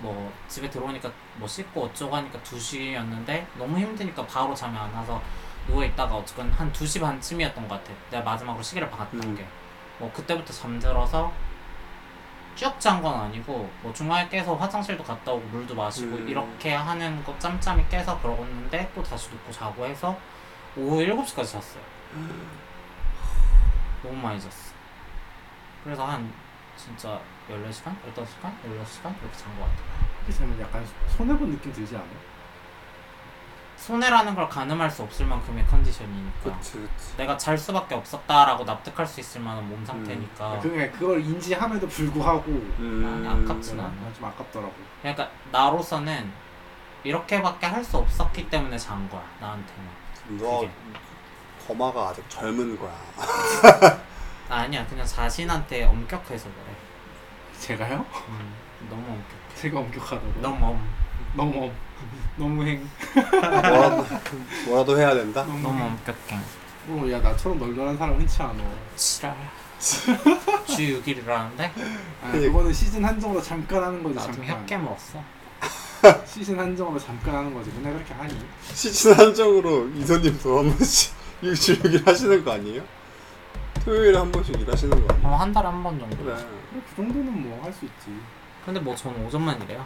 Speaker 1: 뭐 집에 들어오니까 뭐 씻고 어쩌고 하니까 2시였는데 너무 힘드니까 바로 잠이 안 와서 누워있다가 어쨌건 한 2시 반쯤이었던 것 같아. 내가 마지막으로 시계를 박았던
Speaker 3: 음.
Speaker 1: 게. 뭐 그때부터 잠들어서 쭉 잔 건 아니고 뭐 중간에 깨서 화장실도 갔다 오고 물도 마시고
Speaker 3: 음.
Speaker 1: 이렇게 하는 거 짬짬이 깨서 그러고 있는데 또 다시 눕고 자고 해서 오후 7시까지 잤어요.
Speaker 3: 음.
Speaker 1: 너무 많이 잤어. 그래서 한 진짜 14시간? 15시간? 16시간? 이렇게 잔 것 같아요.
Speaker 2: 그렇게 되면 약간 손해본 느낌 들지 않아?
Speaker 1: 손해라는 걸 가늠할 수 없을 만큼의 컨디션이니까.
Speaker 3: 그치 그치.
Speaker 1: 내가 잘 수밖에 없었다라고 납득할 수 있을 만한 몸 상태니까.
Speaker 3: 음.
Speaker 2: 그러니까 그걸 인지함에도 불구하고
Speaker 1: 아니, 아깝진 않아.
Speaker 2: 좀 아깝더라고.
Speaker 1: 그러니까 나로서는 이렇게밖에 할 수 없었기 때문에 잔 거야 나한테는
Speaker 3: 너
Speaker 1: 그게.
Speaker 3: 거마가 아직 젊은 거야.
Speaker 1: 아, 아니야 그냥 자신한테 엄격해서 그래
Speaker 2: 제가요?
Speaker 1: 음, 너무 엄격
Speaker 2: 제가 엄격하다고.
Speaker 1: 너무 엄,
Speaker 2: 너무 엄. 너무 행.
Speaker 3: 뭐라도 뭐라도 해야 된다.
Speaker 1: 너무 엄격해
Speaker 2: 어, 야 나처럼 널널한 사람 흔치 않아.
Speaker 1: 지랄 주 6일이라는데
Speaker 2: 아, 그거는 시즌 한정으로 잠깐 하는 거지
Speaker 1: 나좀
Speaker 2: 잠깐.
Speaker 1: 협게 먹었어
Speaker 2: 시즌 한정으로 잠깐 하는 거지. 맨날 그렇게 하니?
Speaker 3: 시즌 한정으로 이사님도 한 번씩 일주일 일 하시는 거 아니에요? 토요일에 한 번씩 일하시는 거 아니에요?
Speaker 1: 어, 한 달에 한 번 정도
Speaker 3: 그래.
Speaker 2: 그래, 그 정도는 뭐 할 수 있지.
Speaker 1: 근데 뭐 저는 오전만 일해요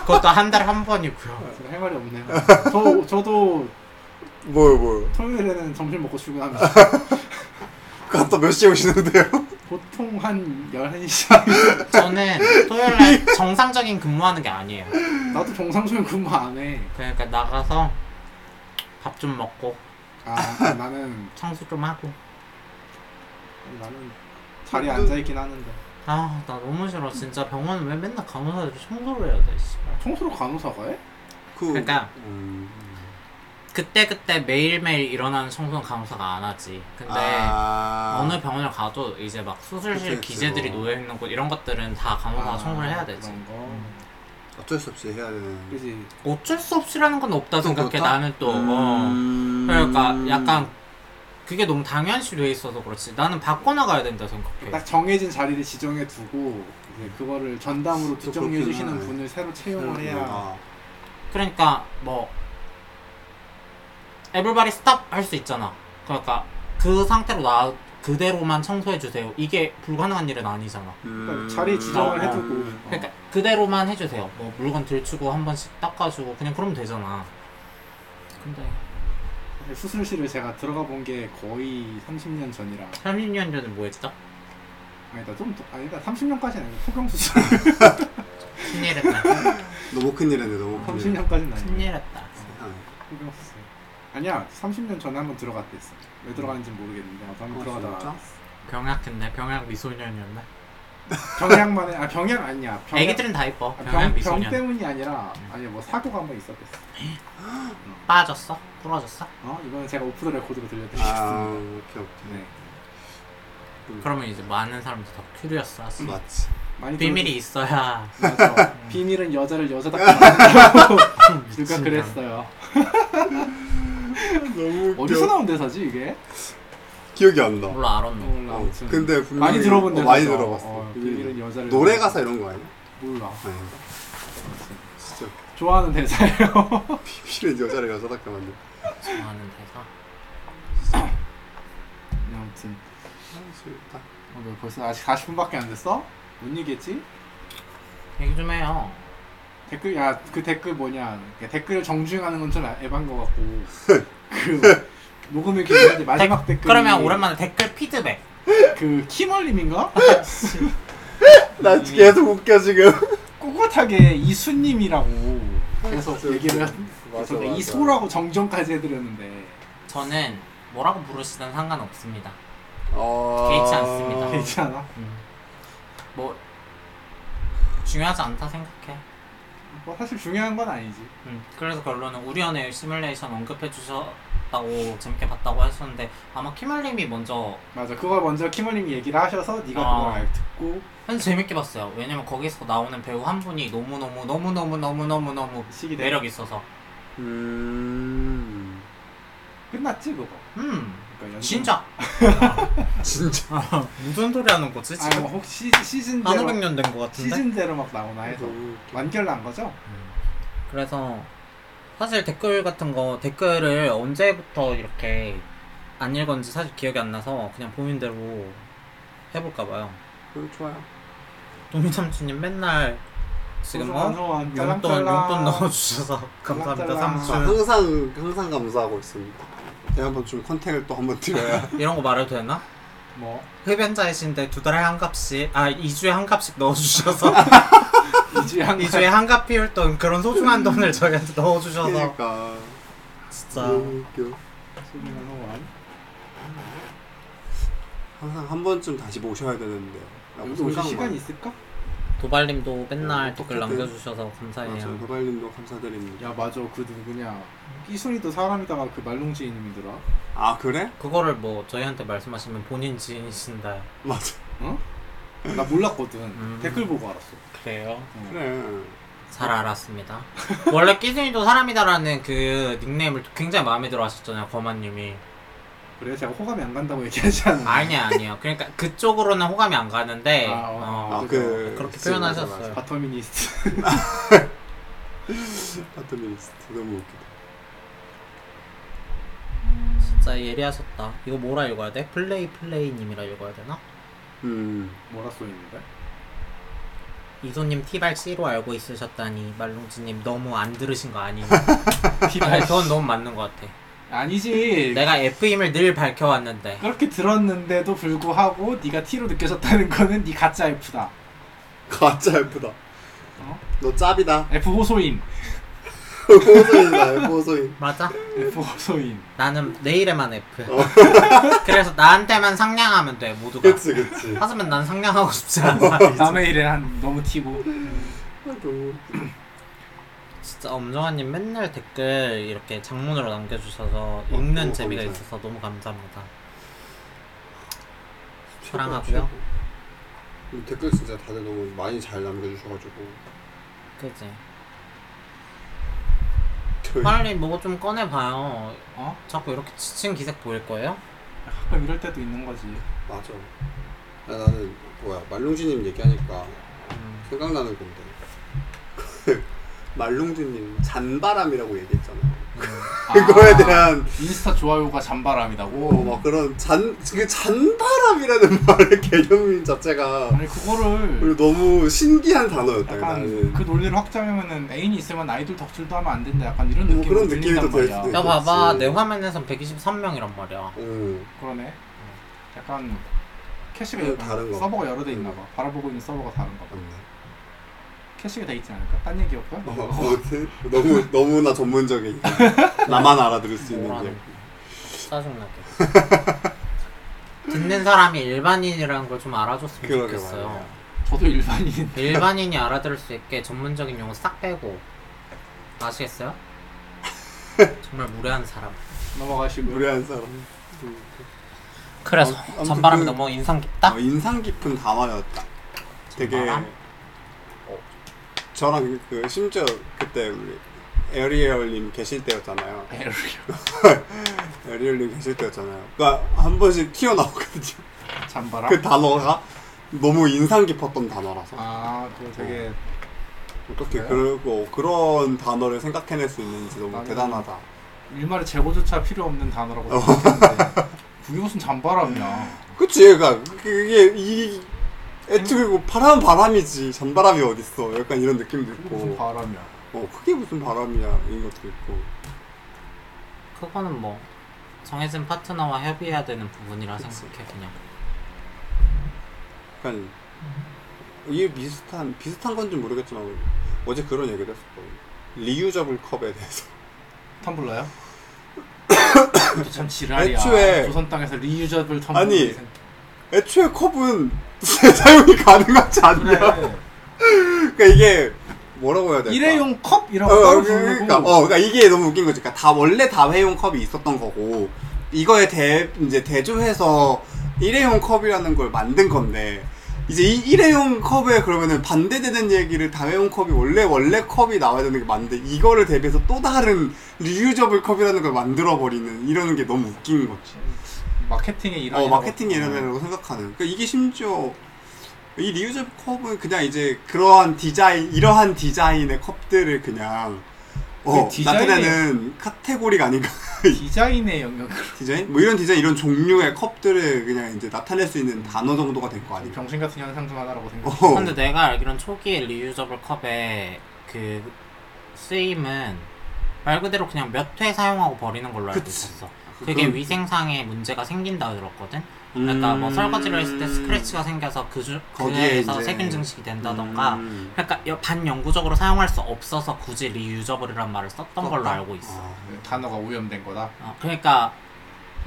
Speaker 1: 그것도 한 달에 한 번이고요
Speaker 2: 제가 할 말이 없네요. 저 저도
Speaker 3: 뭐요 뭐요.
Speaker 2: 토요일에는 점심 먹고 출근합니다.
Speaker 3: 갔다 몇 시에 오시는데요?
Speaker 2: 보통 한 11시.
Speaker 1: 저는 토요일날 정상적인 근무하는 게 아니에요
Speaker 2: 나도 정상적인 근무 안 해.
Speaker 1: 그러니까 나가서 밥 좀 먹고
Speaker 2: 아 나는
Speaker 1: 청소 좀 하고
Speaker 2: 나는
Speaker 1: 그
Speaker 2: 자리에 앉아 있긴 하는데.
Speaker 1: 아 나 너무 싫어 진짜 병원 왜 맨날 간호사들이 청소를 해야 돼 씨발
Speaker 2: 아, 청소로 간호사가 해?
Speaker 3: 그,
Speaker 1: 그러니까.
Speaker 3: 음.
Speaker 1: 그때그때 매일매일 일어나는 청소는 간호사가 안 하지 근데
Speaker 3: 아.
Speaker 1: 어느 병원을 가도 이제 막
Speaker 3: 그치,
Speaker 1: 수술실
Speaker 3: 그치,
Speaker 1: 기재들이
Speaker 3: 어.
Speaker 1: 놓여있는 곳 이런 것들은 다 간호사가
Speaker 2: 아,
Speaker 1: 청소를 해야 음. 되지
Speaker 2: 그런 거.
Speaker 3: 어쩔 수 없이 해야 되는.
Speaker 2: 그지.
Speaker 1: 어쩔 수 없이라는 건 없다
Speaker 3: 또
Speaker 1: 생각해
Speaker 3: 그렇다?
Speaker 1: 나는 또 어.
Speaker 3: 음.
Speaker 1: 그러니까 약간 그게 너무 당연시 돼 있어서 그렇지 나는 바꿔나가야 된다 생각해
Speaker 2: 딱 정해진 자리를 지정해 두고 이제 그거를 전담으로
Speaker 3: 또
Speaker 2: 뒷정리해 주시는
Speaker 3: 음. 그렇구나.
Speaker 2: 분을 새로
Speaker 3: 음.
Speaker 2: 채용을 해야.
Speaker 3: 아.
Speaker 1: 그러니까 뭐 에브리바디 스탑 할 수 있잖아. 그러니까 그 상태로 나 그대로만 청소해 주세요. 이게 불가능한 일은 아니잖아.
Speaker 2: 그러니까
Speaker 3: 음.
Speaker 2: 자리 지정을
Speaker 1: 어, 어.
Speaker 2: 해두고.
Speaker 1: 그러니까 그대로만 해주세요. 뭐 물건 들추고 한 번씩 닦아주고 그냥 그러면 되잖아. 근데
Speaker 2: 사실 수술실을 제가 들어가 본 게 거의 30년 전이라.
Speaker 1: 30년 전에 뭐 했죠?
Speaker 2: 아니다 좀 더- 아니다 30년까지는 아니고 폭경 수술.
Speaker 1: 큰일했다.
Speaker 3: 너무 큰일이네
Speaker 2: 어,
Speaker 3: 너무 큰일.
Speaker 2: 30년까지는 아니야.
Speaker 1: 큰일했다.
Speaker 2: 끊었어. 아니야, 30년 전에 한번 들어갔댔어. 왜 들어갔는지 모르겠는데 나도 한번
Speaker 3: 어,
Speaker 2: 들어가다가
Speaker 3: 진짜?
Speaker 1: 병약했네. 병약 미소년이었나?
Speaker 2: 병양만에 아 병양 아니야. 병양-
Speaker 1: 애기들은 다 이뻐.
Speaker 2: 아,
Speaker 1: 병약
Speaker 2: 병, 병
Speaker 1: 미소년.
Speaker 2: 때문이 아니라 아니 뭐 사고가 한번 있었댔어.
Speaker 1: 빠졌어? 부러졌어?
Speaker 2: 어 이번에 제가 오프 더 레코드로 들려드리겠습니다.
Speaker 3: 아 오케이 오케이.
Speaker 2: 네.
Speaker 1: 그러면 이제 많은 사람들 더 큐리어스 하지.
Speaker 3: 맞지.
Speaker 2: 많이
Speaker 1: 비밀이 있어야.
Speaker 2: 들어주- 맞아. 비밀은 여자를 여자답게 만든다고 누가 그랬어요.
Speaker 3: 너무
Speaker 2: 어디서 나온 대사지 이게?
Speaker 3: 기억이 안 나.
Speaker 1: 몰라 알았노.
Speaker 2: 몰라.
Speaker 3: 어,
Speaker 2: 아무튼.
Speaker 3: 근데 분명히
Speaker 2: 많이 들어본 그
Speaker 3: 어,
Speaker 2: 대사.
Speaker 3: 많이 들어봤어. 음. 그
Speaker 2: 비밀은 여자를
Speaker 3: 노래 가사 이런 거 아니야?
Speaker 2: 몰라.
Speaker 3: 아닌가? 진짜
Speaker 2: 좋아하는 대사예요.
Speaker 3: 비밀의 여자를 여자답게 만든.
Speaker 1: 좋아하는 대사.
Speaker 2: 아무튼
Speaker 3: 진짜.
Speaker 2: 어, 너 벌써 아직 40분밖에 안 됐어? 못 얘기했지?
Speaker 1: 얘기 좀 해요.
Speaker 2: 댓글 야 그 댓글 뭐냐 그러니까 댓글을 정주행하는 건 좀 에반 거 같고 그 녹음을 기다리는데 마지막 댓글
Speaker 1: 그러면 오랜만에 댓글 피드백.
Speaker 2: 그 키멀님인가?
Speaker 3: 나 계속 웃겨 지금.
Speaker 2: 꿋꿋하게 이수님이라고 계속
Speaker 3: 진짜.
Speaker 2: 얘기를
Speaker 3: 맞아,
Speaker 2: 그래서
Speaker 3: 맞아.
Speaker 2: 이소라고 정정까지 해드렸는데
Speaker 1: 저는 뭐라고 부르시든 상관없습니다.
Speaker 3: 어...
Speaker 1: 개의치 않습니다.
Speaker 2: 괜찮아?
Speaker 1: 음. 뭐 중요하지 않다 생각해.
Speaker 2: 뭐 사실 중요한 건 아니지
Speaker 1: 음, 그래서 결론은 우리 연애 시뮬레이션 언급해 주셨다고 재밌게 봤다고 하셨는데 아마 키멀님이 먼저
Speaker 2: 맞아 그걸 먼저 키멀님이 얘기를 하셔서 네가
Speaker 1: 아.
Speaker 2: 그걸 알 듣고
Speaker 1: 사실 재밌게 봤어요. 왜냐면 거기서 나오는 배우 한 분이 너무 너무 너무 너무 너무 너무 너무
Speaker 2: 시기 돼.
Speaker 1: 매력 있어서
Speaker 3: 음.
Speaker 2: 끝났지 그거
Speaker 1: 음
Speaker 2: 그러니까 연습-
Speaker 1: 진짜
Speaker 3: 진짜.
Speaker 1: 무슨 소리 하는 거지
Speaker 2: 아
Speaker 1: 지금
Speaker 2: 혹시
Speaker 1: 한
Speaker 2: 시즌대로
Speaker 1: 500년 된 거 같은데
Speaker 2: 시즌대로 막
Speaker 3: 아,
Speaker 2: 나오나 해서
Speaker 3: 음.
Speaker 2: 완결 난 거죠?
Speaker 1: 음. 그래서 사실 댓글 같은 거 댓글을 언제부터 이렇게 안 읽었는지 사실 기억이 안 나서 그냥 보인 대로 해볼까 봐요.
Speaker 3: 음, 좋아요.
Speaker 1: 도미 삼촌님 맨날 지금
Speaker 2: 소중한
Speaker 1: 어
Speaker 2: 후원,
Speaker 1: 용돈
Speaker 2: 짤랑짤랑.
Speaker 1: 용돈 넣어주셔서 감사합니다
Speaker 2: 짤랑짤랑.
Speaker 3: 저
Speaker 1: 삼촌.
Speaker 3: 아, 항상 항상 감사하고 있습니다. 내가 한번 좀 컨택을 또 한번 드려야.
Speaker 1: 이런 거 말해도 되나?
Speaker 2: 뭐
Speaker 1: 흡연자이신데 두 달에 한 값씩 아2 주에 한 값씩 넣어주셔서
Speaker 2: 이주양
Speaker 1: 2 주에 한 값 피울 돈 그런 소중한 돈을 저희한테 넣어주셔서
Speaker 3: 그러니까.
Speaker 1: 진짜
Speaker 3: 너무 웃겨.
Speaker 2: 소중한 후원.
Speaker 3: 항상 한 번쯤 다시 모셔야 되는데. 라고
Speaker 2: 여기 오실
Speaker 3: 생각만.
Speaker 2: 시간 있을까?
Speaker 1: 도발님도 맨날
Speaker 3: 어,
Speaker 1: 댓글
Speaker 3: 똑같아.
Speaker 1: 남겨주셔서
Speaker 3: 맞아요.
Speaker 1: 감사해요.
Speaker 3: 도발님도 감사드립니다.
Speaker 2: 야 맞아 그 누구냐 끼순이도 사람이다가 그 말룽지인님이더라.
Speaker 3: 아 그래?
Speaker 1: 그거를 뭐 저희한테 말씀하시면 본인 지인이신다
Speaker 3: 맞아.
Speaker 2: 나 몰랐거든.
Speaker 1: 음.
Speaker 2: 댓글 보고 알았어.
Speaker 1: 그래요?
Speaker 2: 응.
Speaker 3: 그래.
Speaker 1: 잘 알았습니다 원래 끼순이도 사람이다라는 그 닉네임을 굉장히 마음에 들어 하셨잖아요 거만님이
Speaker 2: 그래 제가 호감이 안 간다고 얘기하지 않아.
Speaker 1: 아니야 아니요 그러니까 그쪽으로는 호감이 안 가는데
Speaker 2: 아, 어.
Speaker 1: 어,
Speaker 2: 아,
Speaker 3: 아그
Speaker 1: 그렇게 표현하셨어요.
Speaker 2: 바터미니스트.
Speaker 3: 파트미니스트 너무 웃기다.
Speaker 1: 진짜 예리하셨다 이거 뭐라 읽어야 돼? 플레이 플레이님이라 읽어야 되나?
Speaker 3: 음.
Speaker 2: 뭐라 써 있는데?
Speaker 1: 이소님 티발 C로 알고 있으셨다니 말룽지님 너무 안 들으신 거 아니니? 아니, 그건 너무 맞는 것 같아
Speaker 2: 아니지.
Speaker 3: 네.
Speaker 1: 내가 F임을 늘 밝혀왔는데
Speaker 2: 그렇게 들었는데도 불구하고 네가 T로 느껴졌다는 거는 네 가짜 F다.
Speaker 3: 가짜 아, 예쁘다.
Speaker 2: 어?
Speaker 3: 너 짭이다.
Speaker 2: F 호소인.
Speaker 3: 호소인이다. 호소인.
Speaker 1: 맞아?
Speaker 2: F 호소인.
Speaker 1: 나는 내일에만 F. 그래서 나한테만 상냥하면 돼 모두가.
Speaker 3: 어. 그치 어. 그치. 아,
Speaker 1: 하지만 난 상냥하고 싶지 않아.
Speaker 2: 남의 일에 한 너무 T고.
Speaker 3: 너무.
Speaker 1: 진짜 엄정아님 맨날 댓글 이렇게 장문으로 남겨주셔서 읽는
Speaker 3: 너무
Speaker 1: 재미가
Speaker 3: 감사해요.
Speaker 1: 있어서 너무 감사합니다.
Speaker 3: 최고,
Speaker 1: 사랑하고요.
Speaker 3: 최고. 이 댓글 진짜 다들 너무 많이 잘 남겨주셔가지고
Speaker 1: 그지?
Speaker 3: 저희
Speaker 1: 빨리 뭐 좀 꺼내봐요.
Speaker 2: 어?
Speaker 1: 자꾸 이렇게 지친 기색 보일 거예요?
Speaker 2: 가끔 이럴 때도 있는 거지.
Speaker 3: 맞아. 야, 나는 뭐야 말룽지님 얘기하니까
Speaker 1: 음.
Speaker 3: 생각나는 건데 말룽지님 잔바람이라고 얘기했잖아.
Speaker 1: 음.
Speaker 3: 그거에
Speaker 2: 아,
Speaker 3: 대한 어,
Speaker 2: 인스타 좋아요가 잔바람이다고.
Speaker 3: 뭐막 그런 잔그 잔바람이라는 말의 개념 자체가
Speaker 2: 아니 그거를
Speaker 3: 그리고 너무 신기한 단어였다.
Speaker 2: 약간
Speaker 3: 나는
Speaker 2: 그 논리를 확장하면은 애인이 있으면 아이돌 덕질도 하면 안 된다. 약간 이런
Speaker 3: 뭐
Speaker 2: 느낌으로
Speaker 3: 그런
Speaker 2: 들린단
Speaker 3: 느낌이 또될
Speaker 2: 말이야.
Speaker 3: 수도
Speaker 1: 야 봐봐
Speaker 3: 그렇지.
Speaker 1: 내 화면에선 123명이란 말이야.
Speaker 3: 응.
Speaker 2: 그러네. 약간 캐시가
Speaker 3: 음. 그건
Speaker 2: 약간
Speaker 3: 다른 거. 음.
Speaker 2: 서버가 여러 대 있나 봐. 바라보고 있는 서버가 다른가 봐.
Speaker 3: 맞네.
Speaker 2: 캐시가 돼 있지 않을까? 딴 얘기였고요.
Speaker 3: 어, 아무튼 너무 너무나 전문적인 나만 알아들을 수 있는
Speaker 1: 뭐라는
Speaker 3: 게
Speaker 1: 짜증나게 듣는 사람이 일반인이라는 걸 좀 알아줬으면
Speaker 3: 그러게
Speaker 1: 좋겠어요
Speaker 3: 말이야.
Speaker 2: 저도 일반인.
Speaker 1: 일반인이 알아들을 수 있게 전문적인 용어 싹 빼고 아시겠어요? 정말 무례한 사람
Speaker 2: 넘어가시고요.
Speaker 3: 무례한 사람. 음.
Speaker 1: 그래서
Speaker 3: 어, 아무튼
Speaker 1: 전바람이
Speaker 3: 그-
Speaker 1: 너무 인상 깊다?
Speaker 3: 어, 인상 깊은 담화였다. 되게
Speaker 1: 전바람?
Speaker 3: 어, 저랑 그 심지어 그때 우리 에리얼님 계실 때였잖아요.
Speaker 2: 에어리얼.
Speaker 3: 에리얼님 계실 때였잖아요. 그러니까 한 번씩 튀어나오거든요.
Speaker 2: 잠바람.
Speaker 1: 아?
Speaker 3: 그 단어가 너무 인상 깊었던 단어라서
Speaker 2: 아, 그거 되게
Speaker 3: 어떻게
Speaker 2: 그래요? 아,
Speaker 3: 그러고 그런 단어를 생각해낼 수 있는지 너무
Speaker 2: 나는-
Speaker 3: 대단하다.
Speaker 2: 일말의 재고조차 필요 없는 단어라고 생각했는데 그게 무슨 잠바람이야.
Speaker 3: 그치 얘가 그게 이 애초에 뭐 바람 바람이지 잠바람이 어딨어 약간 이런 느낌도
Speaker 2: 그게 무슨
Speaker 3: 있고
Speaker 2: 바람이야.
Speaker 3: 어 그게 무슨 바람이야 이런 것도 있고
Speaker 1: 그거는 뭐 정해진 파트너와 협의해야 되는 부분이라 생각해 그냥
Speaker 3: 약간
Speaker 2: 음.
Speaker 3: 이게 비슷한 비슷한 건지 모르겠지만 어제 그런 얘기를 했었거든 리유저블 컵에 대해서
Speaker 2: 텀블러요? 그것도 참 지랄이야.
Speaker 3: 애초에-
Speaker 2: 조선 땅에서 리유저블 텀블러.
Speaker 3: 아니, 애초에 컵은 사용이 가능하지 않냐
Speaker 2: 그래.
Speaker 3: 그러니까 이게 뭐라고 해야 될까
Speaker 2: 일회용 컵 네. 이런
Speaker 3: 네. 어,
Speaker 2: 거 따로
Speaker 3: 어,
Speaker 2: 부르고
Speaker 3: 그러니까, 어, 그러니까 이게 너무 웃긴 거지. 그러니까 다 원래 다회용 컵이 있었던 거고 이거에 대 이제 대조해서 일회용 컵이라는 걸 만든 건데 이제 이 일회용 컵에 그러면은 반대되는 얘기를 다회용 컵이 원래 원래 컵이 나와야 되는 게 맞는데 이거를 대비해서 또 다른 리유저블 컵이라는 걸 만들어 버리는 이러는 게 너무 웃긴 거지.
Speaker 2: 마케팅의 일환.
Speaker 3: 어, 마케팅 예능이라고 생각하는. 그러니까 이게 심지어 이 리유저 컵은 그냥 이제 그러한 디자인, 이러한 디자인의 컵들을 그냥 어,
Speaker 2: 이게 디자인이-
Speaker 3: 나타내는 카테고리가 아닌가.
Speaker 2: 어, 디자인의 영역.
Speaker 3: 디자인? 뭐 이런 디자인, 이런 종류의 컵들을 그냥 이제 나타낼 수 있는 단어 정도가 될 거 아닌가.
Speaker 2: 병신 같은 현상 중 하나라고 생각.
Speaker 3: 어,
Speaker 1: 근데 내가 알기론 초기에 리유저블 컵의 그 쓰임은 말 그대로 그냥 몇 회 사용하고 버리는 걸로 알고
Speaker 3: 그치. 아,
Speaker 1: 있었어 그게
Speaker 3: 그건-
Speaker 1: 위생상에 문제가 생긴다 들었거든 그러니까 뭐
Speaker 3: 음.
Speaker 1: 설거지를 했을 때 스크래치가 생겨서 그 주,
Speaker 3: 거기에
Speaker 1: 거기에서
Speaker 3: 이제-
Speaker 1: 세균 증식이 된다던가
Speaker 3: 음.
Speaker 1: 그러니까 여- 반영구적으로 사용할 수 없어서 굳이 리유저블이란 말을 썼던 걸로
Speaker 3: 썼다.
Speaker 1: 알고 있어
Speaker 3: 아.
Speaker 2: 단어가 오염된 거다.
Speaker 1: 어, 그러니까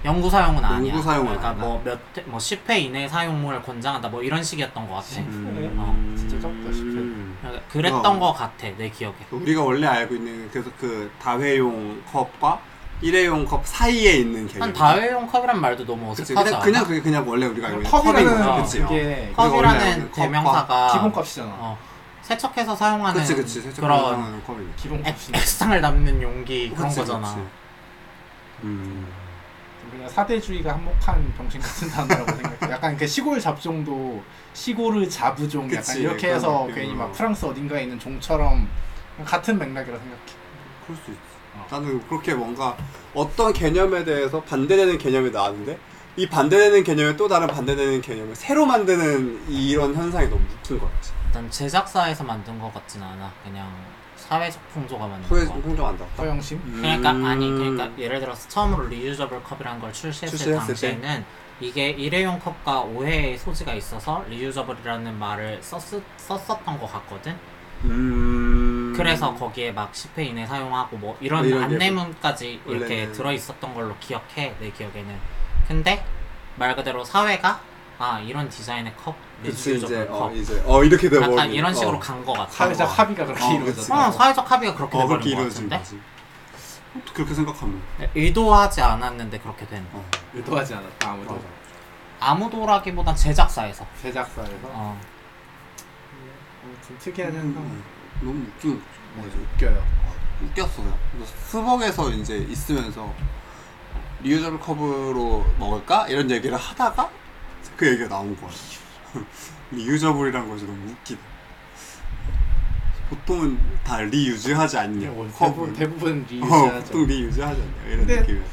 Speaker 1: 영구 사용은 아니야.
Speaker 3: 영구 사용은
Speaker 1: 그러니까
Speaker 3: 아니다.
Speaker 1: 뭐몇뭐 10회 이내 사용을 권장한다 뭐 이런 식이었던 것 같아.
Speaker 3: 음.
Speaker 2: 어, 진짜 적다, 실패.
Speaker 1: 그러니까 그랬던
Speaker 3: 어. 음.
Speaker 1: 것 같아 내 기억에.
Speaker 3: 우리가 원래 알고 있는 그래서 그 다회용 컵과 일회용 컵 사이에 있는 개념.
Speaker 1: 한 다회용 컵이란 말도 너무
Speaker 3: 그치,
Speaker 1: 어색하지
Speaker 3: 그냥,
Speaker 1: 않아?
Speaker 3: 그냥 그게 그냥 원래 우리가 알고 있는
Speaker 2: 컵이라는
Speaker 1: 컵인
Speaker 3: 뭐 그치
Speaker 1: 거죠.
Speaker 2: 그게
Speaker 3: 컵. 원래
Speaker 1: 컵이라는
Speaker 3: 알고 있는
Speaker 1: 대명사가
Speaker 2: 기본값이잖아.
Speaker 1: 어, 세척해서 사용하는
Speaker 3: 그치 그치 세척
Speaker 1: 그런
Speaker 3: 그런 컵이 아,
Speaker 2: 기본값이.
Speaker 1: 액상을 담는 용기 그런
Speaker 3: 그치,
Speaker 1: 거잖아.
Speaker 3: 그치. 음
Speaker 2: 그냥 사대주의가 한몫한 병신 같은 단어라고 생각해. 약간 그 시골 잡종도 시골의 자부종 약간
Speaker 3: 그치,
Speaker 2: 이렇게
Speaker 3: 그런
Speaker 2: 해서
Speaker 3: 느낌으로.
Speaker 2: 괜히 막 프랑스 어딘가에 있는 종처럼 같은 맥락이라 생각해.
Speaker 3: 그럴 수 있지
Speaker 2: 어.
Speaker 3: 나는 그렇게 뭔가 어떤 개념에 대해서 반대되는 개념이 나왔는데 이 반대되는 개념에 또 다른 반대되는 개념을 새로 만드는 이런 현상이 너무 웃긴 거지
Speaker 1: 일단 제작사에서 만든 것 같진 않아. 그냥 사회적 풍조가 만든
Speaker 3: 소외
Speaker 1: 것 같아.
Speaker 3: 공정 안 닿았다
Speaker 2: 허영심.
Speaker 1: 어. 그러니까
Speaker 3: 음.
Speaker 1: 아니 그러니까 예를 들어서 처음으로 리유저블 컵이라는 걸 출시했을,
Speaker 3: 출시했을 때?
Speaker 1: 당시에는 이게 일회용 컵과 오해의 소지가 있어서 리유저블이라는 말을 썼, 썼었던 것 같거든
Speaker 3: 음
Speaker 1: 그래서 거기에 막 10회 이내 사용하고 뭐 이런
Speaker 3: 뭐 이런 게
Speaker 1: 안내문까지 이렇게
Speaker 3: 원래는.
Speaker 1: 들어있었던 걸로 기억해 내 기억에는 근데 말 그대로 사회가 아 이런 디자인의 컵
Speaker 3: 그치 이제
Speaker 1: 리유저블
Speaker 3: 어
Speaker 1: 컵
Speaker 3: 이제 어 이렇게 돼버리는
Speaker 1: 약간 이런 식으로
Speaker 3: 어.
Speaker 1: 간 것 같아
Speaker 2: 사회적 합의가 그렇게
Speaker 3: 어, 그치.
Speaker 2: 이루어졌어.
Speaker 1: 어, 사회적 합의가 그렇게
Speaker 3: 어 그렇게
Speaker 1: 돼버린 것
Speaker 3: 이루어진
Speaker 1: 같은데
Speaker 3: 거지 어떻게 그렇게 생각하면
Speaker 1: 의도하지 않았는데 그렇게 된
Speaker 3: 어
Speaker 2: 의도하지 않았다 아무도.
Speaker 3: 맞아
Speaker 1: 아무도라기보단 제작사에서
Speaker 2: 제작사에서.
Speaker 1: 어.
Speaker 2: 좀 특이한 현상.
Speaker 3: 아. 음, 너무 웃긴 거지.
Speaker 2: 맞아 웃겨요.
Speaker 3: 웃겼어 그냥. 그래서 스벅에서 이제 있으면서 리유저블 컵으로 먹을까 이런 얘기를 하다가 그 얘기가 나온 거야. 리유저블이란 것이 너무 웃기다. 보통은 다 리유즈하지 않냐.
Speaker 2: 그냥 네, 뭐
Speaker 3: 네. 컵은
Speaker 2: 대부분 대부분 리유
Speaker 3: 어
Speaker 2: 하죠
Speaker 3: 보통 리유즈하지 않냐 이런
Speaker 2: 근데-
Speaker 3: 느낌이야.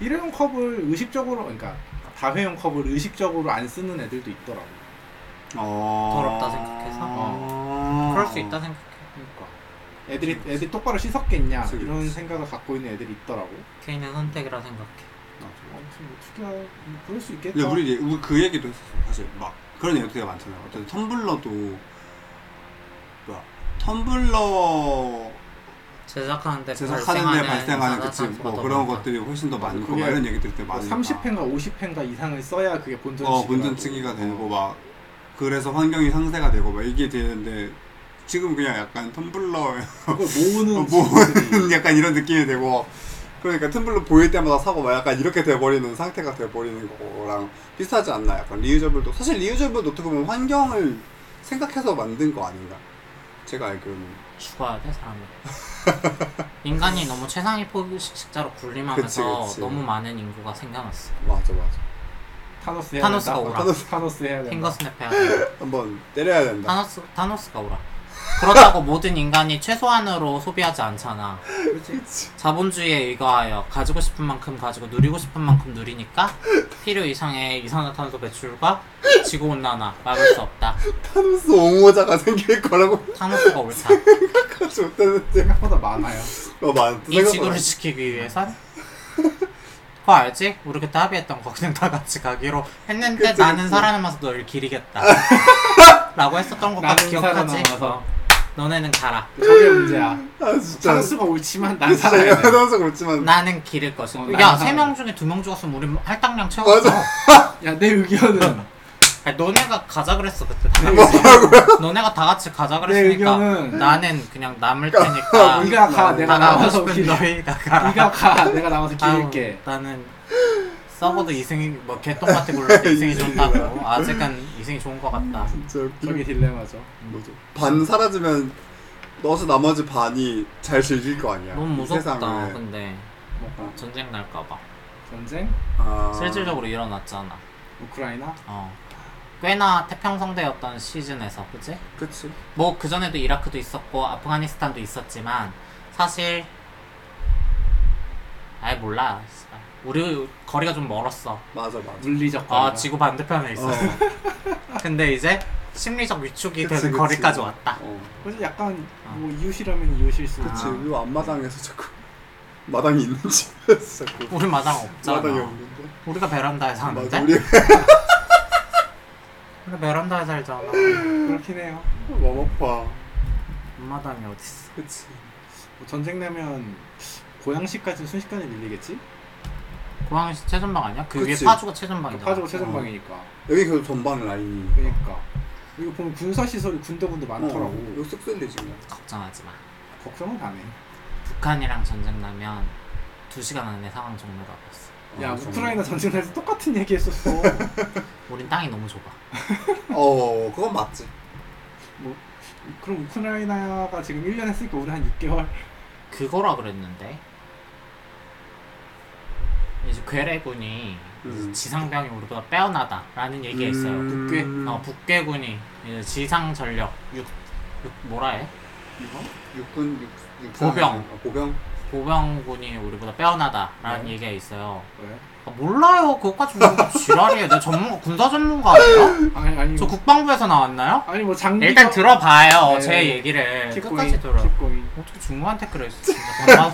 Speaker 2: 일회용 컵을 의식적으로 그러니까 다회용 컵을 의식적으로 안 쓰는 애들도 있더라고.
Speaker 3: 어...
Speaker 1: 더럽다 생각해서?
Speaker 3: 어.
Speaker 1: 그럴 수 있다 생각해.
Speaker 2: 그러니까 애들이 애들이 똑바로 씻었겠냐
Speaker 3: 그치,
Speaker 2: 이런
Speaker 3: 그치.
Speaker 2: 생각을 갖고 있는 애들이 있더라고.
Speaker 1: 개인의 선택이라 생각해.
Speaker 2: 아무튼 뭐 특이한 뭐 그럴 수 있겠다.
Speaker 3: 근데 그러니까 우리, 얘- 우리 그 얘기도 했었어. 사실 막 그런 얘기가 되게 많잖아요. 어떤 텀블러도 뭐야 텀블러
Speaker 1: 제작하는데
Speaker 3: 제작하는데 발생하는 그치
Speaker 1: 산화탄소가
Speaker 3: 뭐
Speaker 1: 더
Speaker 3: 그런
Speaker 1: 많다.
Speaker 3: 것들이 훨씬 더 많고
Speaker 2: 그게
Speaker 3: 막 이런 얘기들 때문에 많으니까
Speaker 2: 30회인가 50회인가 뭐 이상을 써야 그게 본전치기라고
Speaker 3: 어 본전치기가 되고 막 그래서 환경이 상쇄가 되고 막 이게 되는데 지금 그냥 약간 텀블러
Speaker 2: 그걸 모으는 친구들이
Speaker 3: 어, 모으는 약간 이런 느낌이 되고 그러니까 텀블러 보일 때마다 사고 막 약간 이렇게 돼버리는 상태가 돼버리는 거랑 비슷하지 않나 약간 리유저블도 사실 리유저블도 어떻게 보면 환경을 생각해서 만든 거 아닌가 제가 알기로는
Speaker 1: 죽어야 돼 사람이 인간이 너무 최상위 포식자로 군림하면서
Speaker 3: 그치, 그치.
Speaker 1: 너무 많은 인구가 생겨났어
Speaker 3: 맞아 맞아
Speaker 2: 타노스 해야
Speaker 1: 타노스가
Speaker 2: 된다.
Speaker 1: 오라.
Speaker 2: 타노스, 타노스 해야
Speaker 3: 네.
Speaker 2: 된다.
Speaker 1: 핑거스냅 해야 돼
Speaker 3: 한번 때려야 된다
Speaker 1: 타노스, 타노스가 오라 그렇다고 모든 인간이 최소한으로 소비하지 않잖아
Speaker 2: 그렇지.
Speaker 1: 자본주의에 의거하여 가지고 싶은 만큼 가지고 누리고 싶은 만큼 누리니까 필요 이상의 이산화탄소 배출과 지구온난화 막을 수 없다
Speaker 3: 타노스 옹호자가 생길 거라고
Speaker 1: 타노스가 옳다
Speaker 3: 생각하지 못했는데
Speaker 2: 생각보다 많아요.
Speaker 3: 어, 많,
Speaker 1: 이 지구를 지키기 위해선 그거 알지? 우리 그때 합의했던 거 그냥 다 같이 가기로 했는데
Speaker 3: 그치,
Speaker 1: 나는
Speaker 3: 그치.
Speaker 1: 살아남아서 널 기리겠다 라고 했었던 것까지
Speaker 2: 나는
Speaker 1: 기억하지?
Speaker 2: 살아남아서.
Speaker 1: 어. 너네는 가라
Speaker 2: 저게 문제야.
Speaker 3: 아 진짜 네,
Speaker 2: 타노스가 옳지만 난
Speaker 3: 진짜
Speaker 2: 살아야 돼.
Speaker 3: 타노스 그렇지만
Speaker 1: 나는 기를 것이다
Speaker 2: 어,
Speaker 1: 야,
Speaker 2: 나는
Speaker 1: 세 명 중에 두 명 죽었으면 우리 할당량 채웠어
Speaker 2: 야, 내 의견은
Speaker 1: 아니, 너네가 가자 그랬어 그때 다 같이 너네가 다 같이 가자
Speaker 2: 내
Speaker 1: 그랬으니까
Speaker 2: 의견은
Speaker 1: 나는 그냥 남을
Speaker 3: 아,
Speaker 1: 테니까
Speaker 2: 네가 가, 내가
Speaker 1: 다 가고
Speaker 2: 나와서
Speaker 1: 싶은
Speaker 2: 길.
Speaker 1: 너희가 가라
Speaker 2: 네가 가, 내가 나와서 기를게.
Speaker 1: 아우, 나는 썩어도 이승이 뭐 개똥 같은 걸로 해도 이승이 좋다고. 아직은 이승이 좋은 것 같다.
Speaker 3: 진짜
Speaker 2: 저게 딜레마죠.
Speaker 3: 뭐죠? 반 사라지면 너서 나머지 반이 잘 즐길 거 아니야.
Speaker 1: 너무
Speaker 3: 이
Speaker 1: 무섭다.
Speaker 3: 세상을.
Speaker 1: 근데
Speaker 2: 뭔가
Speaker 1: 전쟁 날까봐.
Speaker 2: 전쟁,
Speaker 3: 아...
Speaker 1: 실질적으로 일어났잖아.
Speaker 2: 우크라이나,
Speaker 1: 어. 꽤나 태평성대였던 시즌에서 그지?
Speaker 3: 그치.
Speaker 1: 뭐 그전에도 이라크도 있었고 아프가니스탄도 있었지만 사실 아예 몰라 우리 거리가 좀 멀었어
Speaker 3: 맞아 맞아.
Speaker 2: 물리적
Speaker 1: 아
Speaker 2: 거리가.
Speaker 1: 지구 반대편에 있어
Speaker 3: 어,
Speaker 1: 근데 이제 심리적 위축이
Speaker 3: 그치, 그치.
Speaker 1: 되는 거리까지 왔다
Speaker 3: 어.
Speaker 2: 그래서 약간 뭐 이웃이라면 이웃일 수 있어.
Speaker 3: 그치.
Speaker 1: 아.
Speaker 3: 요 앞마당에서 자꾸 마당이 있는지 자꾸
Speaker 1: 우리 마당 없잖아
Speaker 3: 마당이 없는데.
Speaker 1: 우리가 어. 베란다에 사는데?
Speaker 3: 맞아. 우리
Speaker 1: 우리 베란다에 살잖아
Speaker 2: 그렇긴 해요.
Speaker 3: 너무 아파.
Speaker 1: 앞마당이 어딨어
Speaker 3: 뭐 그치.
Speaker 2: 뭐 전쟁 나면 고양시까지 순식간에 밀리겠지?
Speaker 1: 고항시 최전방 아니야? 그게
Speaker 3: 그치.
Speaker 1: 파주가 최전방이다
Speaker 2: 파주고 최전방이니까.
Speaker 3: 여기 그 전방 라인이.
Speaker 2: 그러니까 이거 보면 군사 시설이 군데군데 많더라고. 그
Speaker 3: 어, 여기 쓱쓸리 지금.
Speaker 1: 걱정하지 마
Speaker 2: 걱정은 안 해.
Speaker 1: 북한이랑 전쟁 나면 2시간 안에 상황 종료가 됐어
Speaker 2: 야 우크라이나 전쟁 날때 똑같은 얘기 했었어.
Speaker 1: 우린 땅이 너무 좁아
Speaker 3: 어, 그건 맞지.
Speaker 2: 그럼 우크라이나가 지금 1년 했으니까 우리 한 6개월.
Speaker 1: 그거라 그랬는데 이제 괴뢰군이
Speaker 3: 음.
Speaker 1: 지상병이 우리보다 빼어나다라는 얘기가 있어요
Speaker 2: 북괴?
Speaker 1: 어, 북괴군이 이제 지상 전력 육, 육 뭐라 해?
Speaker 2: 이거?
Speaker 3: 육군 육 육-
Speaker 1: 보병.
Speaker 3: 아, 보병.
Speaker 1: 보병군이 우리보다 빼어나다라는
Speaker 2: 네.
Speaker 1: 얘기가 있어요
Speaker 2: 왜?
Speaker 1: 아, 몰라요. 그것까지 모르고 지랄이에요. 내 전문 군사 전문가 아니에요?
Speaker 2: 아니 아니
Speaker 1: 저
Speaker 2: 뭐-
Speaker 1: 국방부에서 나왔나요?
Speaker 2: 아니 뭐 장비
Speaker 1: 일단 들어봐요.
Speaker 2: 네.
Speaker 1: 제 얘기를 끝까지
Speaker 2: 킵고잉
Speaker 1: 들어.
Speaker 2: 킵고잉
Speaker 1: 어떻게 중국한테 그래? 진짜 반말.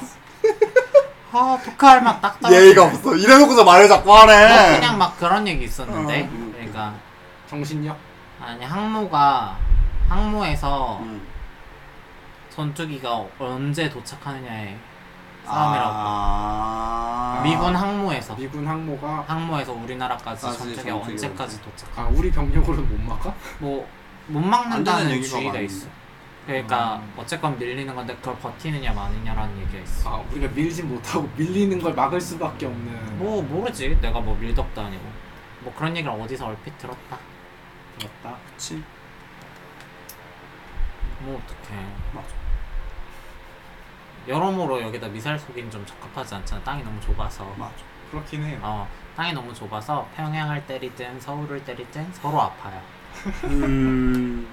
Speaker 1: 아 독할 맛딱 떨어.
Speaker 3: 예의가 없어. 이래놓고서 말을 자꾸 하네.
Speaker 1: 그냥 막 그런 얘기 있었는데.
Speaker 3: 어, 음.
Speaker 1: 그러니까
Speaker 2: 정신력
Speaker 1: 아니 항모가 항모에서
Speaker 3: 음.
Speaker 1: 전투기가 언제 도착하느냐의 싸움이라고.
Speaker 3: 아.
Speaker 1: 미군 항모에서
Speaker 2: 미군 항모가
Speaker 1: 항모에서 우리나라까지
Speaker 3: 아, 진짜
Speaker 1: 전투기
Speaker 3: 전투기
Speaker 1: 언제까지 도착?
Speaker 2: 아 우리 병력으로는 못 막아?
Speaker 1: 뭐 못
Speaker 3: 안 되는
Speaker 1: 막는다는
Speaker 3: 얘기가
Speaker 1: 주의가
Speaker 3: 많은데.
Speaker 1: 있어. 그러니까
Speaker 2: 음.
Speaker 1: 어쨌건 밀리는 건데 그걸 버티느냐 마느냐라는 얘기가 있어.
Speaker 2: 아 우리가 밀진 못하고 밀리는 걸 막을 수밖에 없는
Speaker 1: 뭐 모르지. 내가 뭐 밀덕도 아니고. 뭐 그런 얘기를 어디서 얼핏 들었다.
Speaker 2: 맞다
Speaker 3: 그치.
Speaker 1: 뭐 어떡해.
Speaker 3: 맞아.
Speaker 1: 여러모로 여기다 미사일 쏘기는 좀 적합하지 않잖아. 땅이 너무 좁아서.
Speaker 3: 맞아.
Speaker 2: 그렇긴 해요
Speaker 1: 어, 땅이 너무 좁아서 평양을 때리든 서울을 때리든 서로 아파요.
Speaker 3: 음.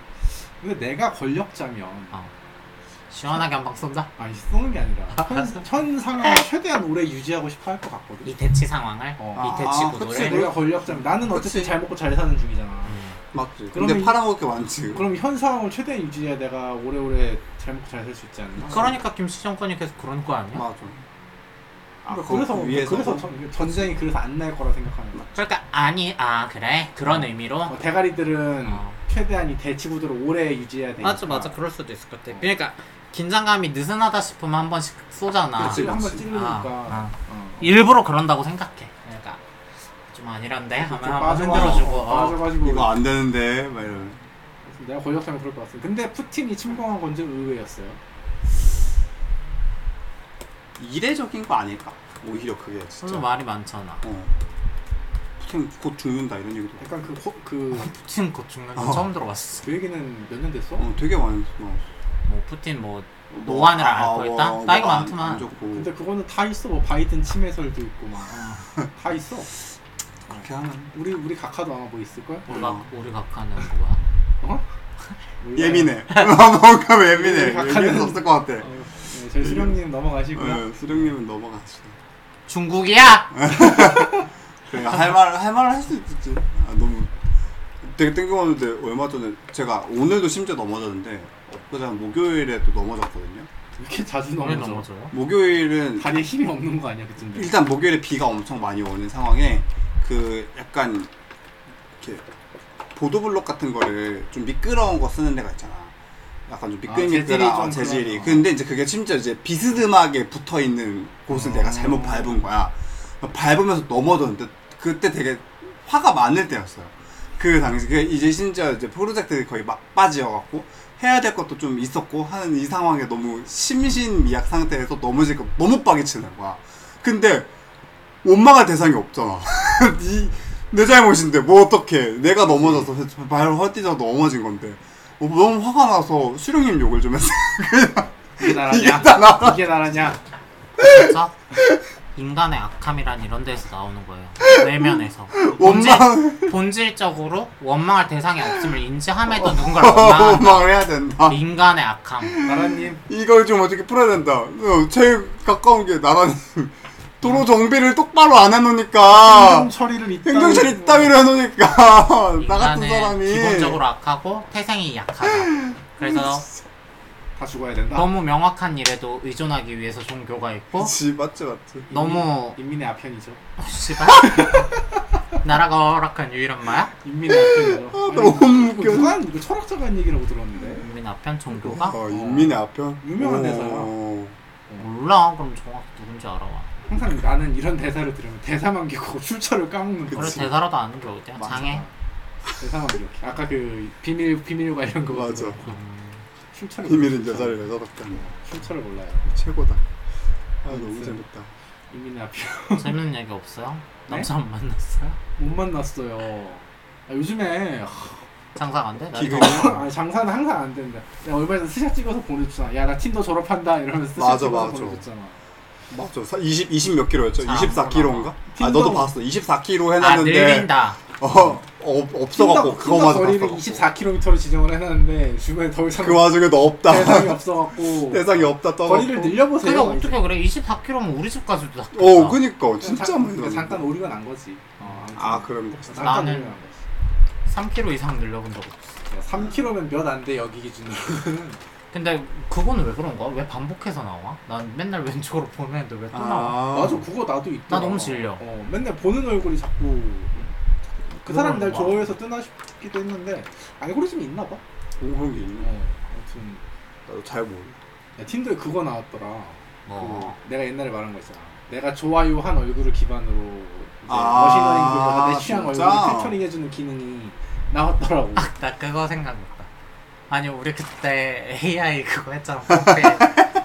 Speaker 2: 근데 내가 권력자면
Speaker 1: 어. 시원하게 한 방 쏜다.
Speaker 2: 아니 쏘는 게 아니라 현, 현 상황을 최대한 오래 유지하고 싶어 할 것 같거든
Speaker 1: 이 대치 상황을
Speaker 2: 어.
Speaker 1: 이
Speaker 3: 아,
Speaker 1: 대치
Speaker 3: 그치,
Speaker 1: 구도를.
Speaker 2: 그치 내가 권력자면 나는 어쨌든
Speaker 3: 그치.
Speaker 2: 잘 먹고 잘 사는 중이잖아
Speaker 1: 음.
Speaker 3: 맞지.
Speaker 2: 그러면
Speaker 3: 근데 팔아먹을 게 많지.
Speaker 2: 그럼 현 상황을 최대한 유지해야 내가 오래오래 잘 먹고 잘 살 수 있지 않나?
Speaker 1: 그러니까 김씨 정권이 계속 그런 거 아니야?
Speaker 3: 맞아.
Speaker 2: 그러니까 그래서
Speaker 3: 그 위에서
Speaker 2: 그래서 전, 전쟁이 그래서 안 날 거라 생각하는 거야
Speaker 1: 그러니까 아니 아 그래 그런 의미로
Speaker 2: 어, 대가리들은
Speaker 1: 어.
Speaker 2: 최대한 이 대치 구도를 오래 유지해야 되니까.
Speaker 1: 맞아 맞아 그럴 수도 있을 것 같아. 그러니까 긴장감이 느슨하다 싶으면 한 번씩 쏘잖아.
Speaker 3: 그치.
Speaker 2: 한번
Speaker 3: 그치.
Speaker 2: 찔르니까.
Speaker 1: 아,
Speaker 2: 어.
Speaker 1: 일부러 그런다고 생각해. 그러니까 좀 아니란데
Speaker 2: 이렇게
Speaker 1: 하면 한번
Speaker 2: 빠져가-
Speaker 1: 흔들어주고
Speaker 2: 어,
Speaker 1: 어,
Speaker 2: 빠져가지고
Speaker 3: 이거 안 되는데 막 이런.
Speaker 2: 내가 권력하면 그럴 것 같아. 근데 푸틴이 침공한 건 좀 의외였어요.
Speaker 3: 이례적인 거 아닐까? 오히려 그게
Speaker 1: 그래서
Speaker 3: 진짜.
Speaker 1: 말이 많잖아.
Speaker 3: 어. 푸틴 곧 죽는다 이런 얘기도.
Speaker 2: 약간 그, 호, 그,
Speaker 1: 푸틴 곧 죽는 거
Speaker 3: 어.
Speaker 1: 처음 들어봤어.
Speaker 2: 그 얘기는 몇 년 됐어?
Speaker 3: 어, 되게 많이 나왔어.
Speaker 1: 뭐 푸틴 뭐 노안을 안 앓고 있다? 나이가
Speaker 3: 뭐 안-
Speaker 1: 많구만.
Speaker 3: 안 좋고.
Speaker 2: 근데 그거는 다 있어. 뭐 바이든 침해설도 있고 막
Speaker 1: 어,
Speaker 2: 다 있어.
Speaker 3: 그렇게 하면
Speaker 2: 우리 우리 각하도 아마 뭐 있을 걸?
Speaker 1: 우리 각 우리 각하는 뭐야?
Speaker 2: 뭐
Speaker 3: 예민해. 어, 뭔가 예민해.
Speaker 2: 예민해.
Speaker 3: 예민할 수 없을 것 같아.
Speaker 2: 어, 네, 저희 수령님 넘어가시고요.
Speaker 3: 어, 수령님은 넘어가시다.
Speaker 1: 중국이야?
Speaker 3: 그래, 할 말을 할 말을 할 수 있지. 아, 너무 되게 뜬금없는데 얼마 전에 제가 오늘도 심지어 넘어졌는데 엊그제 한 목요일에 또 넘어졌거든요.
Speaker 2: 왜 이렇게 자주
Speaker 1: 왜
Speaker 2: 네, 넘어져?
Speaker 1: 넘어져요?
Speaker 3: 목요일은
Speaker 2: 다리에 힘이 없는 거 아니야 그쯤 돼?
Speaker 3: 일단 목요일에 비가 엄청 많이 오는 상황에 그 약간 이렇게 보도블록 같은 거를 좀 미끄러운 거 쓰는 데가 있잖아. 약간 좀
Speaker 2: 아,
Speaker 3: 미끌미끌한
Speaker 2: 재질이 좀
Speaker 3: 어, 재질이.
Speaker 2: 그런- 어.
Speaker 3: 근데 이제 그게 심지어 이제 비스듬하게 붙어 있는 곳을
Speaker 2: 어.
Speaker 3: 내가 잘못 밟은 거야. 밟으면서 넘어졌는데 그때 되게 화가 많을 때였어요. 그 당시 그 이제 심지어 이제 프로젝트 거의 막바지여갖고 해야 될 것도 좀 있었고 하는 이 상황에 너무 심신미약 상태에서 넘어지니까 너무 빡이 치는 거야. 근데 원망할 대상이 없잖아. 이, 내 잘못인데 뭐 어떡해. 내가 넘어져서 발을 헛디뎌서 넘어진 건데. 어, 너무 화가 나서 수령님 욕을 좀 했어.
Speaker 2: 이게
Speaker 3: 이게
Speaker 2: 나라냐?
Speaker 3: 다 나.
Speaker 2: 이게 나라냐?
Speaker 1: 그래서 인간의 악함이란 이런 데서 나오는 거예요. 내면에서 본질,
Speaker 3: 원망,
Speaker 1: 본질적으로 원망할 대상이 없음을 인지함에도 누군가를 원망한다.
Speaker 3: 원망을 해야 된다.
Speaker 1: 인간의 악함.
Speaker 2: 나라님
Speaker 3: 이걸 좀 어떻게 풀어야 된다. 어, 제일 가까운 게 나라는 도로 정비를 똑바로 안 해놓으니까
Speaker 2: 행정 처리를 있다.
Speaker 3: 아. 행정처리 따위로 해놓으니까 나 같은
Speaker 1: 인간은
Speaker 3: 사람이
Speaker 1: 기본적으로 악하고 태생이 약하다. 그래서
Speaker 2: 다 죽어야 된다.
Speaker 1: 너무 명확한 일에도 의존하기 위해서 종교가 있고
Speaker 3: 그치 어? 맞지 맞지.
Speaker 2: 인민-
Speaker 1: 너무
Speaker 2: 인민의 아편이죠.
Speaker 1: 씨발 나라가 허락한 유일한 마야?
Speaker 2: 인민의 아편이죠.
Speaker 3: 아, 너무
Speaker 2: 이거
Speaker 3: 웃겨.
Speaker 2: 누가 이거 철학자가 한 얘기라고 들었는데.
Speaker 1: 우리 남편 종교가?
Speaker 3: 어, 인민의 아편 어,
Speaker 2: 유명한
Speaker 3: 오.
Speaker 2: 대사야.
Speaker 1: 몰라 그럼 정확히 누군지 알아와.
Speaker 2: 항상 나는 이런 대사를 들으면 대사만 기고 출처를 까먹는
Speaker 1: 그래
Speaker 2: 거지.
Speaker 1: 대사라도 아는 게 어디야? 장애.
Speaker 2: 대사만 기억해. 아까 그 비밀 비밀과 이런 거
Speaker 3: 맞아.
Speaker 1: 음,
Speaker 2: 출처를
Speaker 3: 비밀은
Speaker 2: 몰라요.
Speaker 3: 여자를 여자답다.
Speaker 2: 출처를 몰라요.
Speaker 3: 최고다. 아 너무
Speaker 2: 무슨-
Speaker 3: 재밌다.
Speaker 2: 인민의 아편.
Speaker 1: 재밌는 얘기 없어요?
Speaker 2: 네?
Speaker 1: 남자 안 만났어요?
Speaker 2: 못 만났어요. 아, 요즘에
Speaker 1: 장사가 안 돼? 나
Speaker 3: 기근이?
Speaker 1: 더-
Speaker 2: 아, 장사는 항상 안 된다. 야, 얼마 전에 스샷 찍어서 보내줬잖아. 야, 나 팀도 졸업한다 이러면서 스샷
Speaker 3: 맞아,
Speaker 2: 찍어서
Speaker 3: 맞아.
Speaker 2: 보내줬잖아.
Speaker 3: 맞죠. 20 20 몇 킬로였죠?
Speaker 1: 잘
Speaker 3: 24킬로인가? 아 너도
Speaker 2: 틴더.
Speaker 3: 봤어. 24킬로
Speaker 1: 아
Speaker 3: 해놨는데
Speaker 1: 늘린다.
Speaker 3: 어, 어 없어갖고
Speaker 2: 팀덕
Speaker 3: 그거만
Speaker 2: 거리를
Speaker 3: 봤어.
Speaker 2: 24km로 지정을 해놨는데 주변에 더 이상
Speaker 3: 그 와중에 너 없다.
Speaker 2: 대상이 없어갖고
Speaker 3: 대상이 없다 떠.
Speaker 2: 거리를
Speaker 1: 근데
Speaker 2: 늘려보세요.
Speaker 1: 어떻게 그래? 24km면 우리 집까지도 다.
Speaker 3: 어 그니까 진짜
Speaker 2: 잠-
Speaker 3: 많이
Speaker 2: 그러니까
Speaker 3: 늘었네.
Speaker 2: 잠깐 오류가 난 거지. 어, 아무튼.
Speaker 3: 아 그런 거.
Speaker 2: 잠깐
Speaker 1: 나는-
Speaker 2: 오류가 난 거지.
Speaker 1: 3km 이상 늘려본 적 없어.
Speaker 2: 3km면 몇 안 돼 여기 기준으로.
Speaker 1: 근데 그거는 왜 그런 거야? 왜 반복해서 나와? 난 맨날 왼쪽으로 보는데 왜 또 나와?
Speaker 3: 어.
Speaker 2: 맞아, 그거 나도 있다.
Speaker 1: 나 너무 질려.
Speaker 2: 어, 맨날 보는 얼굴이 자꾸 그 사람 날
Speaker 1: 그거는 뭐
Speaker 2: 좋아해서 뜨나 싶기도 했는데 알고리즘이 있나 봐.
Speaker 3: 뭐 그런 게 있는 거.
Speaker 2: 어, 아무튼
Speaker 3: 나도 잘 모르.
Speaker 2: 야, 틴더에 그거 나왔더라.
Speaker 1: 뭐
Speaker 2: 그 내가 옛날에 말한 거 있잖아. 내가 좋아요 한 얼굴을 기반으로 이제
Speaker 3: 아,
Speaker 2: 머신러닝 그거가 내 취향
Speaker 3: 진짜?
Speaker 2: 얼굴을 필터링 해주는 기능이 나왔더라고.
Speaker 3: 아,
Speaker 1: 아, 나 그거 생각났다. 아니 우리 그때 AI 그거 했잖아 프로필.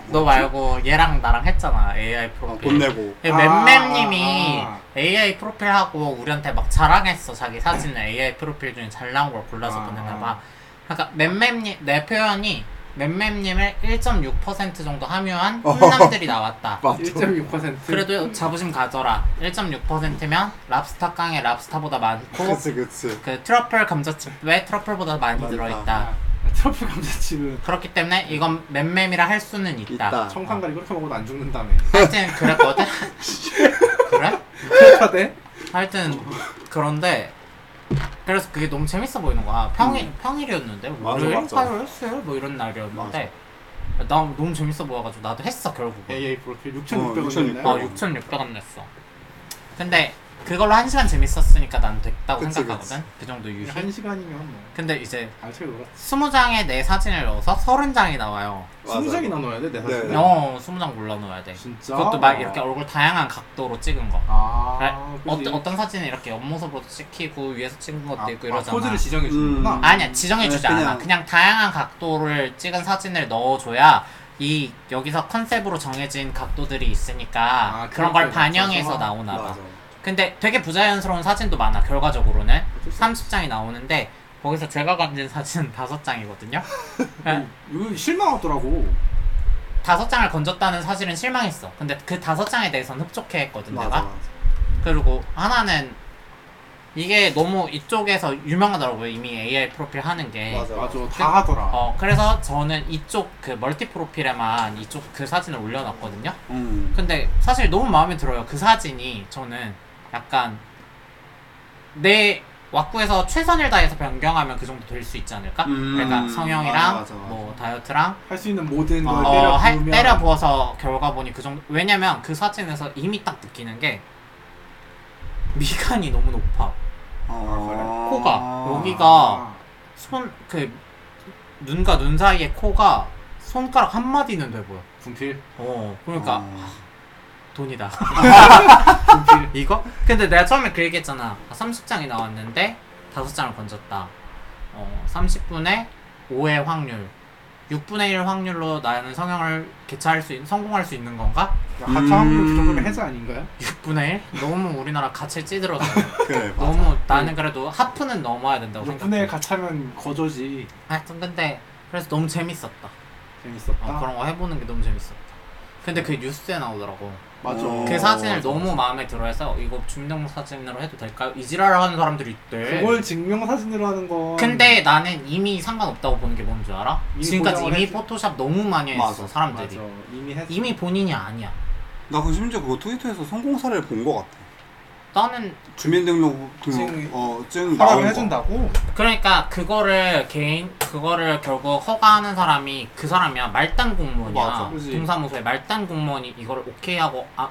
Speaker 1: 너 말고 얘랑 나랑 했잖아 AI
Speaker 3: 아,
Speaker 1: 프로필.
Speaker 3: 돈
Speaker 1: 예,
Speaker 3: 내고.
Speaker 2: 아,
Speaker 1: 맴맴님이
Speaker 2: 아, 아.
Speaker 1: AI 프로필 하고 우리한테 막 자랑했어 자기 사진을 AI 프로필 중에 잘 나온 걸 골라서
Speaker 2: 아.
Speaker 1: 보냈나봐. 그러니까 맴맴님 내 표현이 맴맴님을 1.6% 정도 함유한 훈남들이 나왔다.
Speaker 3: 맞죠.
Speaker 2: 1.6%
Speaker 1: 그래도 자부심 가져라. 1.6%면 랍스타 깡에 랍스타보다 많고
Speaker 3: 그치 그치.
Speaker 1: 그 트러플 감자칩에 트러플보다 많이
Speaker 3: 많다.
Speaker 1: 들어있다.
Speaker 2: 아, 트러플 감자칩은
Speaker 1: 그렇기 때문에 이건 맴맴이라 할 수는 있다.
Speaker 3: 있다.
Speaker 2: 청산가리
Speaker 1: 아.
Speaker 2: 그렇게 먹어도 안 죽는다며.
Speaker 1: 하여튼 그랬거든. 그래?
Speaker 2: 그렇다대?
Speaker 1: 하여튼 그런데 그래서 그게 너무 재밌어 보이는 거야. 평일 평일이었는데
Speaker 3: 음. 맞아,
Speaker 1: 월요일,
Speaker 3: 맞아.
Speaker 1: 화요일, 수요일 뭐 이런 날이었는데 나 너무 재밌어 보여가지고 나도 했어 결국은.
Speaker 2: AA 프로필 그
Speaker 3: 어,
Speaker 2: 6,600원이네.
Speaker 1: 아
Speaker 3: 6,600원.
Speaker 1: 6,600원 냈어. 근데 그걸로 한 시간 재밌었으니까 난 됐다고
Speaker 3: 그치,
Speaker 1: 생각하거든. 그 정도 유희.
Speaker 2: 한 시간이면 뭐
Speaker 1: 근데 이제
Speaker 2: 알차게 놀았어.
Speaker 1: 스무 장에 내 사진을 넣어서 서른 장이 나와요.
Speaker 3: 맞아.
Speaker 2: 스무 장이나 넣어야 돼, 내 사실.
Speaker 3: 네.
Speaker 1: 어, 스무 장 골라 넣어야 돼.
Speaker 2: 진짜.
Speaker 1: 그것도 막 이렇게 얼굴 다양한 각도로 찍은 거.
Speaker 2: 아,
Speaker 1: 어,
Speaker 2: 그치.
Speaker 1: 어떤 사진은 이렇게 옆모습으로도 찍히고 위에서 찍은 것도
Speaker 2: 아, 아,
Speaker 1: 있고 이러잖아.
Speaker 2: 포즈를 지정해 주는구나.
Speaker 3: 음.
Speaker 1: 아니야 지정해 주지
Speaker 3: 네, 그냥-
Speaker 1: 않아. 그냥 다양한 각도를 찍은 사진을 넣어줘야 이 여기서 컨셉으로 정해진 각도들이 있으니까
Speaker 2: 아,
Speaker 1: 그런 걸
Speaker 2: 그렇게
Speaker 1: 반영해서
Speaker 2: 맞춰서?
Speaker 1: 나오나 봐.
Speaker 3: 맞아.
Speaker 1: 근데 되게 부자연스러운 사진도 많아. 결과적으로는
Speaker 2: 어쩔 수
Speaker 1: 30장이 나오는데 거기서 제가 건진 사진은 5장이거든요.
Speaker 2: 아, 이거 실망하더라고.
Speaker 1: 다섯 장을 건졌다는 사실은 실망했어. 근데 그 다섯 장에 대해서는 흡족해했거든
Speaker 3: 맞아.
Speaker 1: 내가.
Speaker 3: 맞아.
Speaker 1: 그리고 하나는 이게 너무 이쪽에서 유명하더라고요. 이미 AI 프로필 하는 게.
Speaker 3: 맞아.
Speaker 2: 맞아, 다 하더라.
Speaker 1: 어 그래서 저는 이쪽 그 멀티 프로필에만 이쪽 그 사진을 올려놨거든요.
Speaker 3: 음.
Speaker 1: 근데 사실 너무 마음에 들어요. 그 사진이 저는 약간 내 왁구에서 최선을 다해서 변경하면 그 정도 될 수 있지 않을까?
Speaker 3: 음.
Speaker 1: 그러니까 성형이랑
Speaker 2: 아, 맞아, 맞아.
Speaker 1: 뭐 다이어트랑
Speaker 2: 할 수 있는 모든 걸
Speaker 1: 어,
Speaker 2: 때려
Speaker 1: 할-
Speaker 2: 부으면
Speaker 1: 때려 부어서 결과 보니 그 정도 왜냐면 그 사진에서 이미 딱 느끼는 게 미간이 너무 높아.
Speaker 3: 어.
Speaker 1: 코가 여기가
Speaker 2: 아,
Speaker 1: 손 그 눈과 눈 사이에 코가 손가락 한 마디는 돼 보여.
Speaker 2: 분필.
Speaker 1: 어, 그러니까
Speaker 3: 어.
Speaker 1: 돈이다. 이거? 근데 내가 처음에 그 얘기했잖아. 아, 30장이 나왔는데 5장을 건졌다. 어, 30분에 5의 확률. 6분의 1 확률로 나는 성형을 개차할 수 있, 성공할 수 있는 건가?
Speaker 2: 하차 확률
Speaker 3: 음.
Speaker 2: 그 정도면 해자 아닌가요?
Speaker 1: 6분의 1? 너무 우리나라 가채 찌들어서
Speaker 3: 그래. 맞아.
Speaker 1: 너무 나는 그래도 하프는 넘어야 된다고 생각해.
Speaker 2: 6분의 네, 가차면 거저지.
Speaker 1: 하여튼 근데 그래서 너무 재밌었다.
Speaker 2: 재밌었다.
Speaker 1: 어, 그런 거 해보는 게 너무 재밌었다. 근데 그게 뉴스에 나오더라고.
Speaker 2: 맞아.
Speaker 3: 어.
Speaker 1: 그 사진을
Speaker 3: 맞아,
Speaker 1: 너무
Speaker 3: 맞아.
Speaker 1: 마음에 들어해서 이거 증명 사진으로 해도 될까요? 이지랄을 하는 사람들이 있대.
Speaker 2: 그걸 증명 사진으로 하는 건.
Speaker 1: 근데 나는 이미 상관없다고 보는 게 뭔 줄 알아?
Speaker 2: 이미
Speaker 1: 지금까지
Speaker 2: 보정을
Speaker 1: 이미
Speaker 2: 했지.
Speaker 1: 포토샵 너무 많이 했어
Speaker 3: 맞아,
Speaker 2: 맞아.
Speaker 1: 사람들이.
Speaker 2: 이미 했.
Speaker 1: 이미 본인이 아니야.
Speaker 3: 나 그 심지어 그거 트위터에서 성공 사례를 본 것 같아.
Speaker 1: 나는
Speaker 3: 주민등록 등록
Speaker 2: 증-
Speaker 3: 어증 나온
Speaker 2: 허락을
Speaker 3: 거.
Speaker 2: 해준다고.
Speaker 1: 그러니까 그거를 개인 그거를 결국 허가하는 사람이 그 사람이야 말단 공무원이야
Speaker 3: 맞아,
Speaker 2: 그지.
Speaker 1: 동사무소의 말단 공무원이 이걸 오케이 하고 아,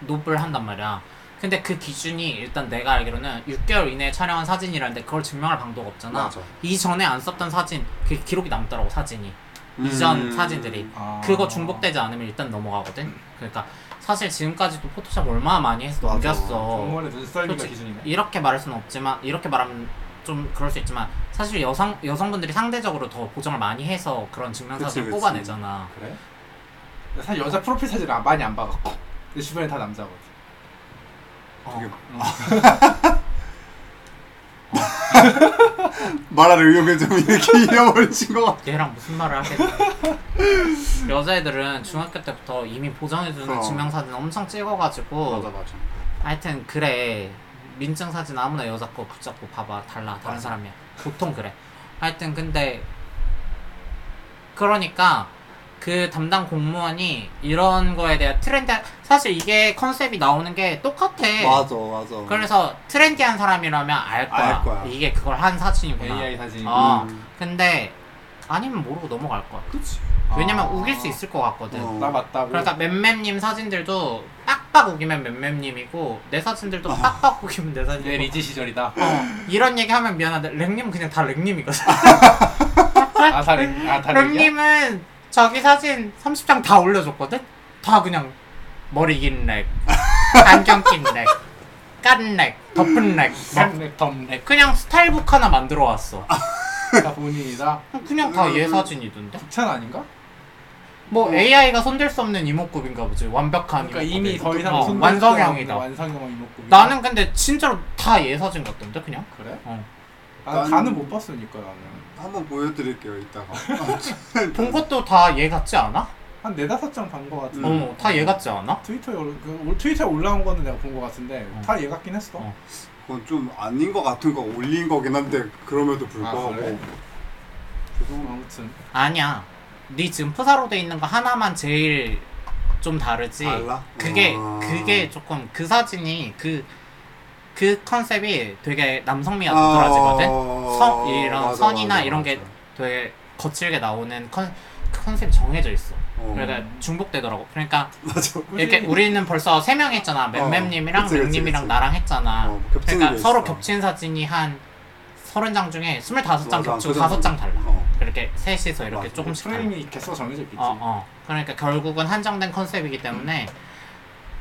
Speaker 1: 노블 한단 말이야 근데 그 기준이 일단 내가 알기로는 6개월 이내에 촬영한 사진이라는데 그걸 증명할 방도가 없잖아
Speaker 3: 맞아.
Speaker 1: 이전에 안 썼던 사진 그 기록이 남더라고 사진이
Speaker 3: 음.
Speaker 1: 이전 사진들이
Speaker 2: 아.
Speaker 1: 그거 중복되지 않으면 일단 넘어가거든 그러니까 사실 지금까지도 포토샵 얼마나 많이 해서
Speaker 3: 맞아.
Speaker 1: 넘겼어
Speaker 2: 정말의 눈썰미가
Speaker 1: 그렇지.
Speaker 2: 기준이네.
Speaker 1: 이렇게 말할 수는 없지만 이렇게 말하면 좀 그럴 수 있지만 사실 여성 여성분들이 상대적으로 더 보정을 많이 해서 그런 증명
Speaker 3: 그치,
Speaker 1: 사진을
Speaker 3: 그치.
Speaker 1: 뽑아내잖아.
Speaker 2: 그래? 나 사실 여자 프로필 사진을 안- 많이 안 봐갖고 내 주변에 다 남자거든.
Speaker 1: 어,
Speaker 3: 말할 의욕을 좀 이렇게 잃어버리신 것 같아.
Speaker 1: 얘랑 무슨 말을 하겠어? 여자애들은 중학교 때부터 이미 보정해주는
Speaker 3: 그럼.
Speaker 1: 증명 사진 엄청 찍어가지고
Speaker 3: 어. 맞아.
Speaker 1: 하여튼 그래 민증 사진 아무나 여자 거 붙잡고 봐봐 달라 다른
Speaker 3: 맞아.
Speaker 1: 사람이야 보통 그래 하여튼 근데 그러니까 그 담당 공무원이 이런 거에 대한 트렌드 사실 이게 컨셉이 나오는 게 똑같아
Speaker 3: 네. 맞아 맞아.
Speaker 1: 그래서 트렌디한 사람이라면 알 거야,
Speaker 3: 알 거야.
Speaker 1: 이게 그걸 한 사진이구나
Speaker 2: AI 사진.
Speaker 1: 어
Speaker 3: 음.
Speaker 1: 근데 아니면 모르고 넘어갈 거야
Speaker 3: 그치.
Speaker 1: 왜냐면
Speaker 2: 아.
Speaker 1: 우길 수 있을 것 같거든
Speaker 3: 어.
Speaker 2: 나 맞다고.
Speaker 1: 그러니까 맴맴님 사진들도 빡빡 우기면 맴맴님이고 내 사진들도 빡빡 우기면 내
Speaker 2: 내
Speaker 1: 사진이고
Speaker 2: 어. 네,
Speaker 1: 어,
Speaker 2: 리지 시절이다.
Speaker 1: 이런 얘기 하면 미안한데 랭님 그냥 다 랭님이거든
Speaker 2: 아 다른 아 다른 얘기야?
Speaker 1: 랭님은 자기 사진 30장 다 올려줬거든? 다 그냥 머리 긴렉 안경 낀렉 깐렉 덮은렉
Speaker 2: 막내 덤내
Speaker 1: 그냥 스타일북 하나 만들어 왔어
Speaker 2: 아. 다 본인이다.
Speaker 1: 그냥 다 얘 사진이던데
Speaker 2: 극찬 아닌가? 어.
Speaker 1: 뭐 AI가 손댈 수 없는 이목구비인가 보지 완벽한
Speaker 2: 그러니까
Speaker 1: 이목구비.
Speaker 2: 이미 더 이상
Speaker 1: 어,
Speaker 2: 손댈
Speaker 1: 완성형이다
Speaker 2: 수 없는 완성형 이목구비.
Speaker 1: 나는 근데 진짜로 다 얘 사진 같던데 그냥
Speaker 2: 그래?
Speaker 1: 어.
Speaker 2: 난
Speaker 3: 나는-
Speaker 2: 간은 못 봤으니까 나는
Speaker 3: 한번 보여드릴게요 이따가.
Speaker 1: 본 것도 다 얘 같지 않아?
Speaker 2: 한 네다섯 장본거
Speaker 3: 음.
Speaker 2: 같은데.
Speaker 1: 어, 다 얘 같지 않아?
Speaker 2: 트위터에 올, 그, 올- 트위터에 올라온 거는 내가 본 거 같은데
Speaker 1: 어.
Speaker 2: 다 얘 같긴 했어.
Speaker 1: 어.
Speaker 3: 그건 좀 아닌 것 같은 거 올린 거긴 한데 그럼에도 불구하고.
Speaker 2: 아, 그래? 음, 아무튼
Speaker 1: 아니야. 네 지금 프사로 돼 있는 거 하나만 제일 좀 다르지.
Speaker 3: 달라?
Speaker 1: 네. 그게
Speaker 3: 아.
Speaker 1: 그게 조금 그 사진이 그 그 컨셉이 되게 남성미가
Speaker 3: 아,
Speaker 1: 도드라지거든.
Speaker 3: 어,
Speaker 1: 선 이런
Speaker 3: 맞아,
Speaker 1: 선이나
Speaker 3: 맞아,
Speaker 1: 이런
Speaker 3: 맞아.
Speaker 1: 게 되게 거칠게 나오는 그 컨 컨셉이 정해져 있어.
Speaker 3: 어. 어.
Speaker 1: 그러니까 중복되더라고. 그러니까
Speaker 3: 맞아.
Speaker 1: 이렇게
Speaker 2: 뭐
Speaker 1: 우리는 벌써 세 명 했잖아.
Speaker 3: 어,
Speaker 1: 맴맴님이랑
Speaker 3: 그치, 그치,
Speaker 1: 맹님이랑
Speaker 3: 그치.
Speaker 1: 나랑 했잖아.
Speaker 3: 어, 겹치는
Speaker 1: 그러니까
Speaker 3: 게
Speaker 1: 서로
Speaker 3: 있어.
Speaker 1: 겹친 사진이 한 서른 장 중에 스물다섯 장
Speaker 3: 맞아,
Speaker 1: 겹치고
Speaker 3: 그
Speaker 1: 다섯 장
Speaker 3: 정도.
Speaker 1: 달라.
Speaker 3: 어.
Speaker 1: 그렇게 셋이서 이렇게
Speaker 3: 맞아. 그
Speaker 1: 조금씩 달라.
Speaker 2: 프레임이 계속 정해져 있겠지.
Speaker 1: 어, 어. 그러니까 결국은 한정된 컨셉이기 때문에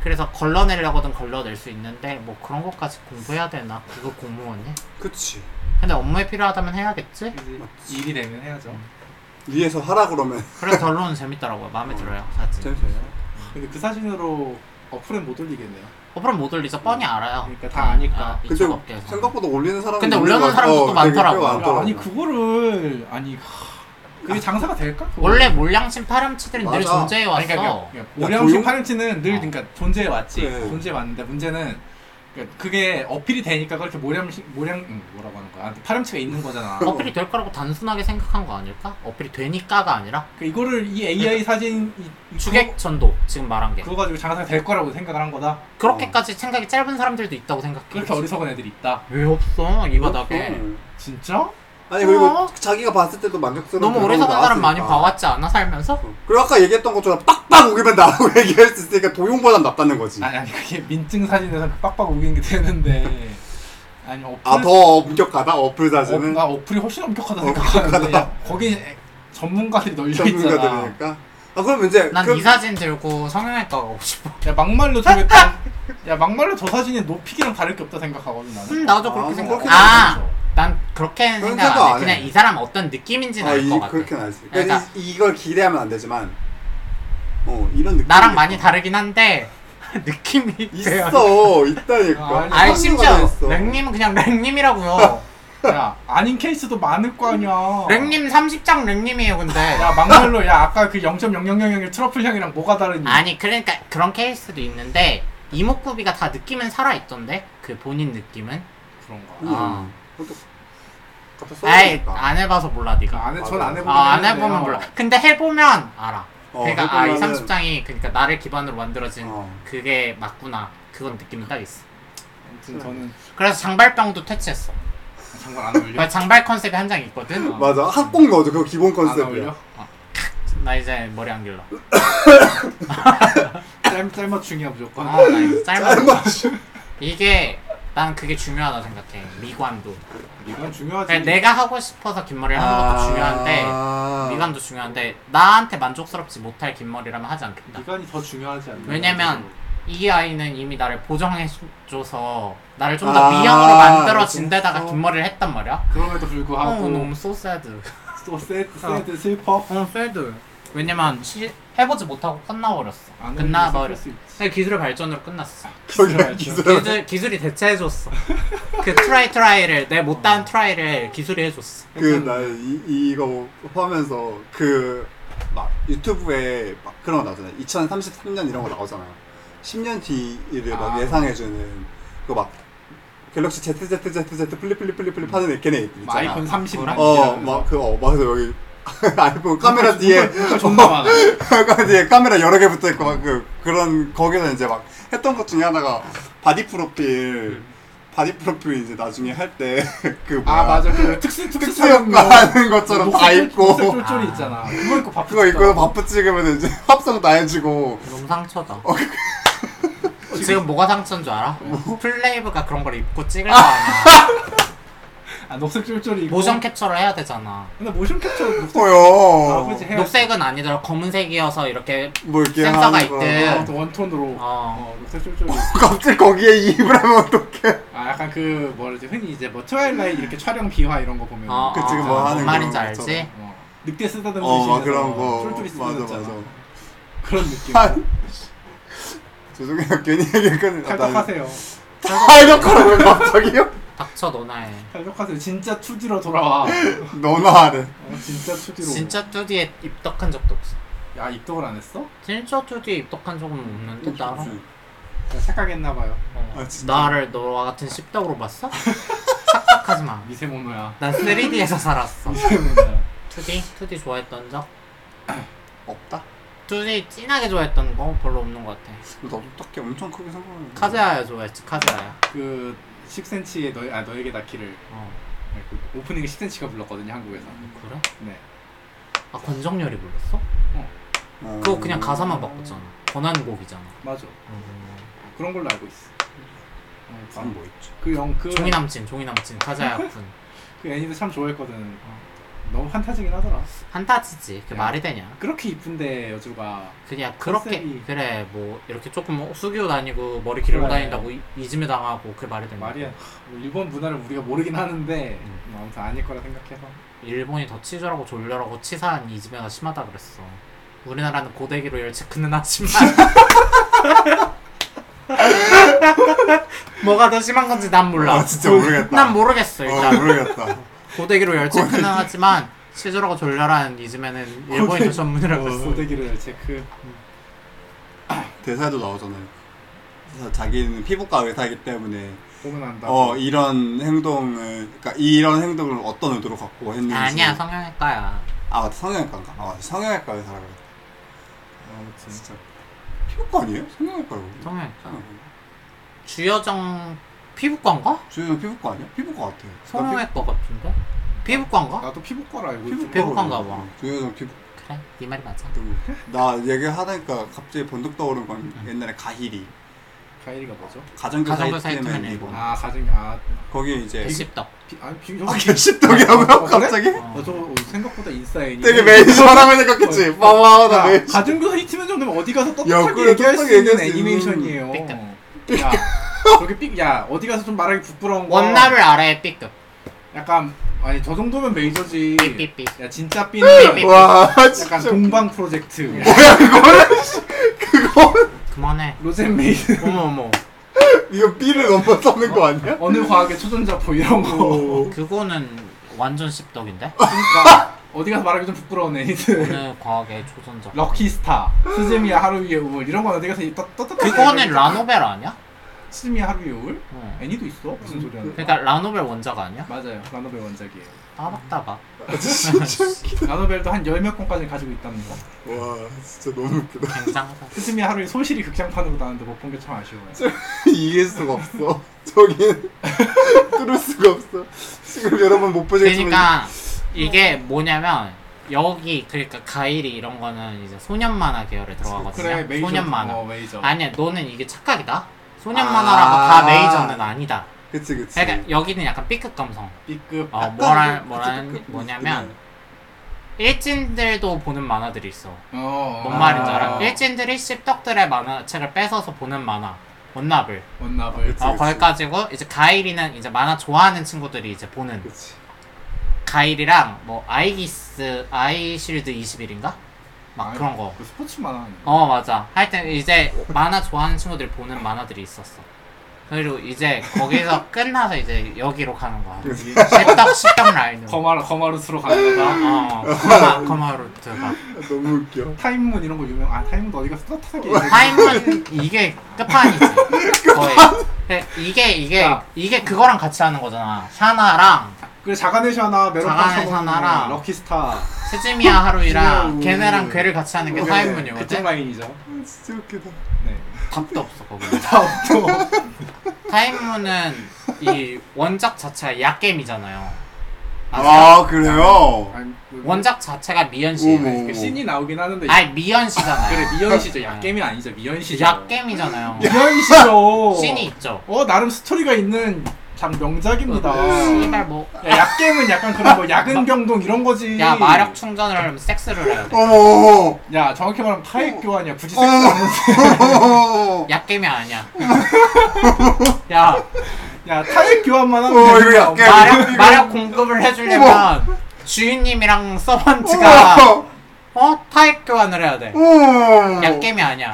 Speaker 1: 그래서 걸러내려거든 걸러낼 수 있는데 뭐 그런 것까지 공부해야 되나? 그거 공무원이?
Speaker 3: 그치.
Speaker 1: 근데 업무에 필요하다면 해야겠지? 음.
Speaker 2: 이제 일이 되면 해야죠.
Speaker 3: 위에서 하라 그러면.
Speaker 1: 그래서 결론은 재밌더라고요. 마음에
Speaker 3: 어.
Speaker 1: 들어요 사진.
Speaker 3: 재밌어요.
Speaker 2: 근데 그 사진으로 어플엔 못 올리겠네요.
Speaker 1: 어프로 못 올리죠. 뻔히 알아요.
Speaker 2: 그러니까 다 아니까.
Speaker 1: 아,
Speaker 3: 근데
Speaker 1: 이쪽 업계에서.
Speaker 3: 생각보다 올리는 사람.
Speaker 1: 근데 올려놓은 사람도
Speaker 3: 어,
Speaker 1: 또 많더라고요. 그
Speaker 2: 아니 그거를 아니 하, 그게 장사가 될까? 그거?
Speaker 1: 원래 몰양심 파렴치들은 늘
Speaker 3: 맞아.
Speaker 1: 존재해
Speaker 2: 아니,
Speaker 1: 왔어. 아.
Speaker 2: 그러니까 오량식
Speaker 3: 고용?
Speaker 2: 파렴치는 늘 그러니까 존재해 왔지.
Speaker 3: 그래.
Speaker 2: 존재해 왔는데 문제는 그러니까 그게 어필이 되니까 그렇게 모량식 모량 음, 뭐라고 하는 거야? 파렴치가 있는 거잖아. 그러니까
Speaker 3: 어.
Speaker 1: 어필이 될 거라고 단순하게 생각한 거 아닐까? 어필이 되니까가 아니라
Speaker 2: 그 이거를 이 AI 사진 이- 이
Speaker 1: 주객 전도 지금 말한 게
Speaker 2: 그거 가지고 장사가 될 거라고 생각을 한 거다.
Speaker 1: 그렇게까지 생각이 짧은 사람들도 있다고 생각해.
Speaker 2: 그렇게 어리석은 애들이 있다.
Speaker 1: 왜 없어 이 바닥에.
Speaker 2: 진짜?
Speaker 3: 아니 그리고
Speaker 1: 어.
Speaker 3: 자기가 봤을 때도 만족스러운
Speaker 1: 너무
Speaker 3: 결과물이
Speaker 1: 오래사는 사람 많이
Speaker 3: 나왔으니까.
Speaker 1: 봐왔지 않아 살면서?
Speaker 3: 어. 그리고 아까 얘기했던 것처럼 빡빡 우기면 나라고 얘기할 수 있으니까 도용보단 낫다는 거지.
Speaker 2: 아니 아니 그게 민증 사진에서 빡빡 우기는 게 되는데 아니 어플
Speaker 3: 아 더 엄격하다 어플 사진은
Speaker 2: 어, 아, 어플이 훨씬 엄격하다
Speaker 3: 어,
Speaker 2: 생각하는데
Speaker 3: 엄격하다.
Speaker 2: 야, 거기 전문가들이 널려 있잖아.
Speaker 3: 전문가들이니까. 아 그럼 이제
Speaker 1: 난 이
Speaker 3: 그럼-
Speaker 1: 사진 들고 성형외과 가고 싶어.
Speaker 2: 야 막말로 저겠다. 야 막말로 저 사진이 높이기랑 다를 게 없다 생각하거든 나는.
Speaker 1: 음 나도
Speaker 3: 아,
Speaker 1: 그렇게
Speaker 3: 뭐
Speaker 1: 생각.
Speaker 3: 그렇게
Speaker 1: 아, 난 그렇게
Speaker 3: 그런
Speaker 1: 생각
Speaker 3: 생각
Speaker 1: 안 해.
Speaker 3: 안
Speaker 1: 그냥
Speaker 3: 해.
Speaker 1: 이 사람 어떤 느낌인지는
Speaker 3: 아,
Speaker 1: 알 것
Speaker 3: 이,
Speaker 1: 같아.
Speaker 3: 그렇게 나지. 그러니까,
Speaker 1: 그러니까
Speaker 3: 이, 이걸 기대하면 안 되지만 어 이런 느낌.
Speaker 1: 나랑 많이 다르긴 한데 느낌이
Speaker 3: 있어 있다니까.
Speaker 2: 아니,
Speaker 3: 선수가
Speaker 1: 아
Speaker 3: 다
Speaker 1: 심지어
Speaker 3: 있어.
Speaker 1: 랭님은 그냥 랭님이라고요.
Speaker 2: 야 아닌 케이스도 많을 거 아니야.
Speaker 1: 랭님 30장 랭님이에요 근데.
Speaker 2: 야 막말로 야 아까 그 0.0001 트러플 향이랑 뭐가 다르니?
Speaker 1: 아니 그러니까 그런 케이스도 있는데 이목구비가 다 느낌은 살아 있던데 그 본인 느낌은.
Speaker 2: 그런가.
Speaker 3: 음.
Speaker 1: 아.
Speaker 3: 그것도 갑자기
Speaker 1: 아이
Speaker 3: 써보니까.
Speaker 1: 안 해봐서 몰라 네가.
Speaker 2: 그러니까 안해 전 안 해보면
Speaker 1: 아, 안 해보면 몰라. 근데 해보면 알아.
Speaker 3: 어,
Speaker 1: 그러니까 아, 이
Speaker 3: 해보면은-
Speaker 1: 30장이 그러니까 나를 기반으로 만들어진
Speaker 3: 어.
Speaker 1: 그게 맞구나. 그건 느낌이 딱 있어.
Speaker 2: 아무튼 저는
Speaker 1: 그래서 장발병도 퇴치했어.
Speaker 2: 장관 안 어울려.
Speaker 3: 아,
Speaker 1: 그러니까 장발 컨셉이 한 장 있거든. 어.
Speaker 3: 맞아 한 꼭 넣어줘 그거 기본
Speaker 2: 안
Speaker 3: 컨셉이야.
Speaker 2: 어울려.
Speaker 1: 나 이제 머리 안 길러.
Speaker 2: 짧 짧맞춤이야 무조건.
Speaker 1: 아, 나 이제 짧아.
Speaker 3: 짤막.
Speaker 1: 이게 난 그게 중요하다 생각해. 미관도.
Speaker 2: 이건 중요하지.
Speaker 1: 그러니까 내가 하고 싶어서 긴 머리를 하는 것도
Speaker 3: 아.
Speaker 1: 아, 중요한데 미관도 중요한데 나한테 만족스럽지 못할 긴 머리라면 하지 않겠다.
Speaker 2: 이간이 더 중요하지 않나?
Speaker 1: 왜냐면 이 아이는 이미 나를 보정해줘서 나를 좀 더
Speaker 3: 아,
Speaker 1: 미형으로 만들어진 데다가
Speaker 3: 그래서?
Speaker 1: 긴 머리를 했단 말이야.
Speaker 2: 그럼에도
Speaker 1: 어,
Speaker 2: 불구하고
Speaker 1: 너무 소세드.
Speaker 2: 또 새드 새드 슬퍼.
Speaker 1: 어, 세드. 왜냐면 시, 해보지 못하고 끝나버렸어.
Speaker 2: 안 슬플
Speaker 1: 끝나버렸어.
Speaker 2: 수 있지.
Speaker 1: 근데 기술의 발전으로 끝났어.
Speaker 3: 저기 기술
Speaker 1: 기술, 기술이 대체해줬어. 그 트라이 트라이를 내 못다한 트라이를 기술이 해줬어.
Speaker 3: 그나이 이거 하면서 그 막 유튜브에 막 그런 거 나오잖아요. 2033년 이런 거 나오잖아요. 10년 뒤를 막
Speaker 2: 아.
Speaker 3: 예상해주는 그거 막 갤럭시 ZZZZ 플립 플립 플립 플립 하는 걔네 있잖아.
Speaker 2: 뭐 아이폰 30이랑
Speaker 3: 어막그어 맞아 여기
Speaker 2: 뭐
Speaker 3: 아이폰 카메라 뒤에 어.
Speaker 2: 존나 많아.
Speaker 3: 카메라 뒤에 카메라 여러 개 붙어 있고 막 그 그런 거기서 이제 막 했던 것 중에 하나가 바디 프로필 바디 프로필 이제 나중에 할 때 그
Speaker 2: 음. 아 맞아 그 특수 특수
Speaker 3: 특수효과 하는 것처럼 다 입고
Speaker 2: 녹색 쫄쫄이
Speaker 1: 아.
Speaker 2: 있잖아. 그거 입고 밥
Speaker 3: 그거 입고 바쁘 찍으면 이제 합성 다 해주고
Speaker 1: 너무 상처다. 어, 지금 뭐가 상처인 줄 알아? 플레이브가 그런 걸 입고 찍을 거 아니야.
Speaker 2: 아 녹색 쫄쫄이 입고.
Speaker 1: 모션 캡처를 해야 되잖아.
Speaker 2: 근데 모션 캡처 녹색 아 그지
Speaker 3: 뭐요
Speaker 2: 해.
Speaker 1: 녹색은 아니더라 검은색이어서 이렇게
Speaker 3: 뭐 이렇게
Speaker 1: 센서가
Speaker 3: 하는 거.
Speaker 1: 있대.
Speaker 2: 아, 또 원톤으로. 어.
Speaker 1: 어
Speaker 2: 녹색 쫄쫄이.
Speaker 3: 갑자기 거기에 입을 하면 어떡해
Speaker 2: 아 약간 그 뭐지 흔히 이제 뭐 트와일라이트 이렇게 촬영 비화 이런 거 보면.
Speaker 1: 어,
Speaker 3: 그치,
Speaker 1: 어,
Speaker 3: 뭐
Speaker 1: 뭔
Speaker 3: 하는
Speaker 1: 말인지
Speaker 3: 거
Speaker 1: 알지?
Speaker 2: 어. 늑대 쓰다듬듯이.
Speaker 3: 어 막
Speaker 2: 해서
Speaker 3: 그런 거
Speaker 2: 쫄쫄이
Speaker 3: 맞아
Speaker 2: 쓰다듬잖아.
Speaker 3: 맞아
Speaker 2: 그런 느낌.
Speaker 3: 죄송해요 괜히 얘기 끊었다
Speaker 2: 탈덕하세요.
Speaker 3: 탈덕하라고 왜 갑자기요?
Speaker 1: 닥쳐 너나해
Speaker 2: 탈덕하세요. 진짜 2D로 돌아와. 어,
Speaker 3: 너나 하래
Speaker 2: 진짜 2D로.
Speaker 1: 진짜 뚜디에 입덕한 적도 없어
Speaker 2: 야 입덕을 안 했어?
Speaker 1: 진짜 뚜디에 입덕한 적은 없는데 나랑
Speaker 3: 음.
Speaker 2: 나 착각했나봐요.
Speaker 1: 어.
Speaker 3: 어, 아, 진짜?
Speaker 1: 나를 너와 같은 십덕으로 봤어? 착각하지 마난
Speaker 2: 미세모노야.
Speaker 1: 3D에서 살았어
Speaker 2: 미세모노야.
Speaker 1: 2D? 2D 좋아했던 적?
Speaker 3: 없다?
Speaker 1: 2D 진하게 좋아했던 거 별로 없는 것 같아
Speaker 3: 나도 딱히 엄청 크게 생각하는
Speaker 1: 카즈야야 좋아했지 카즈야야
Speaker 2: 그 10cm의 너, 아, 너에게 닿기를
Speaker 1: 어
Speaker 2: 그 오프닝에 네. 10cm가 불렀거든요 한국에서
Speaker 1: 그래?
Speaker 2: 네
Speaker 1: 아 권정열이 불렀어? 그거 그냥 가사만 바꿨잖아. 권한곡이잖아.
Speaker 2: 맞아. 음. 그런 걸로 알고 있어. 어,
Speaker 3: 난 뭐 있지?
Speaker 2: 그영그
Speaker 1: 종이 남친, 종이 남친, 타자의 아픔.
Speaker 2: 그 애니도 참 좋아했거든. 어, 너무 판타지긴 하더라.
Speaker 1: 한타지지. 그게
Speaker 2: 야.
Speaker 1: 말이 되냐?
Speaker 2: 그렇게 이쁜데 여주가
Speaker 1: 그냥 그렇게
Speaker 2: 컨셉이-
Speaker 1: 그래 뭐 이렇게 조금 숙이고 다니고 머리 길고
Speaker 2: 그래.
Speaker 1: 다닌다고 이- 이지매 당하고 그게 말이 되냐?
Speaker 2: 말이야 하, 뭐 일본 문화를 우리가 모르긴 하는데
Speaker 1: 음.
Speaker 2: 뭐 아무튼 아닐 거라 생각해서
Speaker 1: 일본이 더 치졸하고 졸렬하고 치사한 이지매가 심하다 그랬어. 우리나라는 고데기로 열체크는 하지만 뭐가 더 심한 건지 난 몰라.
Speaker 3: 아 진짜 모르겠다.
Speaker 1: 난 모르겠어
Speaker 3: 어,
Speaker 1: 일단
Speaker 3: 모르겠다.
Speaker 1: 고데기로 열체크는 하지만 치졸하고 졸렬한 이지매는 일본이 더 전문이라고 했어.
Speaker 2: 소대기를 그 체크
Speaker 3: 대사에도 나오잖아요. 그래서 자기는 피부과 의사이기 때문에
Speaker 2: 보면 안다.
Speaker 3: 어 이런 행동을 그러니까 이런 행동을 어떤 의도로 갖고 했는지
Speaker 1: 아니야 성형외과야.
Speaker 3: 아 맞다 성형외과인가? 아 맞다 성형외과 의사라고 했다.
Speaker 2: 아무튼
Speaker 3: 진짜 피부과 아니에요? 성형외과라고
Speaker 1: 성형외과.
Speaker 3: 응.
Speaker 1: 주여정 피부과인가?
Speaker 3: 어. 주연은 피부과 아니야? 피부과 같아요
Speaker 1: 성형외과 같은데? 피부과인가?
Speaker 2: 나도 피부과를 알고
Speaker 3: 피부-
Speaker 2: 있지.
Speaker 1: 피부과인가 봐.
Speaker 3: 주연은 피부
Speaker 1: 그래 네 말이 맞아.
Speaker 3: 나 얘기하다니까 갑자기 번뜩 떠오른 건 옛날에 가히리
Speaker 2: 가일이가 뭐죠?
Speaker 3: 가정교사
Speaker 1: 가정교사
Speaker 3: 히트맨
Speaker 1: 히트맨
Speaker 3: 일본
Speaker 2: 아 가정이 아
Speaker 3: 거기 이제
Speaker 1: 개씹덕.
Speaker 2: 비, 아니 비 형.
Speaker 3: 아 개씹덕이라고요?
Speaker 2: 어, 그래?
Speaker 3: 갑자기?
Speaker 1: 어.
Speaker 2: 나저 생각보다 인싸 애니.
Speaker 3: 되게 매니저라고 생각했지 빠바하다
Speaker 1: 아,
Speaker 2: 야,
Speaker 3: 매니저
Speaker 2: 가정교사 히트맨 정도면 어디 가서 떳떳하게
Speaker 3: 야, 그래,
Speaker 2: 얘기할 수
Speaker 3: 떳떳하게
Speaker 2: 있는
Speaker 3: 얘기할 수 있는
Speaker 2: 애니메이션이에요.
Speaker 1: 삐끗.
Speaker 2: 야, 저게 삑, 야, 어디 가서 좀 말하기 부끄러운 거.
Speaker 1: 원나블 아래의 B급.
Speaker 2: 약간, 아니, 저 정도면 메이저지.
Speaker 1: 삐삐삐.
Speaker 2: 야, 진짜 삐는
Speaker 3: 와
Speaker 2: 약간
Speaker 3: 진짜
Speaker 2: 동방 프로젝트.
Speaker 3: 뭐야 그거를
Speaker 1: 그만해.
Speaker 2: 로젠 메이드.
Speaker 1: 어머 어머.
Speaker 3: 이거 B를 넘어서는 거 아니야?
Speaker 2: 어느 과학의 초전자 포 이런 거.
Speaker 1: 그거는 완전 씹덕인데?
Speaker 2: 그러니까, 어디 가서 말하기 좀 부끄러운 애니들.
Speaker 1: 오늘 과학의 초전자.
Speaker 2: 럭키스타, 스즈미야 하루 위의 우울. 이런 건 어디 가서 떳- 떳떳하게.
Speaker 1: 그거는
Speaker 2: 얘기하지.
Speaker 1: 라노벨 아니야?
Speaker 2: 스즈미야 하루 위의 우울?
Speaker 1: 응.
Speaker 2: 애니도 있어? 무슨 소리 하는 거야?
Speaker 1: 그러니까 라노벨 원작 아니야?
Speaker 2: 맞아요. 라노벨 원작이에요.
Speaker 1: 따박따박.
Speaker 2: 라노벨도 한 열 몇 권까지 가지고 있답니다.
Speaker 1: 어.
Speaker 3: 와 진짜 너무 웃기다
Speaker 1: 굉장하다.
Speaker 2: 스즈미 하루에 솔실이 극장판으로 나왔는데 못 본 게 참 아쉬워요.
Speaker 3: 이해할 수가 없어 저긴 뚫을 수가 없어 지금 여러분 못 보시겠지만
Speaker 1: 그러니까 이게 뭐냐면 여기 그러니까 가일이 이런 거는 이제 소년 만화 계열에
Speaker 2: 그래
Speaker 1: 들어가거든요.
Speaker 2: 메이저.
Speaker 1: 소년 만화.
Speaker 2: 어, 메이저.
Speaker 1: 아니야, 너는 이게 착각이다. 소년
Speaker 3: 아.
Speaker 1: 만화라고 다 메이저는 아니다.
Speaker 3: 그치 그치
Speaker 1: 그러니까 여기는 약간 B급 감성.
Speaker 2: B급.
Speaker 1: 어,
Speaker 3: 약간
Speaker 1: 뭐라
Speaker 3: 그-
Speaker 1: 뭐라
Speaker 3: 그치, 그-
Speaker 1: 뭐냐면 일진들도 보는 만화들이 있어.
Speaker 2: 어.
Speaker 1: 뭔
Speaker 2: 아.
Speaker 1: 말인지 알아? 일진들이 씹덕들의 만화책을 뺏어서 보는 만화. 원나블.
Speaker 2: 원나블.
Speaker 3: 그치,
Speaker 1: 어,
Speaker 3: 그치.
Speaker 1: 거기까지고 이제 가일이는 이제 만화 좋아하는 친구들이 이제 보는
Speaker 3: 그치
Speaker 1: 가일이랑 뭐 아이기스 아이실드 21인가?
Speaker 3: 아.
Speaker 1: 막 그런 거.
Speaker 2: 그 스포츠 만화. 아니야?
Speaker 1: 어 맞아. 하여튼 이제 만화 좋아하는 친구들이 보는 만화들이 있었어. 그리고 이제 거기서 끝나서 이제 여기로 가는 거야.
Speaker 3: 그치.
Speaker 1: 십덕 십덕 라인으로.
Speaker 2: 거마루 거마루스로 가는 거다.
Speaker 1: 어 거마 거마 루트가.
Speaker 3: 너무 웃겨
Speaker 2: 타임문 이런 거 유명. 아 타임문 어디 가서 떳떳하게. 얘기해.
Speaker 1: 타임은 이게 끝판이지. 거의. 근데 이게 이게
Speaker 2: 야. 어,
Speaker 1: 이게 그거랑 같이 하는 거잖아. 샤나랑
Speaker 2: 그래 자간의 샤나 메로파
Speaker 1: 자간의 샤나랑
Speaker 2: 럭키스타.
Speaker 1: 스즈미야 하루이랑
Speaker 3: 귀여워.
Speaker 1: 걔네랑 괴를 같이 하는 게
Speaker 2: 그게 네, 그쪽
Speaker 1: 타임문이거든.
Speaker 2: 라인이죠.
Speaker 3: 아, 진짜 웃기다
Speaker 2: 네.
Speaker 1: 답도 없어 거기.
Speaker 2: 다음도
Speaker 1: 타임문은 이 원작 자체가 약겜이잖아요. 아세요?
Speaker 3: 아 그래요?
Speaker 1: 원작 자체가
Speaker 3: 어머.
Speaker 1: 미연시예요.
Speaker 2: 그 씬이 나오긴 하는데.
Speaker 1: 아니 미연시잖아요.
Speaker 2: 그래
Speaker 1: 어.
Speaker 2: 미연시죠. 약겜이 아니죠. 미연시죠.
Speaker 1: 약겜이잖아요.
Speaker 2: 미연시죠.
Speaker 1: 씬이 있죠.
Speaker 2: 어 나름 스토리가 있는 참 명작입니다.
Speaker 1: 씨발 뭐.
Speaker 2: 야, 약겜은 약간 그런 거 야근 병동 이런 거지.
Speaker 1: 야 마력 충전을 하면 섹스를 해야 돼.
Speaker 3: 어머
Speaker 2: 야 정확히 말하면 파액 교환이야. 굳이
Speaker 3: 어머.
Speaker 2: 쓸수 없는데.
Speaker 3: 어머
Speaker 1: 약겜이 아니야. 야
Speaker 2: 야 타액 교환만 하면
Speaker 3: 어, 이거
Speaker 2: 되는
Speaker 3: 약겜.
Speaker 2: 거야.
Speaker 1: 마력 마력 공급을 해주려면 주인님이랑
Speaker 3: 뭐.
Speaker 1: 서번트가 어 타액 교환을 해야 돼.
Speaker 2: 음.
Speaker 3: 어머
Speaker 1: 약겜이 아니야.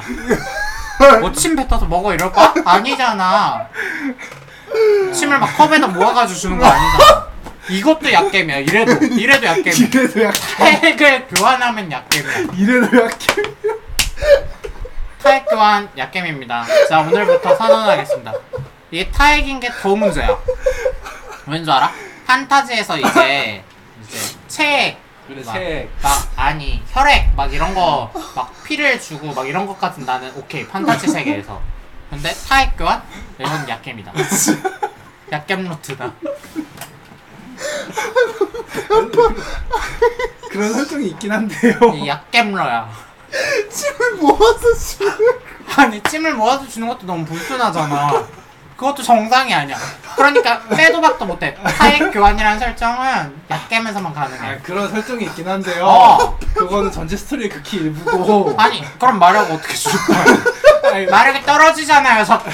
Speaker 1: 뭐 침 뱉어서 먹어 이럴 거 아니잖아. 침을 막 컵에다 모아가지고 주는 거 아니잖아. 이것도 약겜이야. 이래도 이래도 약겜이야.
Speaker 2: 이래도 약
Speaker 1: 타액을 교환하면 약겜이야.
Speaker 2: 이래도 약겜.
Speaker 1: 타액 교환 약겜입니다. 자 오늘부터 선언하겠습니다. 이게 타액인 게 더 문제야. 왠 줄 알아? 판타지에서 이제 이제 체액
Speaker 2: 그래
Speaker 1: 막,
Speaker 2: 책.
Speaker 1: 막 아니 혈액 막 이런 거 막 피를 주고 막 이런 것까진 나는 오케이 판타지 세계에서 근데 타액 교환 이건 약겜이다 약겜 루트다
Speaker 2: 그런 설정이 있긴 한데요.
Speaker 1: 이 약겜러야
Speaker 3: 모아서 씨.
Speaker 1: 아니 찜을 모아서 주는 것도 너무 불순하잖아. 그것도 정상이 아니야. 그러니까 빼도 박도 못해. 사액 교환이라는 설정은 약겜에서만
Speaker 2: 아,
Speaker 1: 가능해.
Speaker 2: 그런 설정이 있긴 한데요.
Speaker 1: 어.
Speaker 2: 그거는 전체 스토리의 극히 일부고.
Speaker 1: 아니 그럼 마력 어떻게 줄 거야?
Speaker 2: 아니,
Speaker 1: 마력이 떨어지잖아요 자꾸.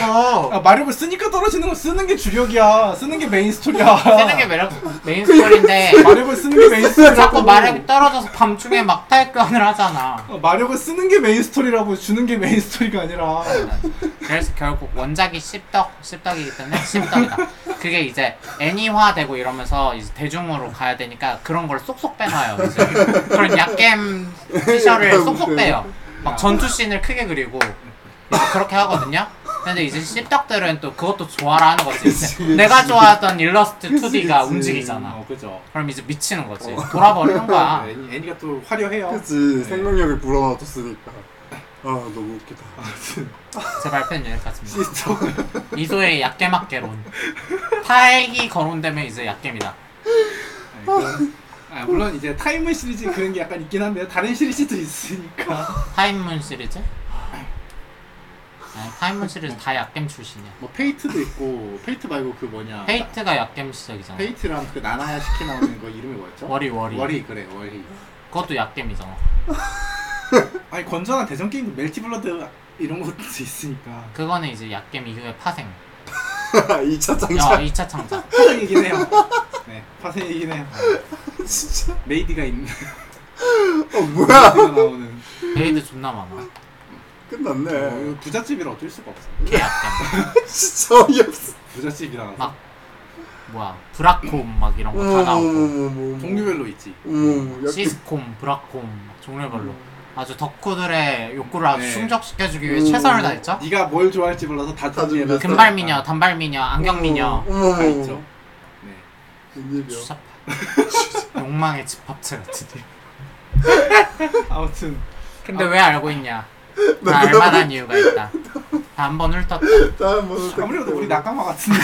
Speaker 2: 아, 마력을 쓰니까 떨어지는 건 쓰는 게 주력이야. 쓰는 게 메인 스토리야.
Speaker 1: 쓰는 게 매력 메인 스토리인데
Speaker 2: 마력을 쓰는 게 메인 스토리라고.
Speaker 1: 자꾸 마력이 떨어져서 밤중에 막 탈교환을 하잖아.
Speaker 2: 어, 마력을 쓰는 게 메인 스토리라고 주는 게 메인 스토리가 아니라.
Speaker 1: 그래서 결국 원작이 씹덕 씹덕이기 때문에 씹덕이다. 그게 이제 애니화되고 이러면서 이제 대중으로 가야 되니까 그런 걸 쏙쏙 빼놔요. 이제 그런 약겜 피셜을
Speaker 3: 그
Speaker 1: 쏙쏙 빼요. 막 전투 씬을 크게 그리고 막 그렇게 하거든요. 근데 이제 씹덕들은 또 그것도 좋아라 하는 거지.
Speaker 3: 그치, 그치.
Speaker 1: 내가 좋아하던 일러스트 2D가
Speaker 3: 그치.
Speaker 1: 움직이잖아.
Speaker 2: 어, 그죠.
Speaker 1: 그럼 이제 미치는 거지. 돌아버리는 거야.
Speaker 2: 네, 애니, 애니가 또 화려해요.
Speaker 3: 그치 생명력을 불어넣었으니까. 아 너무 웃기다.
Speaker 1: 제 발표는 여기까지입니다.
Speaker 2: 진짜.
Speaker 1: 이소의 약겜학개론. 타액이 거론되면 이제 약겜이다.
Speaker 2: 네, 그런- 아, 물론 이제 타임머 시리즈 그런 게 약간 있긴 한데 다른 시리즈도 있으니까.
Speaker 1: 타임문 시리즈? 아니, 타임문 시리즈 다 약겜 출신이야.
Speaker 2: 뭐 페이트도 있고 페이트 말고 그 뭐냐.
Speaker 1: 페이트가 약겜 시작이잖아.
Speaker 2: 페이트랑 그 나나야 시키 나오는 거 이름이 뭐였죠?
Speaker 1: 워리, 워리.
Speaker 2: 워리 그래 워리.
Speaker 1: 그것도 약겜이잖아.
Speaker 2: 아니 건전한 대전 게임도 멜티블러드 이런 것도 있으니까.
Speaker 1: 그거는 이제 약겜 이후의 파생. 야,
Speaker 3: 2차 장착.
Speaker 1: 2차 창작.
Speaker 2: 파생이긴 해요. 네, 파생이긴 해요.
Speaker 3: 진짜.
Speaker 2: 레이디가 있는
Speaker 3: 어 뭐야?
Speaker 2: 레이디가 나오는
Speaker 1: 베이드 존나 많아.
Speaker 3: 끝났네.
Speaker 2: 어, 부잣집이라 어쩔 수가 없어.
Speaker 1: 개약겜.
Speaker 3: 진짜 어이없어.
Speaker 2: 부잣집이라
Speaker 1: 막
Speaker 3: 아.
Speaker 1: 뭐야, 브라콤 막 이런 거 다 나오고.
Speaker 3: 어머머머머.
Speaker 2: 종류별로 있지.
Speaker 3: 어머 음. 약
Speaker 1: 시스콤, 브라콤 막 종류별로. 아주 덕후들의 욕구를 아주
Speaker 2: 네.
Speaker 1: 충족시켜주기 위해
Speaker 3: 음.
Speaker 1: 최선을 다했죠.
Speaker 2: 네가 뭘 좋아할지 몰라서 다
Speaker 3: 다
Speaker 2: 준비해놨어.
Speaker 3: 준비했어.
Speaker 1: 금발미녀, 단발미녀, 안경미녀.
Speaker 3: 음.
Speaker 2: 다
Speaker 3: 어머머.
Speaker 2: 있죠. 네.
Speaker 3: 웬일이야.
Speaker 1: 추잡파. 욕망의 집합체 같은 일.
Speaker 2: 아무튼
Speaker 1: 근데 왜 알고 있냐? 나 알만한 이유가 있다. 다 한 번 훑었다.
Speaker 3: 다음 번호
Speaker 2: 아무래도 우리 낙하마 같은데.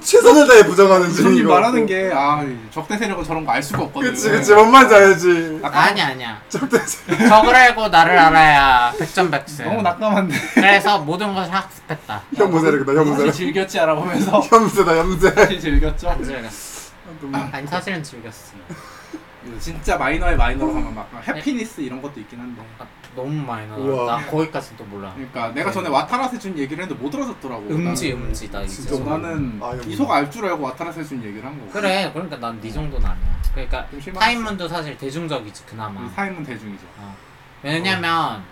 Speaker 3: 최선을 다해 부정하는
Speaker 2: 손님
Speaker 3: 중이고.
Speaker 2: 말하는 게 아 적대 세력은 저런 거 알 수가 없거든.
Speaker 3: 그치 그치 뭔 말인지 알지.
Speaker 2: 낙하마-
Speaker 1: 아니야 아니야.
Speaker 3: 적대
Speaker 1: 적을 알고 나를 알아야 백전백승.
Speaker 2: 너무
Speaker 3: 네.
Speaker 2: 낙담한데.
Speaker 1: 그래서 모든 것을 학습했다.
Speaker 3: 현무세력이다 현무세력.
Speaker 2: 사실 즐겼지 알아보면서
Speaker 3: 현무세다 현무세.
Speaker 2: 사실 즐겼죠.
Speaker 1: 안 즐겼어. 아니 사실은 즐겼어.
Speaker 2: 진짜 마이너의 마이너로
Speaker 1: 음.
Speaker 2: 가면 막
Speaker 1: 네.
Speaker 2: 해피니스 이런 것도 있긴 한데.
Speaker 1: 아, 너무 많이
Speaker 3: 우와.
Speaker 1: 나왔다. 나 거기까지는 또 몰라.
Speaker 2: 그러니까 내가 전에 와타라세 준 얘기를 했는데 못 알아듣더라고.
Speaker 1: 네. 음지 음지 나 이제.
Speaker 2: 나는, 나는
Speaker 3: 아, 여기.
Speaker 2: 이소가 알 줄 알고 와타라세 준 얘기를 한 거고.
Speaker 1: 그래 그러니까 난 네 정도는 아니야. 그러니까
Speaker 2: 좀 실망했어.
Speaker 1: 타임문도 사실 대중적이지 그나마.
Speaker 2: 우리 사인문 대중이죠.
Speaker 1: 왜냐면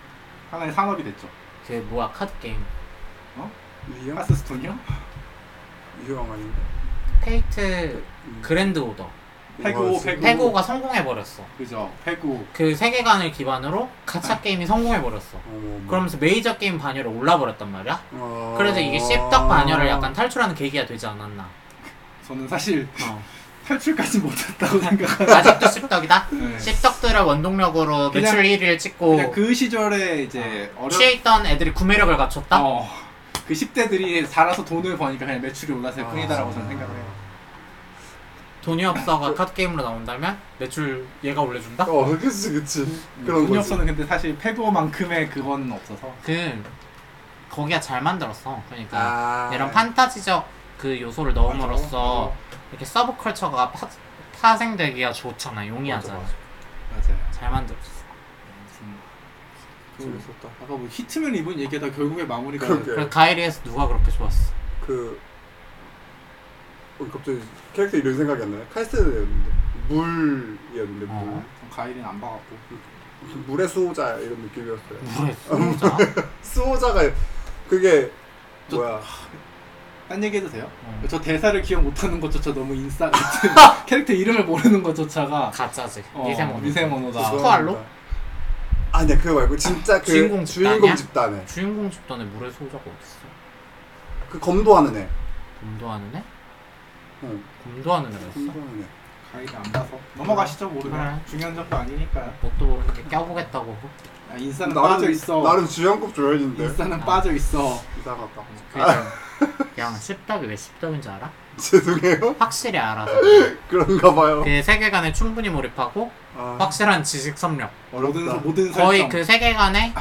Speaker 2: 하나의 상업이 됐죠.
Speaker 1: 그 뭐야 카드 게임.
Speaker 2: 아,
Speaker 3: 리영
Speaker 2: 하스스톤이요?
Speaker 3: 유형 아닌가?
Speaker 1: 페이트
Speaker 2: 음.
Speaker 1: 그랜드 오더.
Speaker 2: 태고, 태고.
Speaker 1: 페고가 성공해 버렸어.
Speaker 2: 그죠. 페구.
Speaker 1: 그 세계관을 기반으로 가챠 게임이 성공해 버렸어. 그러면서 메이저 게임 반열에 올라 버렸단 말이야. 그래서 이게 씹덕 반열을 약간 탈출하는 계기가 되지 않았나.
Speaker 2: 저는 사실
Speaker 1: 어.
Speaker 2: 탈출까지 못했다고 생각하고.
Speaker 1: 아직도 씹덕이다.
Speaker 2: 네.
Speaker 1: 씹덕들의 원동력으로
Speaker 2: 그냥-
Speaker 1: 매출 1위를 찍고
Speaker 2: 그냥 그 시절에 이제 어려.
Speaker 1: 아. 취해 있던 애들이 구매력을 갖췄다.
Speaker 2: 어. 그 10대들이 살아서 돈을 버니까 그냥 매출이 올랐을 뿐이다라고 아, 저는 생각을 해요.
Speaker 1: 돈이 없어가 카드 게임으로 나온다면 매출 얘가 올려준다.
Speaker 3: 어 그치 그치 아. 그런
Speaker 2: 돈이
Speaker 3: 거지.
Speaker 2: 없어는 음, 근데 사실 페구만큼의 그건 없어서.
Speaker 1: 그 거기가 잘 만들었어. 그러니까
Speaker 3: 아
Speaker 1: 이런 판타지적 그 요소를 넣음으로써 이렇게 서브컬처가 파, 파생되기가 좋잖아. 용이하잖아.
Speaker 3: 맞아,
Speaker 2: 맞아요.
Speaker 3: 네.
Speaker 1: 잘 만들었어.
Speaker 2: 아무튼
Speaker 3: 재밌었다.
Speaker 2: 아까 뭐 히트맨 이번 얘기하다 결국에 마무리가
Speaker 3: 그러게.
Speaker 1: 그리고 가이리에서 누가 그렇게 좋았어?
Speaker 3: 그 어, 갑자기 캐릭터 이름 생각이 안 나네. 칼스였는데 물이었는데 물
Speaker 1: 어.
Speaker 2: 가일은 안 봐갖고
Speaker 3: 무슨 물의 수호자 이런 느낌이었어요.
Speaker 1: 물에 쏘자.
Speaker 3: 수호자가 그게
Speaker 2: 또-
Speaker 3: 뭐야?
Speaker 2: 딴 얘기해도 돼요?
Speaker 1: 어.
Speaker 2: 저 대사를 기억 못하는 것조차 너무 인싸 같은 캐릭터 이름을 모르는 것조차가
Speaker 1: 가짜지.
Speaker 2: 어,
Speaker 1: 미세먼지.
Speaker 2: 미세먼어다.
Speaker 1: 그거- 스토알로?
Speaker 3: 아니야 그거 말고 진짜 그
Speaker 1: 주인공
Speaker 3: 주인공,
Speaker 1: 집단이야?
Speaker 3: 집단에
Speaker 1: 주인공 집단에 물에 소자가 어딨어?
Speaker 3: 그 검도하는 애.
Speaker 1: 검도하는 애?
Speaker 3: 응.
Speaker 1: 검도하는 애였어?
Speaker 3: 검도하는 애.
Speaker 2: 가일이 안 봐서 넘어가시죠 모르면
Speaker 1: 그래.
Speaker 2: 중요한 점도 아니니까요
Speaker 1: 뭣도 모르는 게 껴보겠다고.
Speaker 2: 야, 인싸는 빠져 있어
Speaker 3: 나름 주연급 줘야겠는데
Speaker 2: 인싸는
Speaker 1: 아.
Speaker 2: 빠져 있어 아,
Speaker 3: 이상하다.
Speaker 1: 그래서 그냥 십덕이 왜 십덕인지 알아?
Speaker 3: 죄송해요.
Speaker 1: 확실히 알아서.
Speaker 3: 그런가 봐요.
Speaker 1: 그 세계관에 충분히 몰입하고
Speaker 3: 어? 아,
Speaker 1: 확실한 지식 섭렵.
Speaker 2: 모든
Speaker 3: 어렵다.
Speaker 2: 모든 설정
Speaker 1: 거의 그 세계관에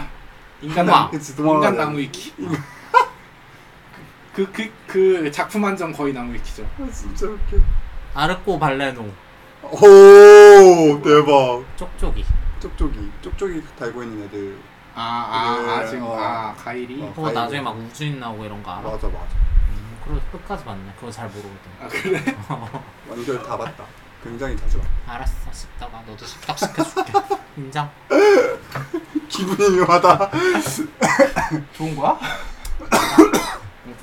Speaker 2: 인간
Speaker 1: 동화.
Speaker 2: 나무-
Speaker 3: 그치 도망가.
Speaker 2: 인간 나무 위키 그 그 그 작품 한 점 거의 나무 위키죠.
Speaker 3: 아, 진짜 웃겨.
Speaker 1: 아르코 발레노
Speaker 3: 오 대박.
Speaker 1: 쪽쪽이.
Speaker 3: 쪽쪽이 쪽쪽이 달고 있는 애들.
Speaker 2: 아아아
Speaker 3: 네,
Speaker 2: 지금
Speaker 3: 어.
Speaker 2: 아 가일이
Speaker 3: 어.
Speaker 1: 그거
Speaker 3: 아이고.
Speaker 1: 나중에 막 우주인 나오고 이런 거 알아?
Speaker 3: 맞아 맞아.
Speaker 1: 음, 그리고 끝까지 봤네. 그거 잘 모르거든.
Speaker 2: 아 그래
Speaker 3: 완전 다 봤다. 굉장히 자주 봤다.
Speaker 1: 알았어. 씹다가 너도 씹딱 시켜줄게. 인정.
Speaker 3: 기분이 묘하다.
Speaker 2: 좋은 거야?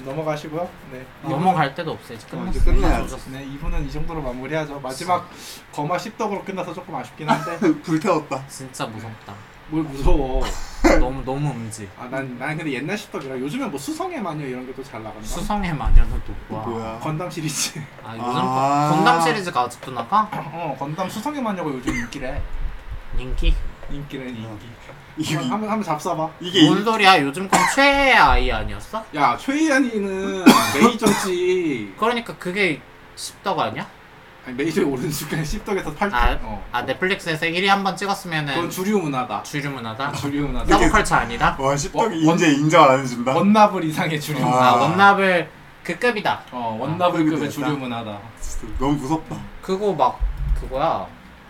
Speaker 2: 넘어가시고요. 네
Speaker 1: 넘어갈 데도 없어 이제
Speaker 2: 어,
Speaker 1: 끝났어.
Speaker 2: 이제
Speaker 3: 끝내야죠.
Speaker 2: 끝내야죠. 네 이분은 이 정도로 마무리하죠. 마지막 거마 10덕으로 끝나서 조금 아쉽긴 한데
Speaker 3: 불태웠다.
Speaker 1: 진짜 무섭다.
Speaker 2: 뭘 무서워.
Speaker 1: 너무 너무 음지.
Speaker 2: 아난난 근데 옛날 10덕이라 요즘에 뭐 수성의 마녀 이런 게 또 잘 나간다.
Speaker 1: 수성의 마녀는 또 뭐야?
Speaker 3: 뭐야?
Speaker 2: 건담 시리즈.
Speaker 1: 아 요즘
Speaker 3: 아.
Speaker 1: 건담 시리즈가 아직도 나가?
Speaker 2: 어 건담 수성의 마녀가 요즘 인기래.
Speaker 1: 인기?
Speaker 2: 인기는 인기.
Speaker 3: 이게
Speaker 2: 한번 한번- 한번 잡숴봐.
Speaker 3: 이게
Speaker 1: 뭔 소리야? 요즘 건 최애의 아이 아니었어?
Speaker 2: 야 최희안이는 메이저지.
Speaker 1: 그러니까 그게 씹다가 아니야?
Speaker 2: 아니 메이저에 오른 순간 10덕에서 8덕.
Speaker 1: 아,
Speaker 2: 어.
Speaker 1: 아 네. 넷플릭스에서 1위 한 번
Speaker 2: 그건
Speaker 1: 찍었으면은
Speaker 2: 주류 문화다.
Speaker 1: 주류 문화다?
Speaker 2: 주류 문화다.
Speaker 3: 이게-
Speaker 1: 사보컬처 아니다?
Speaker 3: 와 십덕이
Speaker 2: 원-
Speaker 3: 이제 인정 안 해준다.
Speaker 2: 원나블 이상의 주류. 문화.
Speaker 1: 아
Speaker 3: 아.
Speaker 1: 원납을 그 급이다.
Speaker 2: 어 원나블급의
Speaker 3: 아,
Speaker 2: 주류 문화다.
Speaker 3: 진짜 너무 무섭다.
Speaker 1: 그거 막 그거야.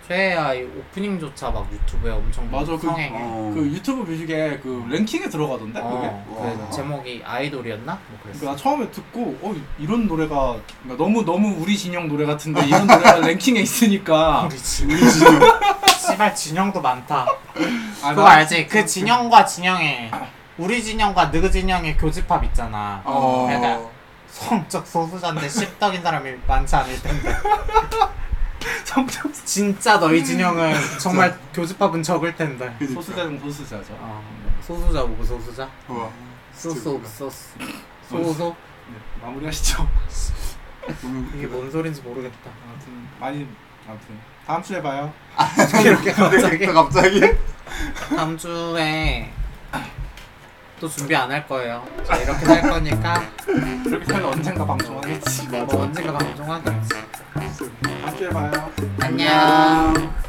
Speaker 1: 최애의 아이 오프닝조차 막 유튜브에 엄청
Speaker 2: 맞아, 그-
Speaker 1: 성행해.
Speaker 3: 어.
Speaker 2: 그 유튜브 뮤직에 그 랭킹에 들어가던데
Speaker 1: 어,
Speaker 2: 그게. 네.
Speaker 1: 그
Speaker 3: 와.
Speaker 1: 제목이 아이돌이었나? 뭐
Speaker 2: 그러니까
Speaker 1: 그랬어.
Speaker 2: 나 처음에 듣고 어 이런 노래가 그러니까 너무 너무 우리 진영 노래 같은데 이런 노래가 랭킹에 있으니까
Speaker 1: 우리 진영.
Speaker 3: 우리 지금
Speaker 1: 씨발 진영도 많다.
Speaker 2: 아,
Speaker 1: 그거
Speaker 2: 나-
Speaker 1: 알지? 그 진영과 진영의 우리 진영과 느그 진영의 교집합 있잖아.
Speaker 3: 어.
Speaker 1: 약간 성적 소수자인데 씹덕인 사람이 많지 않을 텐데.
Speaker 2: 성적
Speaker 1: 진짜 너희 진영은 정말 교집합은 적을 텐데.
Speaker 3: 그니까.
Speaker 2: 소수자 중 소수자죠.
Speaker 1: 어, 소수자 오브 소수자.
Speaker 3: 우와,
Speaker 1: 소스 오브 소스. 소소.
Speaker 2: 네, 마무리하시죠.
Speaker 3: 너무
Speaker 1: 이게 뭔 소린지 모르겠다.
Speaker 2: 아무튼 많이 아무튼 다음 주에 봐요.
Speaker 1: 이렇게 갑자기
Speaker 3: 또 갑자기
Speaker 1: 다음 주에 또 준비 안 할 거예요. 자, 이렇게 할 거니까
Speaker 2: 이렇게 하면 그러니까 언젠가 방송하겠지.
Speaker 1: 뭐 언젠가 방송하겠지.
Speaker 2: 다음 주에 봐요.
Speaker 1: 안녕.